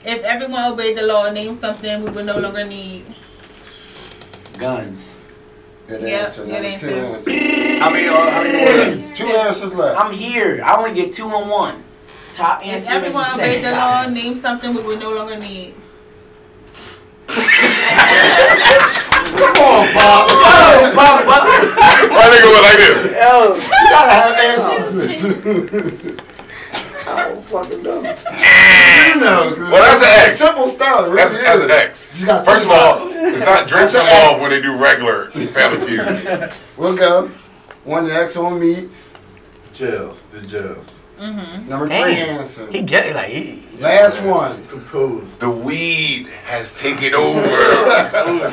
Speaker 7: If everyone obeyed the law, name something we would no longer need.
Speaker 5: Guns.
Speaker 6: Good
Speaker 7: Yeah,
Speaker 6: answer.
Speaker 7: good
Speaker 6: Number two
Speaker 7: answer.
Speaker 6: answers.
Speaker 5: How many? Uh, how many?
Speaker 6: Two answers left.
Speaker 5: I'm here. I only get two and one. Top
Speaker 7: If
Speaker 5: answer.
Speaker 7: everyone
Speaker 5: and
Speaker 7: obeyed
Speaker 5: second
Speaker 7: the
Speaker 5: top
Speaker 7: law,
Speaker 5: answer.
Speaker 7: name something we would no longer need.
Speaker 1: Bob, Bob, Bob.
Speaker 3: My nigga was like this.
Speaker 9: Yo,
Speaker 6: You gotta have answers.
Speaker 9: I don't fucking know.
Speaker 6: You know, 'cause
Speaker 3: Well, that's an
Speaker 6: it's
Speaker 3: X.
Speaker 6: Simple stuff. it Really
Speaker 3: That's, that's
Speaker 6: is.
Speaker 3: an X.
Speaker 6: Just gotta
Speaker 3: First of
Speaker 6: think about
Speaker 3: all, it's not drinks
Speaker 6: That's an
Speaker 3: involved
Speaker 6: X.
Speaker 3: when they do regular Family Feud.
Speaker 6: We'll go. One the next one meets.
Speaker 12: Jails. The jails.
Speaker 7: Mm-hmm.
Speaker 6: Number three
Speaker 1: Damn.
Speaker 6: answer.
Speaker 1: He get it like he.
Speaker 6: Last one.
Speaker 12: Composed.
Speaker 3: The weed has taken over.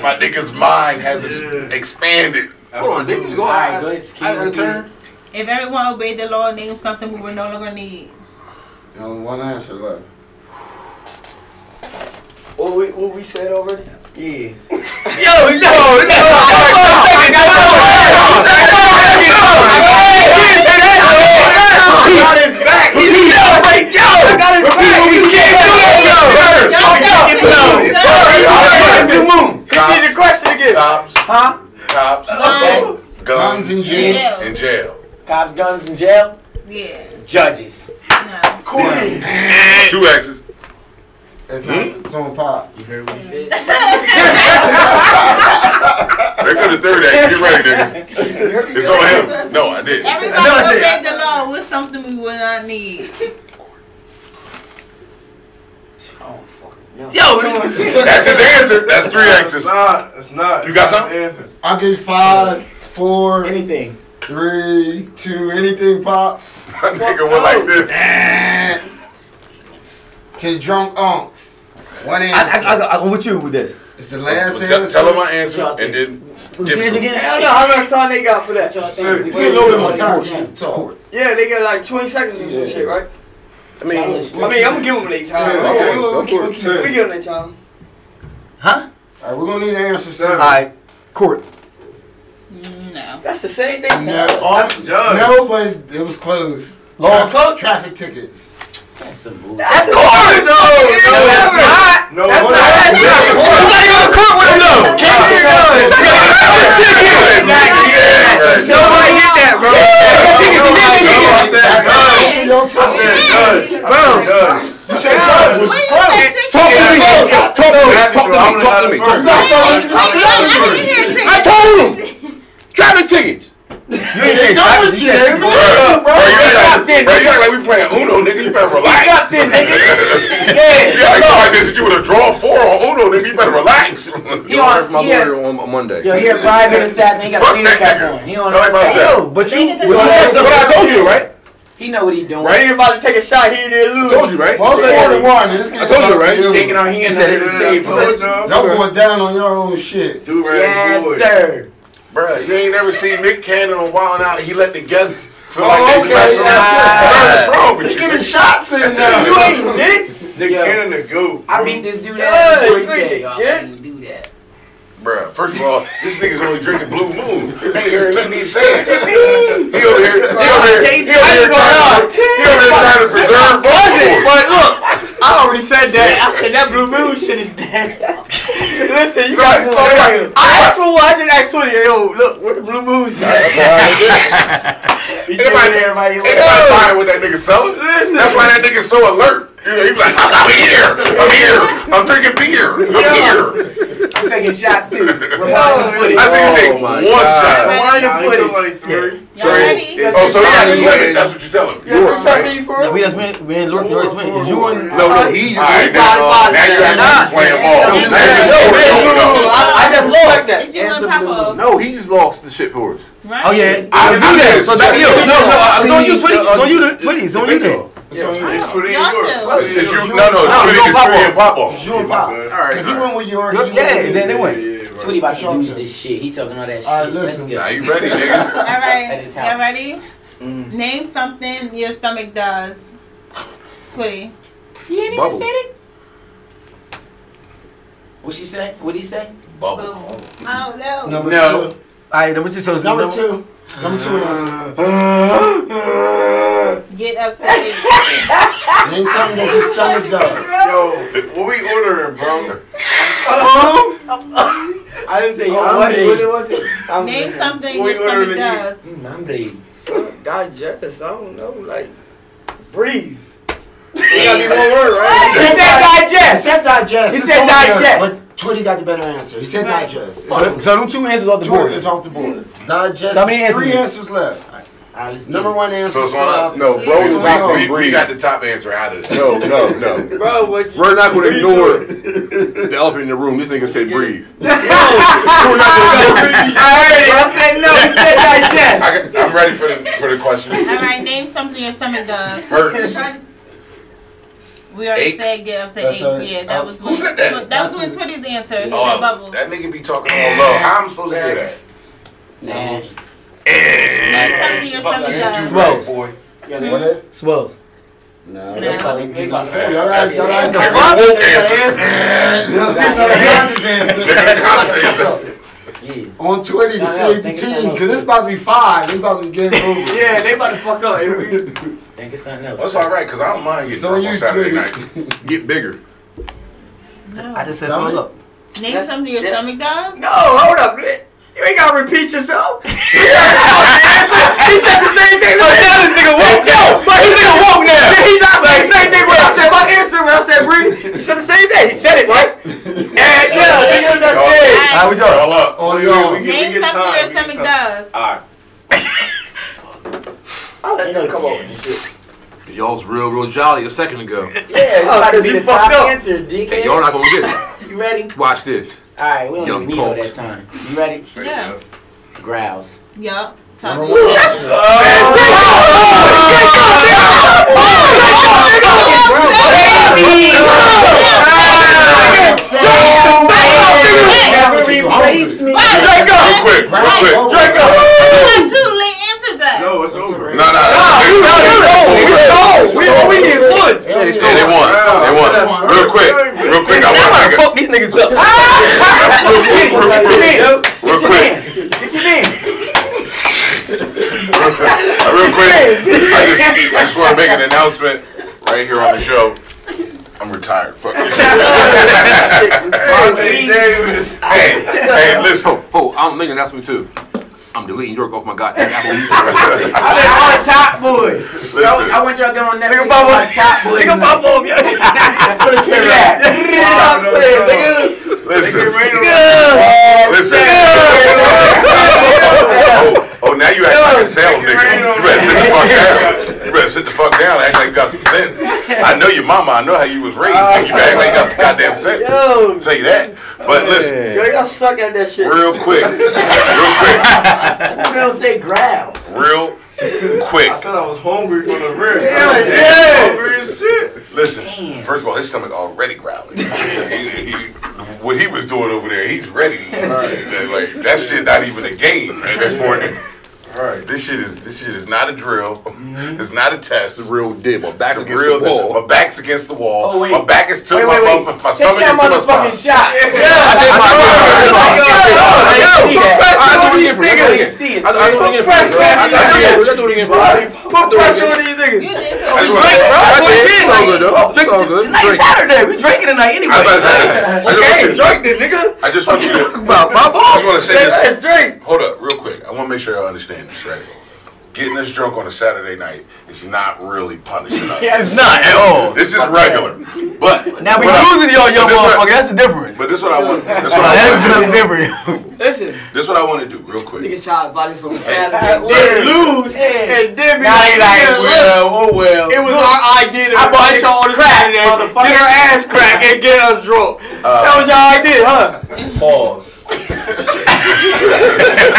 Speaker 3: My nigga's mind has ex- expanded.
Speaker 4: Hold on, they just go
Speaker 5: All right,
Speaker 4: out.
Speaker 5: go
Speaker 4: I
Speaker 5: ahead.
Speaker 4: I didn't
Speaker 5: Skip
Speaker 4: turn.
Speaker 7: If everyone obeyed the law, name something we would no longer need.
Speaker 6: And only one answer left.
Speaker 9: What we, what we said already? Yeah.
Speaker 1: Yo, no, no, no, no, no,
Speaker 9: back.
Speaker 1: Yo, like, yo,
Speaker 9: I got his
Speaker 1: you
Speaker 9: back.
Speaker 1: can't do that, yo.
Speaker 3: Yo,
Speaker 1: No,
Speaker 11: Huh?
Speaker 3: Cops,
Speaker 11: Guns.
Speaker 3: guns in jail.
Speaker 11: Yeah.
Speaker 3: In jail.
Speaker 11: Cops, guns, and jail.
Speaker 7: Yeah.
Speaker 11: Judges.
Speaker 3: Two exes.
Speaker 10: It's not. It's on pop.
Speaker 11: You heard what he said?
Speaker 3: There go the third act. Get ready, nigga. It's on him. No, I didn't.
Speaker 7: Everybody obey the law with something we will not need.
Speaker 3: Yo, that's his answer. That's three X's.
Speaker 6: Nah, it's not.
Speaker 3: You got
Speaker 6: It's not
Speaker 3: something?
Speaker 6: the Answer.
Speaker 10: I'll give you five, four,
Speaker 11: Anything.
Speaker 10: three, two, anything pop.
Speaker 3: That nigga went like this.
Speaker 10: To drunk unks. One
Speaker 5: I, I,
Speaker 10: answer.
Speaker 5: I, I, I'm with you with this.
Speaker 10: it's the last
Speaker 3: Tell,
Speaker 10: answer.
Speaker 3: tell him my answer and then give
Speaker 5: Say it
Speaker 3: it.
Speaker 5: again.
Speaker 9: I don't know how much time they got for that.
Speaker 10: Sir,
Speaker 11: Wait,
Speaker 10: you know
Speaker 11: wait,
Speaker 10: what time
Speaker 11: wait,
Speaker 10: you talk.
Speaker 9: Yeah, they got like 20 seconds or some
Speaker 10: Yeah.
Speaker 9: shit, right?
Speaker 4: I mean,
Speaker 9: I mean, I'm gonna give them their time.
Speaker 6: Yeah,
Speaker 9: Okay.
Speaker 6: okay, go for it.
Speaker 9: We give them their time.
Speaker 5: Huh?
Speaker 10: All right, we're gonna need an answer,
Speaker 5: All
Speaker 10: sir.
Speaker 5: right. Court.
Speaker 7: No.
Speaker 9: That's the same thing.
Speaker 10: No,
Speaker 6: That's the judge.
Speaker 10: no, but it was closed.
Speaker 5: Law
Speaker 10: Traffic-
Speaker 9: closed?
Speaker 10: Traffic tickets.
Speaker 11: That's some bull.
Speaker 9: That's
Speaker 5: court.
Speaker 9: No, no,
Speaker 5: that's
Speaker 9: not.
Speaker 6: No,
Speaker 9: That's not-
Speaker 6: hold on.
Speaker 9: that's not
Speaker 6: Yeah.
Speaker 9: court.
Speaker 5: not even a court with him though.
Speaker 9: Can't be good.
Speaker 3: Right.
Speaker 9: Nobody hit that, bro.
Speaker 6: I said judge.
Speaker 10: Answer your
Speaker 6: I
Speaker 10: time.
Speaker 6: said judge. I said judge.
Speaker 10: You said judge, which is closed.
Speaker 5: Talk to me. Talk to me. Talk to
Speaker 6: I'm
Speaker 5: me.
Speaker 6: gonna
Speaker 5: Talk to
Speaker 6: have
Speaker 5: me. Talk to
Speaker 6: it first.
Speaker 5: me.
Speaker 4: I told him. Driving tickets.
Speaker 5: You ain't saying
Speaker 10: Go
Speaker 5: traffic.
Speaker 10: with
Speaker 5: You
Speaker 10: you,
Speaker 5: said
Speaker 10: nigga.
Speaker 3: Bro, bro, you act
Speaker 5: Stop
Speaker 3: like, bro,
Speaker 5: that,
Speaker 3: you act like we playing Uno, nigga. You better relax.
Speaker 5: Stop that,
Speaker 3: nigga.
Speaker 5: yeah.
Speaker 3: You act like this. You would have drawn four on Uno, nigga. You better relax.
Speaker 11: He
Speaker 4: Don't hurt
Speaker 11: on,
Speaker 4: my
Speaker 11: he had,
Speaker 4: lawyer on on Monday.
Speaker 11: yo, he had five minutes assassin. He got
Speaker 3: Fuck
Speaker 11: a beanie
Speaker 3: that
Speaker 11: cap
Speaker 3: nigga.
Speaker 11: on. He on
Speaker 3: Tell him
Speaker 11: that.
Speaker 3: myself.
Speaker 5: Yo, but you.
Speaker 7: They did the
Speaker 5: What I
Speaker 4: That's
Speaker 5: said-
Speaker 4: what I told you, right?
Speaker 11: He know what he doing.
Speaker 4: Right?
Speaker 9: He about to take a shot. He didn't lose.
Speaker 4: Told you, right?
Speaker 10: Well, it's four to one. This
Speaker 4: I told you, right?
Speaker 10: game's
Speaker 11: Shaking
Speaker 10: up
Speaker 11: our hands
Speaker 4: said
Speaker 11: under the
Speaker 4: it.
Speaker 6: Yeah,
Speaker 11: table.
Speaker 6: told y'all.
Speaker 10: to you. Y'all going down on your own shit.
Speaker 6: Do right, do
Speaker 11: Yes,
Speaker 6: it.
Speaker 11: sir.
Speaker 3: Bro, you ain't never seen Nick Cannon on Wild Out. He let the guests feel like
Speaker 10: Oh,
Speaker 3: they
Speaker 10: okay.
Speaker 3: smashed him.
Speaker 10: Yeah.
Speaker 3: Bro, what's wrong with
Speaker 10: He's
Speaker 3: you?
Speaker 10: giving shots in now.
Speaker 9: You ain't Nick.
Speaker 6: Nick
Speaker 11: Yo.
Speaker 6: Cannon the goat.
Speaker 11: I beat this dude
Speaker 9: Yeah,
Speaker 11: up before he
Speaker 9: you
Speaker 11: said, y'all
Speaker 9: yeah.
Speaker 11: didn't do that.
Speaker 3: Bruh, first of all, this nigga's only drinking Blue Moon. I ain't hearing nothing he's saying. He over here, he over here, he over here trying to, he over here trying to preserve food.
Speaker 9: But look, I already said that. I said that blue moon shit is dead. Listen, you got
Speaker 3: Right,
Speaker 9: to I asked for one. I just asked Tony. Yo, look, where the blue moon's at?
Speaker 3: Anybody, anybody buying what that nigga selling?
Speaker 9: Listen.
Speaker 3: That's why that nigga's so alert. You know, He like, I'm here, I'm here, I'm drinking beer, I'm here.
Speaker 11: I'm taking shots too.
Speaker 3: I
Speaker 11: Rewind the footage.
Speaker 3: see you take
Speaker 4: Oh my
Speaker 3: one
Speaker 4: God.
Speaker 3: shot.
Speaker 11: Rewind the
Speaker 6: Nah, he took
Speaker 11: footage.
Speaker 6: like three.
Speaker 7: Y'all ready?
Speaker 3: Oh, so he had his limit, that's what you're telling me.
Speaker 9: You got three shots in you for
Speaker 5: No, we
Speaker 9: real?
Speaker 5: just went. We ain't Lord Norris went. You and
Speaker 4: No, no, he just.
Speaker 3: Alright, now, now you acting like you playing ball. Now you just
Speaker 5: No,
Speaker 3: going,
Speaker 5: no,
Speaker 3: going,
Speaker 5: no,
Speaker 3: going.
Speaker 5: I- I just lost.
Speaker 7: It's you and Papa.
Speaker 4: No, he just lost the shit for us.
Speaker 7: Right?
Speaker 5: Oh yeah.
Speaker 3: I
Speaker 5: You
Speaker 3: did
Speaker 5: there.
Speaker 3: it.
Speaker 5: So that's you.
Speaker 3: That's
Speaker 5: No,
Speaker 3: you.
Speaker 5: no. I- It's on you,
Speaker 4: The,
Speaker 5: Twitty. It's
Speaker 4: uh,
Speaker 5: on you,
Speaker 4: the-
Speaker 5: Twitty. It's on you then.
Speaker 4: individual.
Speaker 10: It's on you.
Speaker 6: It's
Speaker 10: It's
Speaker 6: pretty
Speaker 7: Y'all
Speaker 6: yours.
Speaker 7: do.
Speaker 6: Pretty
Speaker 3: It's you,
Speaker 6: yours.
Speaker 3: no, no, it's
Speaker 5: No,
Speaker 3: really
Speaker 5: no,
Speaker 3: just
Speaker 5: Papa.
Speaker 3: you and Papa.
Speaker 10: you and Pop.
Speaker 6: Yeah,
Speaker 4: All right,
Speaker 10: Because he
Speaker 4: all right.
Speaker 10: went with yours.
Speaker 5: Look,
Speaker 10: he went
Speaker 5: yeah,
Speaker 10: with
Speaker 5: then they
Speaker 10: yours.
Speaker 5: went.
Speaker 6: yeah, right.
Speaker 11: Tweety about to
Speaker 10: Shots
Speaker 11: lose
Speaker 10: up.
Speaker 11: this shit. He talking all that shit.
Speaker 10: All right,
Speaker 11: Let's
Speaker 10: listen.
Speaker 11: go.
Speaker 3: Now you ready, nigga?
Speaker 7: All right.
Speaker 11: his house.
Speaker 7: Y'all ready? Name something your stomach does. Twitty. You ain't
Speaker 4: Bubble.
Speaker 7: even said it.
Speaker 11: What she say? What he say?
Speaker 3: Bubble.
Speaker 7: Oh, no.
Speaker 10: Number
Speaker 5: No.
Speaker 10: two.
Speaker 5: All right, number two. So it's
Speaker 10: Number two. Number two answer.
Speaker 7: Get upset.
Speaker 10: Name something that your stomach does.
Speaker 6: Yo, what we ordering, bro?
Speaker 9: I didn't say
Speaker 11: Oh, what it-
Speaker 9: What was it? I'm
Speaker 7: Name something
Speaker 6: What
Speaker 7: your
Speaker 6: you ordering
Speaker 7: stomach
Speaker 6: to
Speaker 7: does.
Speaker 11: Mm, I'm bleeding.
Speaker 9: Digest. I don't know. Like, breathe.
Speaker 10: It gotta be one
Speaker 9: word, right?
Speaker 10: said He
Speaker 9: digest.
Speaker 10: said digest.
Speaker 9: He
Speaker 10: It's
Speaker 9: said
Speaker 10: on there,
Speaker 9: digest.
Speaker 10: But Twitty got the better answer. He said
Speaker 7: Right.
Speaker 10: digest. It's
Speaker 5: So,
Speaker 10: on-
Speaker 5: so them two answers off the
Speaker 10: Twitty,
Speaker 5: board.
Speaker 10: It's off the board. Digest.
Speaker 5: So how many
Speaker 10: Three
Speaker 5: answers?
Speaker 10: answers left.
Speaker 11: All right, let's get
Speaker 10: Number
Speaker 11: it.
Speaker 10: one answer.
Speaker 3: So it's on us?
Speaker 4: No, bro,
Speaker 3: We,
Speaker 4: we're
Speaker 3: we,
Speaker 4: not gonna
Speaker 3: we, we
Speaker 4: breathe.
Speaker 3: got the top answer out of this.
Speaker 4: No, no, no.
Speaker 9: Bro, what you
Speaker 4: We're not gonna ignore the elephant in the room. This nigga said breathe.
Speaker 9: We're not gonna I heard it. I said no. He said digest.
Speaker 3: I got, I'm ready for the for the question.
Speaker 7: All right. Name something your stomach does.
Speaker 3: Hurts.
Speaker 7: We already
Speaker 3: Aches?
Speaker 7: said get upset.
Speaker 10: That's
Speaker 7: Aches.
Speaker 10: her-
Speaker 7: Yeah,
Speaker 10: uh,
Speaker 7: that was
Speaker 3: who said that?
Speaker 7: That
Speaker 10: That's
Speaker 7: was when Twitty's answer. He said
Speaker 3: Oh,
Speaker 7: bubble.
Speaker 3: that nigga be talking all low. How am I supposed to hear that?
Speaker 11: Nah.
Speaker 7: Name something your stomach
Speaker 3: You
Speaker 7: does.
Speaker 3: do right, boy.
Speaker 10: What is it?
Speaker 5: Swells.
Speaker 11: No.
Speaker 7: No.
Speaker 11: That's probably they about to say.
Speaker 10: Y'all got- y'all got-
Speaker 3: Nigga, woke answer.
Speaker 10: y'all got this answer.
Speaker 3: Nigga, the cops answer.
Speaker 11: Yeah.
Speaker 10: On Twitty to
Speaker 11: Shout
Speaker 10: save
Speaker 11: out,
Speaker 10: the
Speaker 11: thank you so
Speaker 10: team
Speaker 11: much.
Speaker 10: because it's about to be five. It's about to be game over.
Speaker 9: Yeah, they about to fuck up. It-
Speaker 11: Think it's something else.
Speaker 3: That's all right, cause I don't mind getting
Speaker 10: So
Speaker 3: drunk
Speaker 10: you
Speaker 3: on Saturday
Speaker 10: tweet.
Speaker 3: nights.
Speaker 4: Get bigger.
Speaker 5: I just said
Speaker 10: That was-
Speaker 5: swell up.
Speaker 7: Name something your
Speaker 9: Yeah.
Speaker 7: stomach does.
Speaker 9: No, hold up.
Speaker 5: Oh, You ain't gotta repeat yourself. he said the same thing. But now this nigga woke now. But this nigga woke now. Did he not say the same thing when I said my answer when I said breathe? He said the same thing. He said it right. And yeah, nigga, that's it.
Speaker 6: All right, we
Speaker 5: y'all?
Speaker 6: All up.
Speaker 3: Oh,
Speaker 6: All y'all. We get, we
Speaker 7: Name
Speaker 6: get
Speaker 7: something your
Speaker 6: time.
Speaker 7: stomach does.
Speaker 6: All right.
Speaker 5: I'll let them come over.
Speaker 4: Y'all was real, real jolly a second ago.
Speaker 8: Yeah, you about to
Speaker 5: cause
Speaker 8: be
Speaker 5: you
Speaker 8: the top
Speaker 5: fucked up.
Speaker 8: answer, DK.
Speaker 4: And y'all not gonna get
Speaker 8: You ready?
Speaker 4: it. Watch this.
Speaker 8: All right, we don't
Speaker 4: Young
Speaker 8: even need all
Speaker 4: punks.
Speaker 8: that time. You ready?
Speaker 7: Yeah.
Speaker 8: Growls.
Speaker 7: Yup.
Speaker 8: Number
Speaker 7: Talk-
Speaker 8: one.
Speaker 3: Real quick, real quick.
Speaker 7: You got two late answers that.
Speaker 6: No, Oh, it's over.
Speaker 3: No, no, no.
Speaker 5: You know, you know, you know. We all we need is one.
Speaker 3: Yeah, they won. They won. Real quick, real quick. I want to
Speaker 5: I'm gonna fuck these niggas up.
Speaker 3: real quick, real
Speaker 5: Get your
Speaker 3: quick,
Speaker 5: names.
Speaker 3: real
Speaker 5: Get your
Speaker 3: quick,
Speaker 5: names. Get your names.
Speaker 3: real quick. Real quick. I just, I just want to make an announcement right here on the show. I'm retired. Fuck this.
Speaker 6: Monte Davis.
Speaker 3: hey, hey, listen.
Speaker 4: Oh, oh, I'm making an announcement too. I'm deleting York off my goddamn Apple Music.
Speaker 8: I'm a top boy.
Speaker 3: Listen.
Speaker 8: I want y'all to get on
Speaker 5: Nigga,
Speaker 8: Netflix.
Speaker 5: Bobo.
Speaker 8: I'm a top boy.
Speaker 5: Nigga, Bobo. Nigga,
Speaker 3: Listen.
Speaker 5: Bobo.
Speaker 3: Listen. oh, oh, now you act like a sales nigga. You better sit the fuck down. You better sit the fuck down and act like you got some sense. I know your mama. I know how you was raised. nigga. You better act like you got some goddamn sense.
Speaker 5: Oh. Yo.
Speaker 3: tell you that. But listen,
Speaker 5: Yo, y'all suck at that shit.
Speaker 3: real quick, real
Speaker 8: Who don't say growls?
Speaker 3: quick, real quick.
Speaker 6: I said I was hungry for the rib.
Speaker 5: Yeah,
Speaker 6: I was
Speaker 5: yeah.
Speaker 6: Hungry as shit.
Speaker 3: Listen, first of all, his stomach already growling. he, he, what he was doing over there, he's ready. to eat. Like that shit, not even a game. man. That's more. than-
Speaker 6: All right.
Speaker 3: This shit is this shit is not a drill. It's not a test.
Speaker 4: It's real dip. My back's
Speaker 3: It's
Speaker 4: against
Speaker 3: real
Speaker 4: the
Speaker 3: deal.
Speaker 4: wall.
Speaker 3: My back's against the wall.
Speaker 8: Oh, wait.
Speaker 3: my back is to
Speaker 8: Wait,
Speaker 3: my
Speaker 8: wait, wait.
Speaker 3: motherfucking. My
Speaker 8: Take
Speaker 3: stomach is
Speaker 8: that
Speaker 3: to my spine.
Speaker 8: motherfucking shot.
Speaker 5: Put pressure on these niggas.
Speaker 7: You did
Speaker 3: I just
Speaker 7: too.
Speaker 3: wanna-
Speaker 5: Tonight's Saturday. We drinking tonight anyway.
Speaker 3: I just wanna say this. I just want
Speaker 5: Okay,
Speaker 3: you to-
Speaker 5: drink this, nigga.
Speaker 3: I just want you to.
Speaker 5: About my ball.
Speaker 3: I just want to say this.
Speaker 5: Let's drink.
Speaker 3: Hold up, real quick. I want to make sure y'all understand this, right? Getting us drunk on a Saturday night is not really punishing us.
Speaker 5: Yeah, it's not at all.
Speaker 3: This is regular. But
Speaker 5: Now we
Speaker 3: but I-
Speaker 5: losing y'all, young
Speaker 3: but this what-
Speaker 5: motherfucker. That's the difference.
Speaker 3: But this what I want. That's what
Speaker 5: That's
Speaker 3: I
Speaker 5: the
Speaker 3: want. to do.
Speaker 5: difference.
Speaker 13: Listen,
Speaker 3: This what I want to do, real quick.
Speaker 13: shot bodies on
Speaker 8: Hey.
Speaker 5: lose
Speaker 8: Hey.
Speaker 5: and then be
Speaker 8: Now they like,
Speaker 5: yeah,
Speaker 8: well, oh well.
Speaker 5: It was our idea to
Speaker 8: I bought
Speaker 5: invite y'all on the
Speaker 8: crack,
Speaker 5: Saturday, get
Speaker 8: motherfucker.
Speaker 5: our ass crack, and get us drunk. that was y'all idea, huh?
Speaker 6: Pause.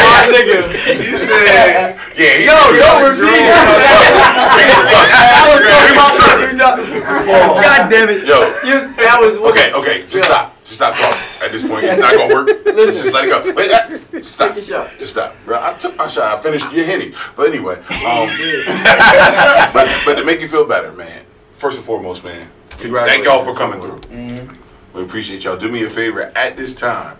Speaker 5: My nigga.
Speaker 6: You said
Speaker 3: Yeah, he-
Speaker 5: Yo, don't repeat it. That was so about God damn it.
Speaker 3: Yo.
Speaker 5: You, that was what
Speaker 3: Okay, okay, just stop. Just stop talking. At this point, it's not gonna work. Let's just let it go. Wait, ah, just stop.
Speaker 5: Take your shot.
Speaker 3: Just stop. Bro, I took my shot. I finished your henny. But anyway, um, but, but to make you feel better, man. First and foremost, man. Thank y'all for coming through. Mm-hmm. We appreciate y'all. Do me a favor at this time.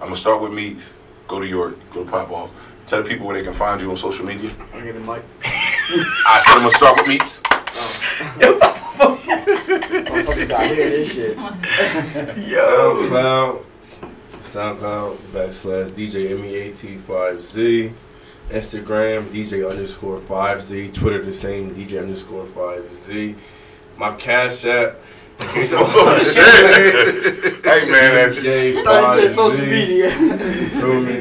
Speaker 3: I'm gonna start with meats. Go to York. Go to Pop Off. Tell the people where they can find you on social media.
Speaker 5: I'm getting Mike.
Speaker 3: I said I'm gonna start with meats.
Speaker 8: Motherfuckers out here, this shit.
Speaker 6: SoundCloud. SoundCloud backslash DJ MEAT 5Z. Instagram DJ underscore 5Z. Twitter the same DJ underscore 5Z. My Cash App.
Speaker 3: Oh shit! hey man, that's
Speaker 6: DJ
Speaker 5: I said social
Speaker 6: 5Z.
Speaker 5: media.
Speaker 6: Feel me?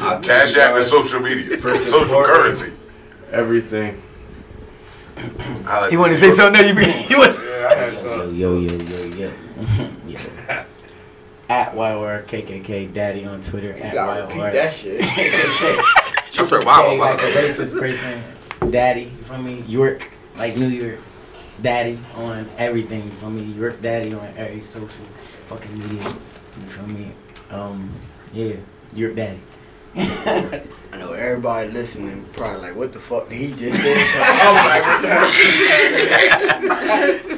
Speaker 6: I thank
Speaker 3: Cash App and
Speaker 6: guys,
Speaker 3: social media,
Speaker 6: First
Speaker 3: social
Speaker 6: support.
Speaker 3: currency.
Speaker 6: Everything.
Speaker 3: Holla at
Speaker 5: You want to
Speaker 3: me.
Speaker 5: say something? there? You, you want
Speaker 6: Yeah, I had
Speaker 8: Yo,
Speaker 6: some.
Speaker 8: yo, yo, yo, yo. yo. At YRKKK Daddy on Twitter. At YR.
Speaker 5: shit.
Speaker 4: I'm sorry,
Speaker 8: Hey,
Speaker 4: wow,
Speaker 8: like a
Speaker 4: wow.
Speaker 8: racist person. Daddy, you feel me? York, like New York. Daddy on everything, you feel me? York Daddy on every social fucking media. You feel me? Um, yeah, York Daddy.
Speaker 13: I know everybody listening probably like, what the fuck did he just say? I'm like, what the fuck?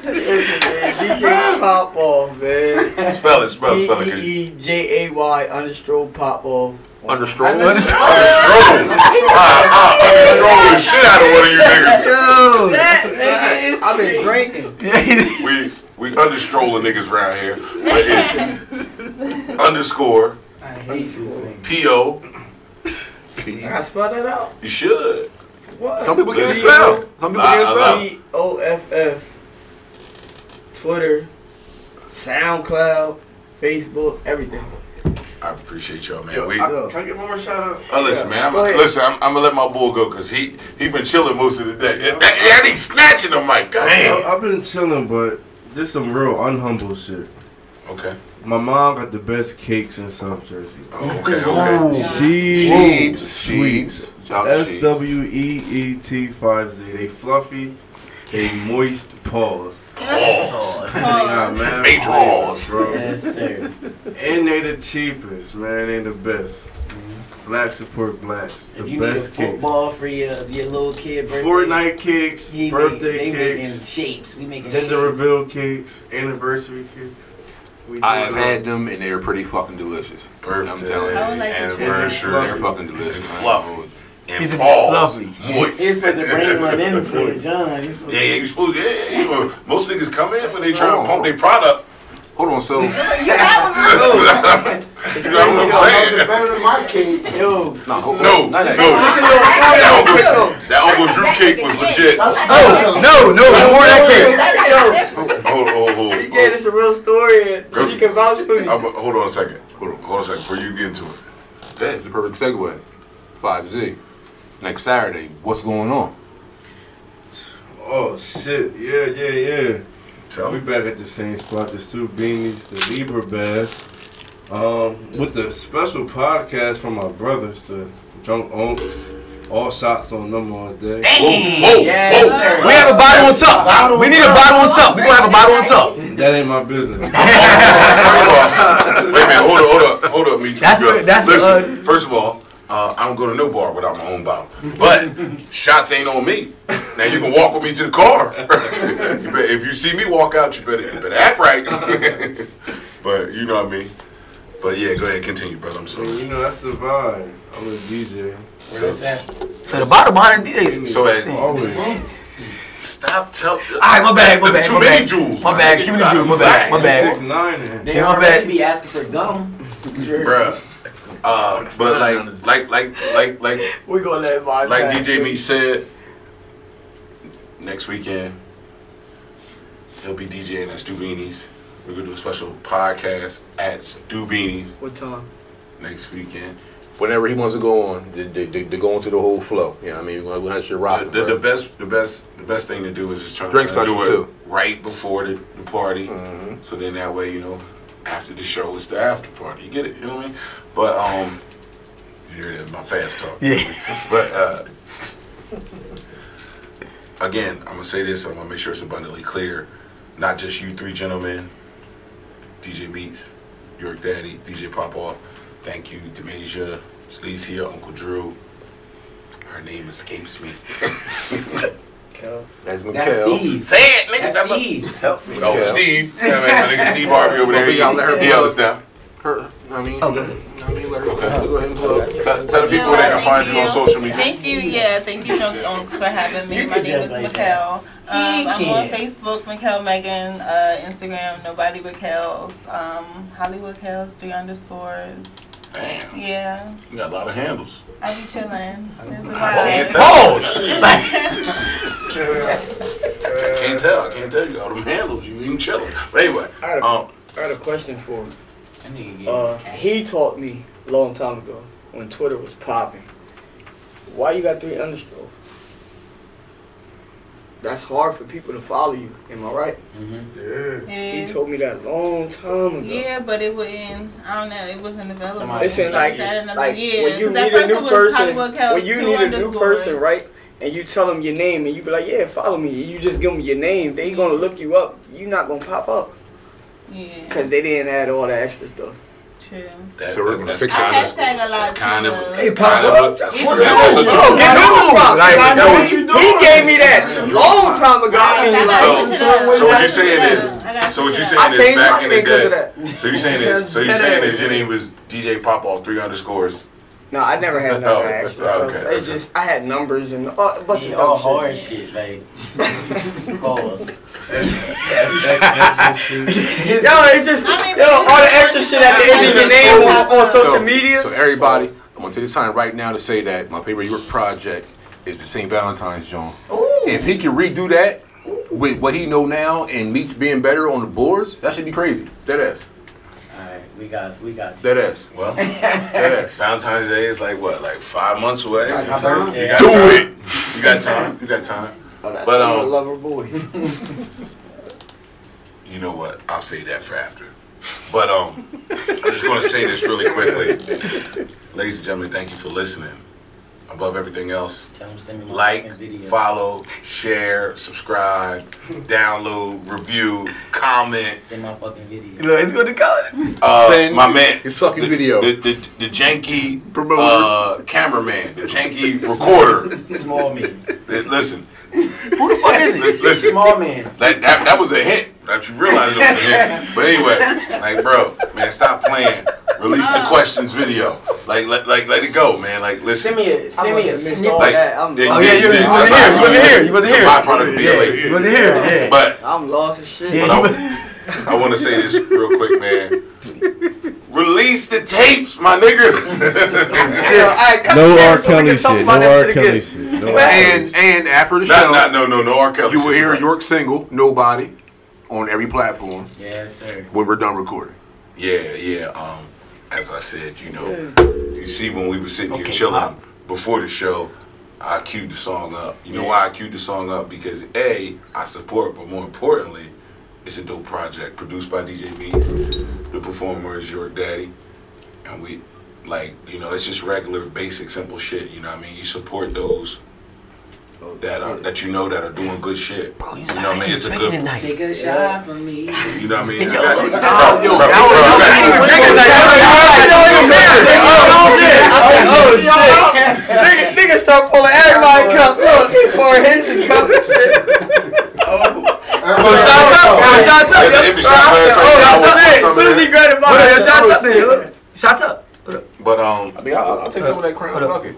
Speaker 5: Listen, man, DJ Pop Off, man.
Speaker 3: Spell it, spell it, spell it.
Speaker 5: D
Speaker 3: kid.
Speaker 5: E J A Y understroke Pop Off.
Speaker 4: Understroke.
Speaker 3: I'm strolling. I, I, am strolling the shit out of one of you niggas.
Speaker 5: Yo,
Speaker 7: That nigga is
Speaker 13: I've been
Speaker 7: crazy.
Speaker 13: drinking.
Speaker 3: We we understrolling niggas around here. But it's underscore
Speaker 11: I hate this nigga.
Speaker 3: P O P.
Speaker 11: I spell that out.
Speaker 3: You should.
Speaker 11: What?
Speaker 4: Some people can't spell. Some people can't spell.
Speaker 10: P O F F. Twitter, SoundCloud, Facebook, everything.
Speaker 3: I appreciate y'all, man.
Speaker 6: Yo,
Speaker 3: we,
Speaker 6: I- can I get one more shout out?
Speaker 3: Oh, listen, man. I'm,
Speaker 10: Go ahead.
Speaker 3: listen, I'm, I'm gonna let my bull go because he he been chilling most of the day. And, that- and he's snatching the mic. God
Speaker 6: I- I've been chilling, but there's some real unhumble shit.
Speaker 4: Uh,
Speaker 3: damn. Okay.
Speaker 6: My mom got the best cakes in South Jersey.
Speaker 3: Okay. Okay.
Speaker 6: She's
Speaker 4: Sheebs,
Speaker 6: sweets.
Speaker 4: sheebs, shout out
Speaker 6: S
Speaker 4: to
Speaker 6: W E E T five Z. They fluffy, they moist paws.
Speaker 3: Pause.
Speaker 6: They got mad
Speaker 3: Major
Speaker 6: flavors,
Speaker 3: paws.
Speaker 6: bro.
Speaker 11: Yes, sir.
Speaker 6: And they the cheapest, man. They the best. Blacks support blacks. The
Speaker 11: If you need a
Speaker 6: best cakes.
Speaker 11: football for your, your little kid birthday,
Speaker 6: Fortnite cakes,
Speaker 11: he make-
Speaker 6: birthday
Speaker 11: they making
Speaker 6: cakes,
Speaker 11: shapes. We making shapes.
Speaker 6: gender reveal cakes, anniversary cakes. We
Speaker 4: I
Speaker 6: doing
Speaker 4: have
Speaker 6: it all.
Speaker 4: had them and they're pretty fucking delicious. I'm telling
Speaker 3: Birthday,
Speaker 4: you.
Speaker 7: I would like to try
Speaker 4: They're
Speaker 3: anniversary,
Speaker 4: fucking delicious.
Speaker 3: It's
Speaker 4: I ain't gonna
Speaker 3: fluffy.
Speaker 4: hold
Speaker 3: and
Speaker 5: He's a
Speaker 3: paws.
Speaker 5: lovely.
Speaker 3: Moist.
Speaker 11: You're supposed to bring one in for the John. You're supposed
Speaker 3: Yeah, yeah, you supposed to. Yeah, yeah, you- most niggas come in when they
Speaker 4: That's
Speaker 3: try to
Speaker 4: wrong.
Speaker 3: pump their product.
Speaker 4: you. Hold on, so
Speaker 3: you know what I'm saying?
Speaker 10: better than my cake. Yo,
Speaker 4: nah, hold on.
Speaker 3: No, no.
Speaker 4: Nah, nah,
Speaker 3: That Uncle, that Uncle Drew cake was legit. Hold
Speaker 5: Oh no, no, no more that cake.
Speaker 3: on, hold on, hold on.
Speaker 10: yeah, this a real story. and She can vouch for me.
Speaker 3: I'm- Hold on a second. Hold on, hold on a second before you get into it. That
Speaker 4: It's a perfect segue. 5Z. Next Saturday, what's going on?
Speaker 6: Oh shit! Yeah, yeah, yeah.
Speaker 3: Tell
Speaker 6: We
Speaker 3: me.
Speaker 6: back at the same spot. The two beanies, the Libra bass. Um, with the special podcast from my brothers, the Drunk Onks. All shots on them all
Speaker 3: Whoa,
Speaker 6: day.
Speaker 3: whoa,
Speaker 11: Yes,
Speaker 3: whoa.
Speaker 11: sir.
Speaker 5: We have a bottle on top. We need a bottle on top. We gonna have a bottle on top.
Speaker 6: That ain't my business.
Speaker 3: First of all, wait a minute, hold up, hold up, hold up, me.
Speaker 5: That's
Speaker 3: Good.
Speaker 5: what- that's what,
Speaker 3: Listen,
Speaker 5: uh,
Speaker 3: first of all, uh, I don't go to no bar without my own bottle. But shots ain't on me. Now you can walk with me to the car. you better, if you see me walk out, you better, you better act right. but you know what I mean. But yeah, go ahead, continue, brother. I'm
Speaker 6: And,
Speaker 3: sorry.
Speaker 6: you know that's the vibe. I'm a DJ.
Speaker 3: So,
Speaker 5: So the bottle behind the DJs.
Speaker 3: So, Ed,
Speaker 6: Always.
Speaker 3: stop telling.
Speaker 5: All right, my bad, my
Speaker 3: Them
Speaker 5: bad,
Speaker 3: Too
Speaker 5: my
Speaker 3: many
Speaker 5: bad.
Speaker 3: jewels.
Speaker 5: My bad,
Speaker 3: nigga.
Speaker 5: too
Speaker 3: You
Speaker 5: many
Speaker 3: gotta
Speaker 5: jewels, my bad,
Speaker 3: relax.
Speaker 5: my bad.
Speaker 6: Six nine. in.
Speaker 11: They
Speaker 5: Yeah, my
Speaker 11: already
Speaker 5: bad.
Speaker 11: be asking for gum.
Speaker 3: Bruh. Uh, but like, like, like, like, like,
Speaker 10: We gonna let my
Speaker 3: like DJ Me said, next weekend he'll be DJing at Stu Beanie's. We're gonna do a special podcast at Stu Beanie's
Speaker 10: What time?
Speaker 3: next weekend.
Speaker 4: Whenever he wants to go on, they, they, they, they're going through the whole flow. You know what I mean? We're going to have shit
Speaker 3: The,
Speaker 4: rocking.
Speaker 3: the, the
Speaker 4: bro.
Speaker 3: best, the best, the best thing to do is just try
Speaker 4: Drink
Speaker 3: to do
Speaker 4: special,
Speaker 3: it
Speaker 4: too.
Speaker 3: right before the, the party.
Speaker 4: Mhm.
Speaker 3: So then that way, you know, after the show it's the after party. You get it? You know what I mean? But um, you hear that my fast talk. But uh, again, I'm gonna say this. I'm gonna make sure it's abundantly clear. Not just you three gentlemen, DJ Meats, York Daddy, DJ Pop Off. Thank you, Demasia, Lee's here, Uncle Drew. Her name escapes me.
Speaker 11: That's
Speaker 4: That's Mikhail.
Speaker 11: Steve.
Speaker 3: Say it, nigga.
Speaker 11: That's
Speaker 3: that mu-
Speaker 11: Steve.
Speaker 3: Help me. Oh,
Speaker 4: Yeah.
Speaker 3: Steve. Yeah, man, my nigga Steve Harvey over there. He,
Speaker 4: Maybe I'll let her
Speaker 3: he
Speaker 4: plug.
Speaker 3: us now.
Speaker 4: Her, you know what I mean? Okay. You know what I mean? Let her go ahead and plug.
Speaker 3: Tell, tell the people where they can find you on social media.
Speaker 7: Thank you, yeah, thank you, Drunk Onks, for having me.
Speaker 11: You
Speaker 7: My
Speaker 11: can
Speaker 7: name
Speaker 11: just
Speaker 7: is
Speaker 11: like
Speaker 7: Mikkel. Um, I'm on
Speaker 11: Thank you.
Speaker 7: Facebook, Mikkel Megan, uh, Instagram, Nobody But Kels, um, Hollywood Kels, three undersores.
Speaker 3: Damn,
Speaker 7: Yeah,
Speaker 3: you got a lot of handles.
Speaker 7: I be chilling. It's a
Speaker 3: Can't
Speaker 7: vibe.
Speaker 3: tell. Can't tell. I can't tell you all them handles. You even chilling. But anyway,
Speaker 10: I got
Speaker 3: um,
Speaker 10: a, I got a question for him.
Speaker 11: That nigga gave
Speaker 10: Uh,
Speaker 11: us cash.
Speaker 10: he taught me a long time ago when Twitter was popping. Why you got three underscores? That's hard for people to follow you. Am I right?
Speaker 11: Mhm.
Speaker 6: Yeah.
Speaker 10: He
Speaker 7: Yeah.
Speaker 10: told me that a long time ago.
Speaker 7: Yeah, but it wouldn't. I don't know. It wasn't available.
Speaker 11: Somebody-
Speaker 10: Listen, like,
Speaker 7: That another-
Speaker 10: like
Speaker 7: yeah,
Speaker 10: when you
Speaker 7: 'cause
Speaker 10: meet
Speaker 7: at
Speaker 10: a
Speaker 7: first
Speaker 10: new
Speaker 7: it was
Speaker 10: person,
Speaker 7: Hollywood Kels,
Speaker 10: when you
Speaker 7: two
Speaker 10: meet a new
Speaker 7: underscores.
Speaker 10: person, right? And you tell them your name, and you be like, "Yeah, follow me." You just give them your name. They gonna look you up. You not gonna pop up
Speaker 7: Yeah,
Speaker 10: because they didn't add all that extra stuff.
Speaker 7: true.
Speaker 3: that,
Speaker 4: So we're
Speaker 3: that-
Speaker 4: gonna
Speaker 3: that's
Speaker 4: fix
Speaker 7: I
Speaker 3: kind of
Speaker 7: hashtag a lot.
Speaker 3: that's kind
Speaker 7: too,
Speaker 3: of
Speaker 7: though.
Speaker 3: that's
Speaker 10: Hey,
Speaker 3: kind
Speaker 10: Pop,
Speaker 3: of a-
Speaker 10: up.
Speaker 3: that's
Speaker 7: Hey,
Speaker 3: kind of
Speaker 7: Pop,
Speaker 3: that's a
Speaker 7: up.
Speaker 3: joke.
Speaker 10: Get over.
Speaker 4: Nice.
Speaker 10: I know what you
Speaker 4: Yo.
Speaker 10: doing. He gave me that a long time ago.
Speaker 7: I
Speaker 10: I,
Speaker 7: gotta switch it up.
Speaker 3: So what you
Speaker 7: I
Speaker 3: saying
Speaker 7: gotta
Speaker 3: is, so what
Speaker 7: switch
Speaker 3: you
Speaker 7: it
Speaker 3: saying
Speaker 7: up.
Speaker 10: I
Speaker 3: is,
Speaker 10: changed
Speaker 3: back
Speaker 10: my
Speaker 3: in the
Speaker 10: name because of
Speaker 3: day.
Speaker 10: that.
Speaker 3: So you saying it? So you saying is your name was DJ Pop Off three underscores
Speaker 9: No, I never had
Speaker 5: Oh,
Speaker 9: nothing actually. So
Speaker 5: okay,
Speaker 9: It's just I had numbers and all, a bunch
Speaker 5: Yeah,
Speaker 9: of
Speaker 5: all
Speaker 9: dumb
Speaker 5: hard
Speaker 9: shit.
Speaker 5: shit, like pause.
Speaker 9: Yo, it's just yo, all the extra shit at the end of your name on, on social
Speaker 4: So-
Speaker 9: media.
Speaker 4: So everybody, I'm gonna take this time right now to say that my paper work project is the St. Valentine's John. If he can redo that with what he know now and meets being better on the boards, that should be crazy. Dead ass.
Speaker 5: Alright, we got we got
Speaker 4: Dead ass.
Speaker 3: Well,
Speaker 4: dead ass.
Speaker 3: Valentine's Day is like what, like five months away?
Speaker 9: I got
Speaker 3: So
Speaker 9: time.
Speaker 3: you got
Speaker 9: Do
Speaker 3: time. You got time. You got time.
Speaker 9: that's
Speaker 3: But
Speaker 9: I'm a
Speaker 3: um,
Speaker 9: lover boy.
Speaker 3: you know what? I'll say that for after. But um, I just want to say this really quickly, ladies and gentlemen. Thank you for listening. Above everything else,
Speaker 5: Tell him to send me my
Speaker 3: like,
Speaker 5: fucking video.
Speaker 3: follow, share, subscribe, download, review, comment.
Speaker 5: Send my fucking video.
Speaker 14: Look, it's good to go.
Speaker 3: Uh,
Speaker 14: Send
Speaker 3: my man,
Speaker 14: his fucking
Speaker 3: the,
Speaker 14: video.
Speaker 3: The, the, the janky uh, cameraman, the janky recorder.
Speaker 5: Small man.
Speaker 3: Li- Listen,
Speaker 14: Who the fuck is it?
Speaker 3: listen.
Speaker 5: Small man.
Speaker 3: That, that, that was a hit. That you realized it was a hit. But anyway, like bro, man, stop playing. Release
Speaker 14: Uh-huh.
Speaker 3: the questions video. Like let like let it go, man. Like listen.
Speaker 5: Send me a send me a snippet.
Speaker 3: Like,
Speaker 9: I'm-
Speaker 3: they-
Speaker 14: Oh, yeah,
Speaker 3: they-
Speaker 14: you- you
Speaker 3: they-
Speaker 14: wasn't here. You wasn't here. You wasn't
Speaker 3: It's a
Speaker 14: here.
Speaker 3: byproduct of being late.
Speaker 14: You wasn't here. Yeah.
Speaker 3: But
Speaker 9: I'm lost as shit.
Speaker 14: Yeah,
Speaker 3: but I, I want to say this real quick, man. Release the tapes, my nigga.
Speaker 9: Yo, all right, cut
Speaker 15: No
Speaker 9: it down
Speaker 15: R.
Speaker 9: so we can
Speaker 15: Kelly
Speaker 9: talk
Speaker 15: shit.
Speaker 9: about
Speaker 15: No
Speaker 9: that
Speaker 15: R. Kelly
Speaker 9: again.
Speaker 15: shit. No R. Kelly
Speaker 4: And
Speaker 15: shit.
Speaker 4: and after the
Speaker 3: not,
Speaker 4: show,
Speaker 3: not, no, no, no, R. Kelly.
Speaker 4: you will
Speaker 3: shit,
Speaker 4: hear
Speaker 3: right?
Speaker 4: York single, Nobody, on every platform
Speaker 5: Yes, sir.
Speaker 4: when we're done recording.
Speaker 3: Yeah, yeah. Um, as I said, you know, you see when we were sitting here
Speaker 4: Okay,
Speaker 3: chilling
Speaker 4: Pop.
Speaker 3: before the show, I queued the song up. You know why I queued the song up? Because a, I support, but more importantly, it's a dope project produced by DJ Beats. The performer is York Daddy, and we, like, you know, it's just regular, basic, simple shit. You know what I mean? You support those. That are that you know that are doing good shit. Oh, You know what I mean? It's a good. You know
Speaker 5: Take a shot for me.
Speaker 3: what I mean? I
Speaker 4: Oh,
Speaker 3: got-
Speaker 4: yo,
Speaker 3: Bro, bro,
Speaker 4: that was-
Speaker 3: I got-
Speaker 4: that was-
Speaker 9: Oh, shit. Nigga- Nigga start pulling everybody cup. Look, for his and cup and shit.
Speaker 14: Shots up. Yo, shots up. yo.
Speaker 3: Listen, it be shot glass
Speaker 14: Oh, shots up.
Speaker 3: right now. What's
Speaker 14: Hey,
Speaker 3: up,
Speaker 14: soon as he
Speaker 3: man?
Speaker 14: grabbed the bottle, yo, shots up.
Speaker 9: shit.
Speaker 14: nigga. Shots up. Hold up.
Speaker 3: But um,
Speaker 4: I'll, I'll take some of that crown
Speaker 14: Hold up.
Speaker 4: bucket.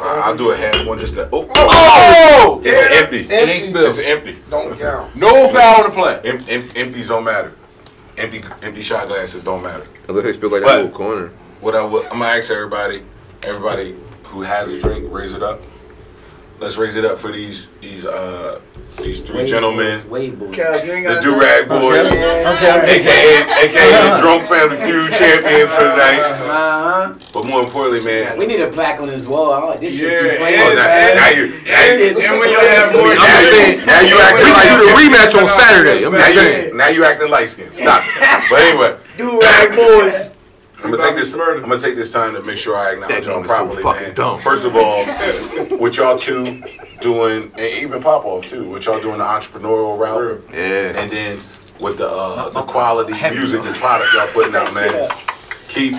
Speaker 3: I- I'll do a half one just to. Oh,
Speaker 4: Oh!
Speaker 3: it's an empty.
Speaker 4: It ain't
Speaker 3: It's
Speaker 4: spilled.
Speaker 3: an empty. Don't count.
Speaker 4: No foul on the play.
Speaker 3: Em- em- empties don't matter. Empty empty shot glasses don't matter.
Speaker 16: Unless they spill like
Speaker 3: But-
Speaker 16: that whole corner.
Speaker 3: What I will, I'm gonna ask everybody, everybody who has a drink, raise it up. Let's raise it up for these these uh these three gentlemen,
Speaker 5: Way boys.
Speaker 3: the do rag boys, aka aka the drunk family feud champions for tonight.
Speaker 5: Uh huh.
Speaker 3: But more importantly, man.
Speaker 5: We need a plaque on this wall. I like this shit too
Speaker 6: Yeah,
Speaker 5: plain.
Speaker 3: Oh, now, now you, now you,
Speaker 6: And when you have more,
Speaker 3: now you, now you
Speaker 4: We
Speaker 3: acting like
Speaker 4: can do the rematch on Saturday. I'm
Speaker 3: Now
Speaker 4: just saying.
Speaker 3: you, now you acting light skinned. Stop it. But anyway,
Speaker 9: Do rag boys.
Speaker 3: I'm gonna take this. I'm gonna take this time to make sure I acknowledge
Speaker 4: That
Speaker 3: y'all
Speaker 4: nigga so
Speaker 3: properly,
Speaker 4: fucking
Speaker 3: man.
Speaker 4: dumb.
Speaker 3: First of all, what y'all two doing, and even pop off too. What y'all doing the entrepreneurial route,
Speaker 4: Yeah.
Speaker 3: and then with the uh, the quality music, the product y'all putting out, man. Keep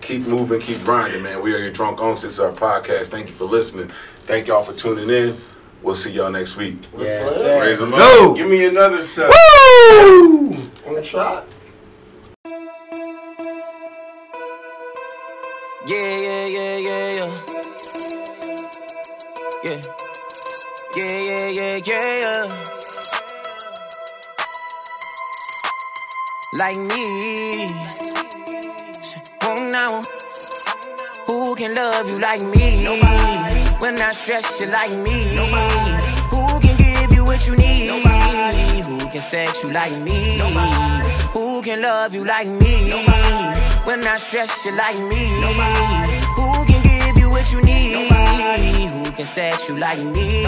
Speaker 3: keep moving, keep grinding, man. We are your drunk unks. This is our podcast. Thank you for listening. Thank y'all for tuning in. We'll see y'all next week.
Speaker 5: Yes, sir.
Speaker 3: Raise them up.
Speaker 14: Go.
Speaker 6: Give me another shot.
Speaker 14: Woo!
Speaker 8: Yeah, yeah, yeah, yeah, yeah. Yeah. Yeah, yeah, yeah, yeah, yeah. Like me. Come now. Who can love you like me? Nobody. When I stress you like me. Nobody. Who can give you what you need? Nobody. Who can sex you like me? Nobody. Who can love you like me? Nobody. When I stress you like me? Nobody. Who can give you what you need? Nobody. Who can sex you like me?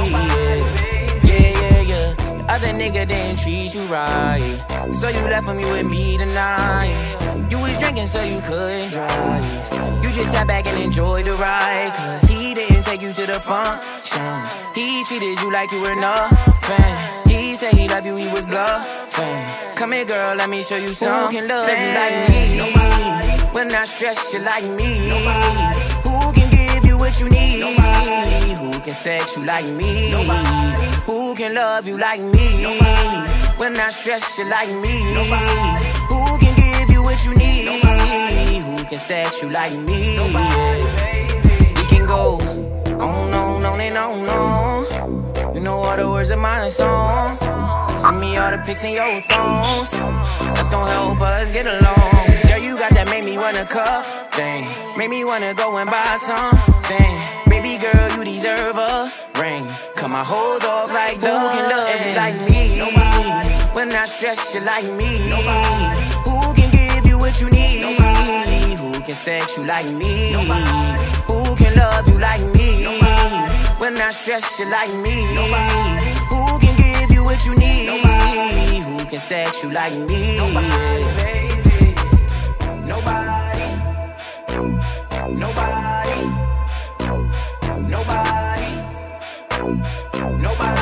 Speaker 8: Yeah, yeah, yeah. yeah. The other nigga didn't treat you right. So you left him, you and me tonight. You was drinking so you couldn't drive. You just sat back and enjoyed the ride. Cause he didn't take you to the functions. He treated you like you were nothing. He said he loved you, he was bluffing. Come here, girl, let me show you something. Who can love you like me? Nobody. When I stress you like me? Nobody. Who can give you what you need? Nobody. Who can sex you like me? Nobody. Who can love you like me? Nobody. When I stress you like me? Nobody. Who can give you what you need? Nobody. Who can sex you like me? Nobody. months on. Send me all the pics in your phones. That's gonna help us get along. Girl, you got that make me wanna cuff thing. Make me wanna go and buy something. Baby girl, you deserve a ring. Cut my hoes off like the Who can love you like me? Nobody. When I stress you like me? Nobody. Who can give you what you need? Nobody. Who can sex you like me? Nobody. Who can love you like me? Nobody. When I stress you like me? Nobody. Who can give you what you need? Nobody. Who can sex you like me? Nobody, baby. Nobody. Nobody. Nobody. Nobody.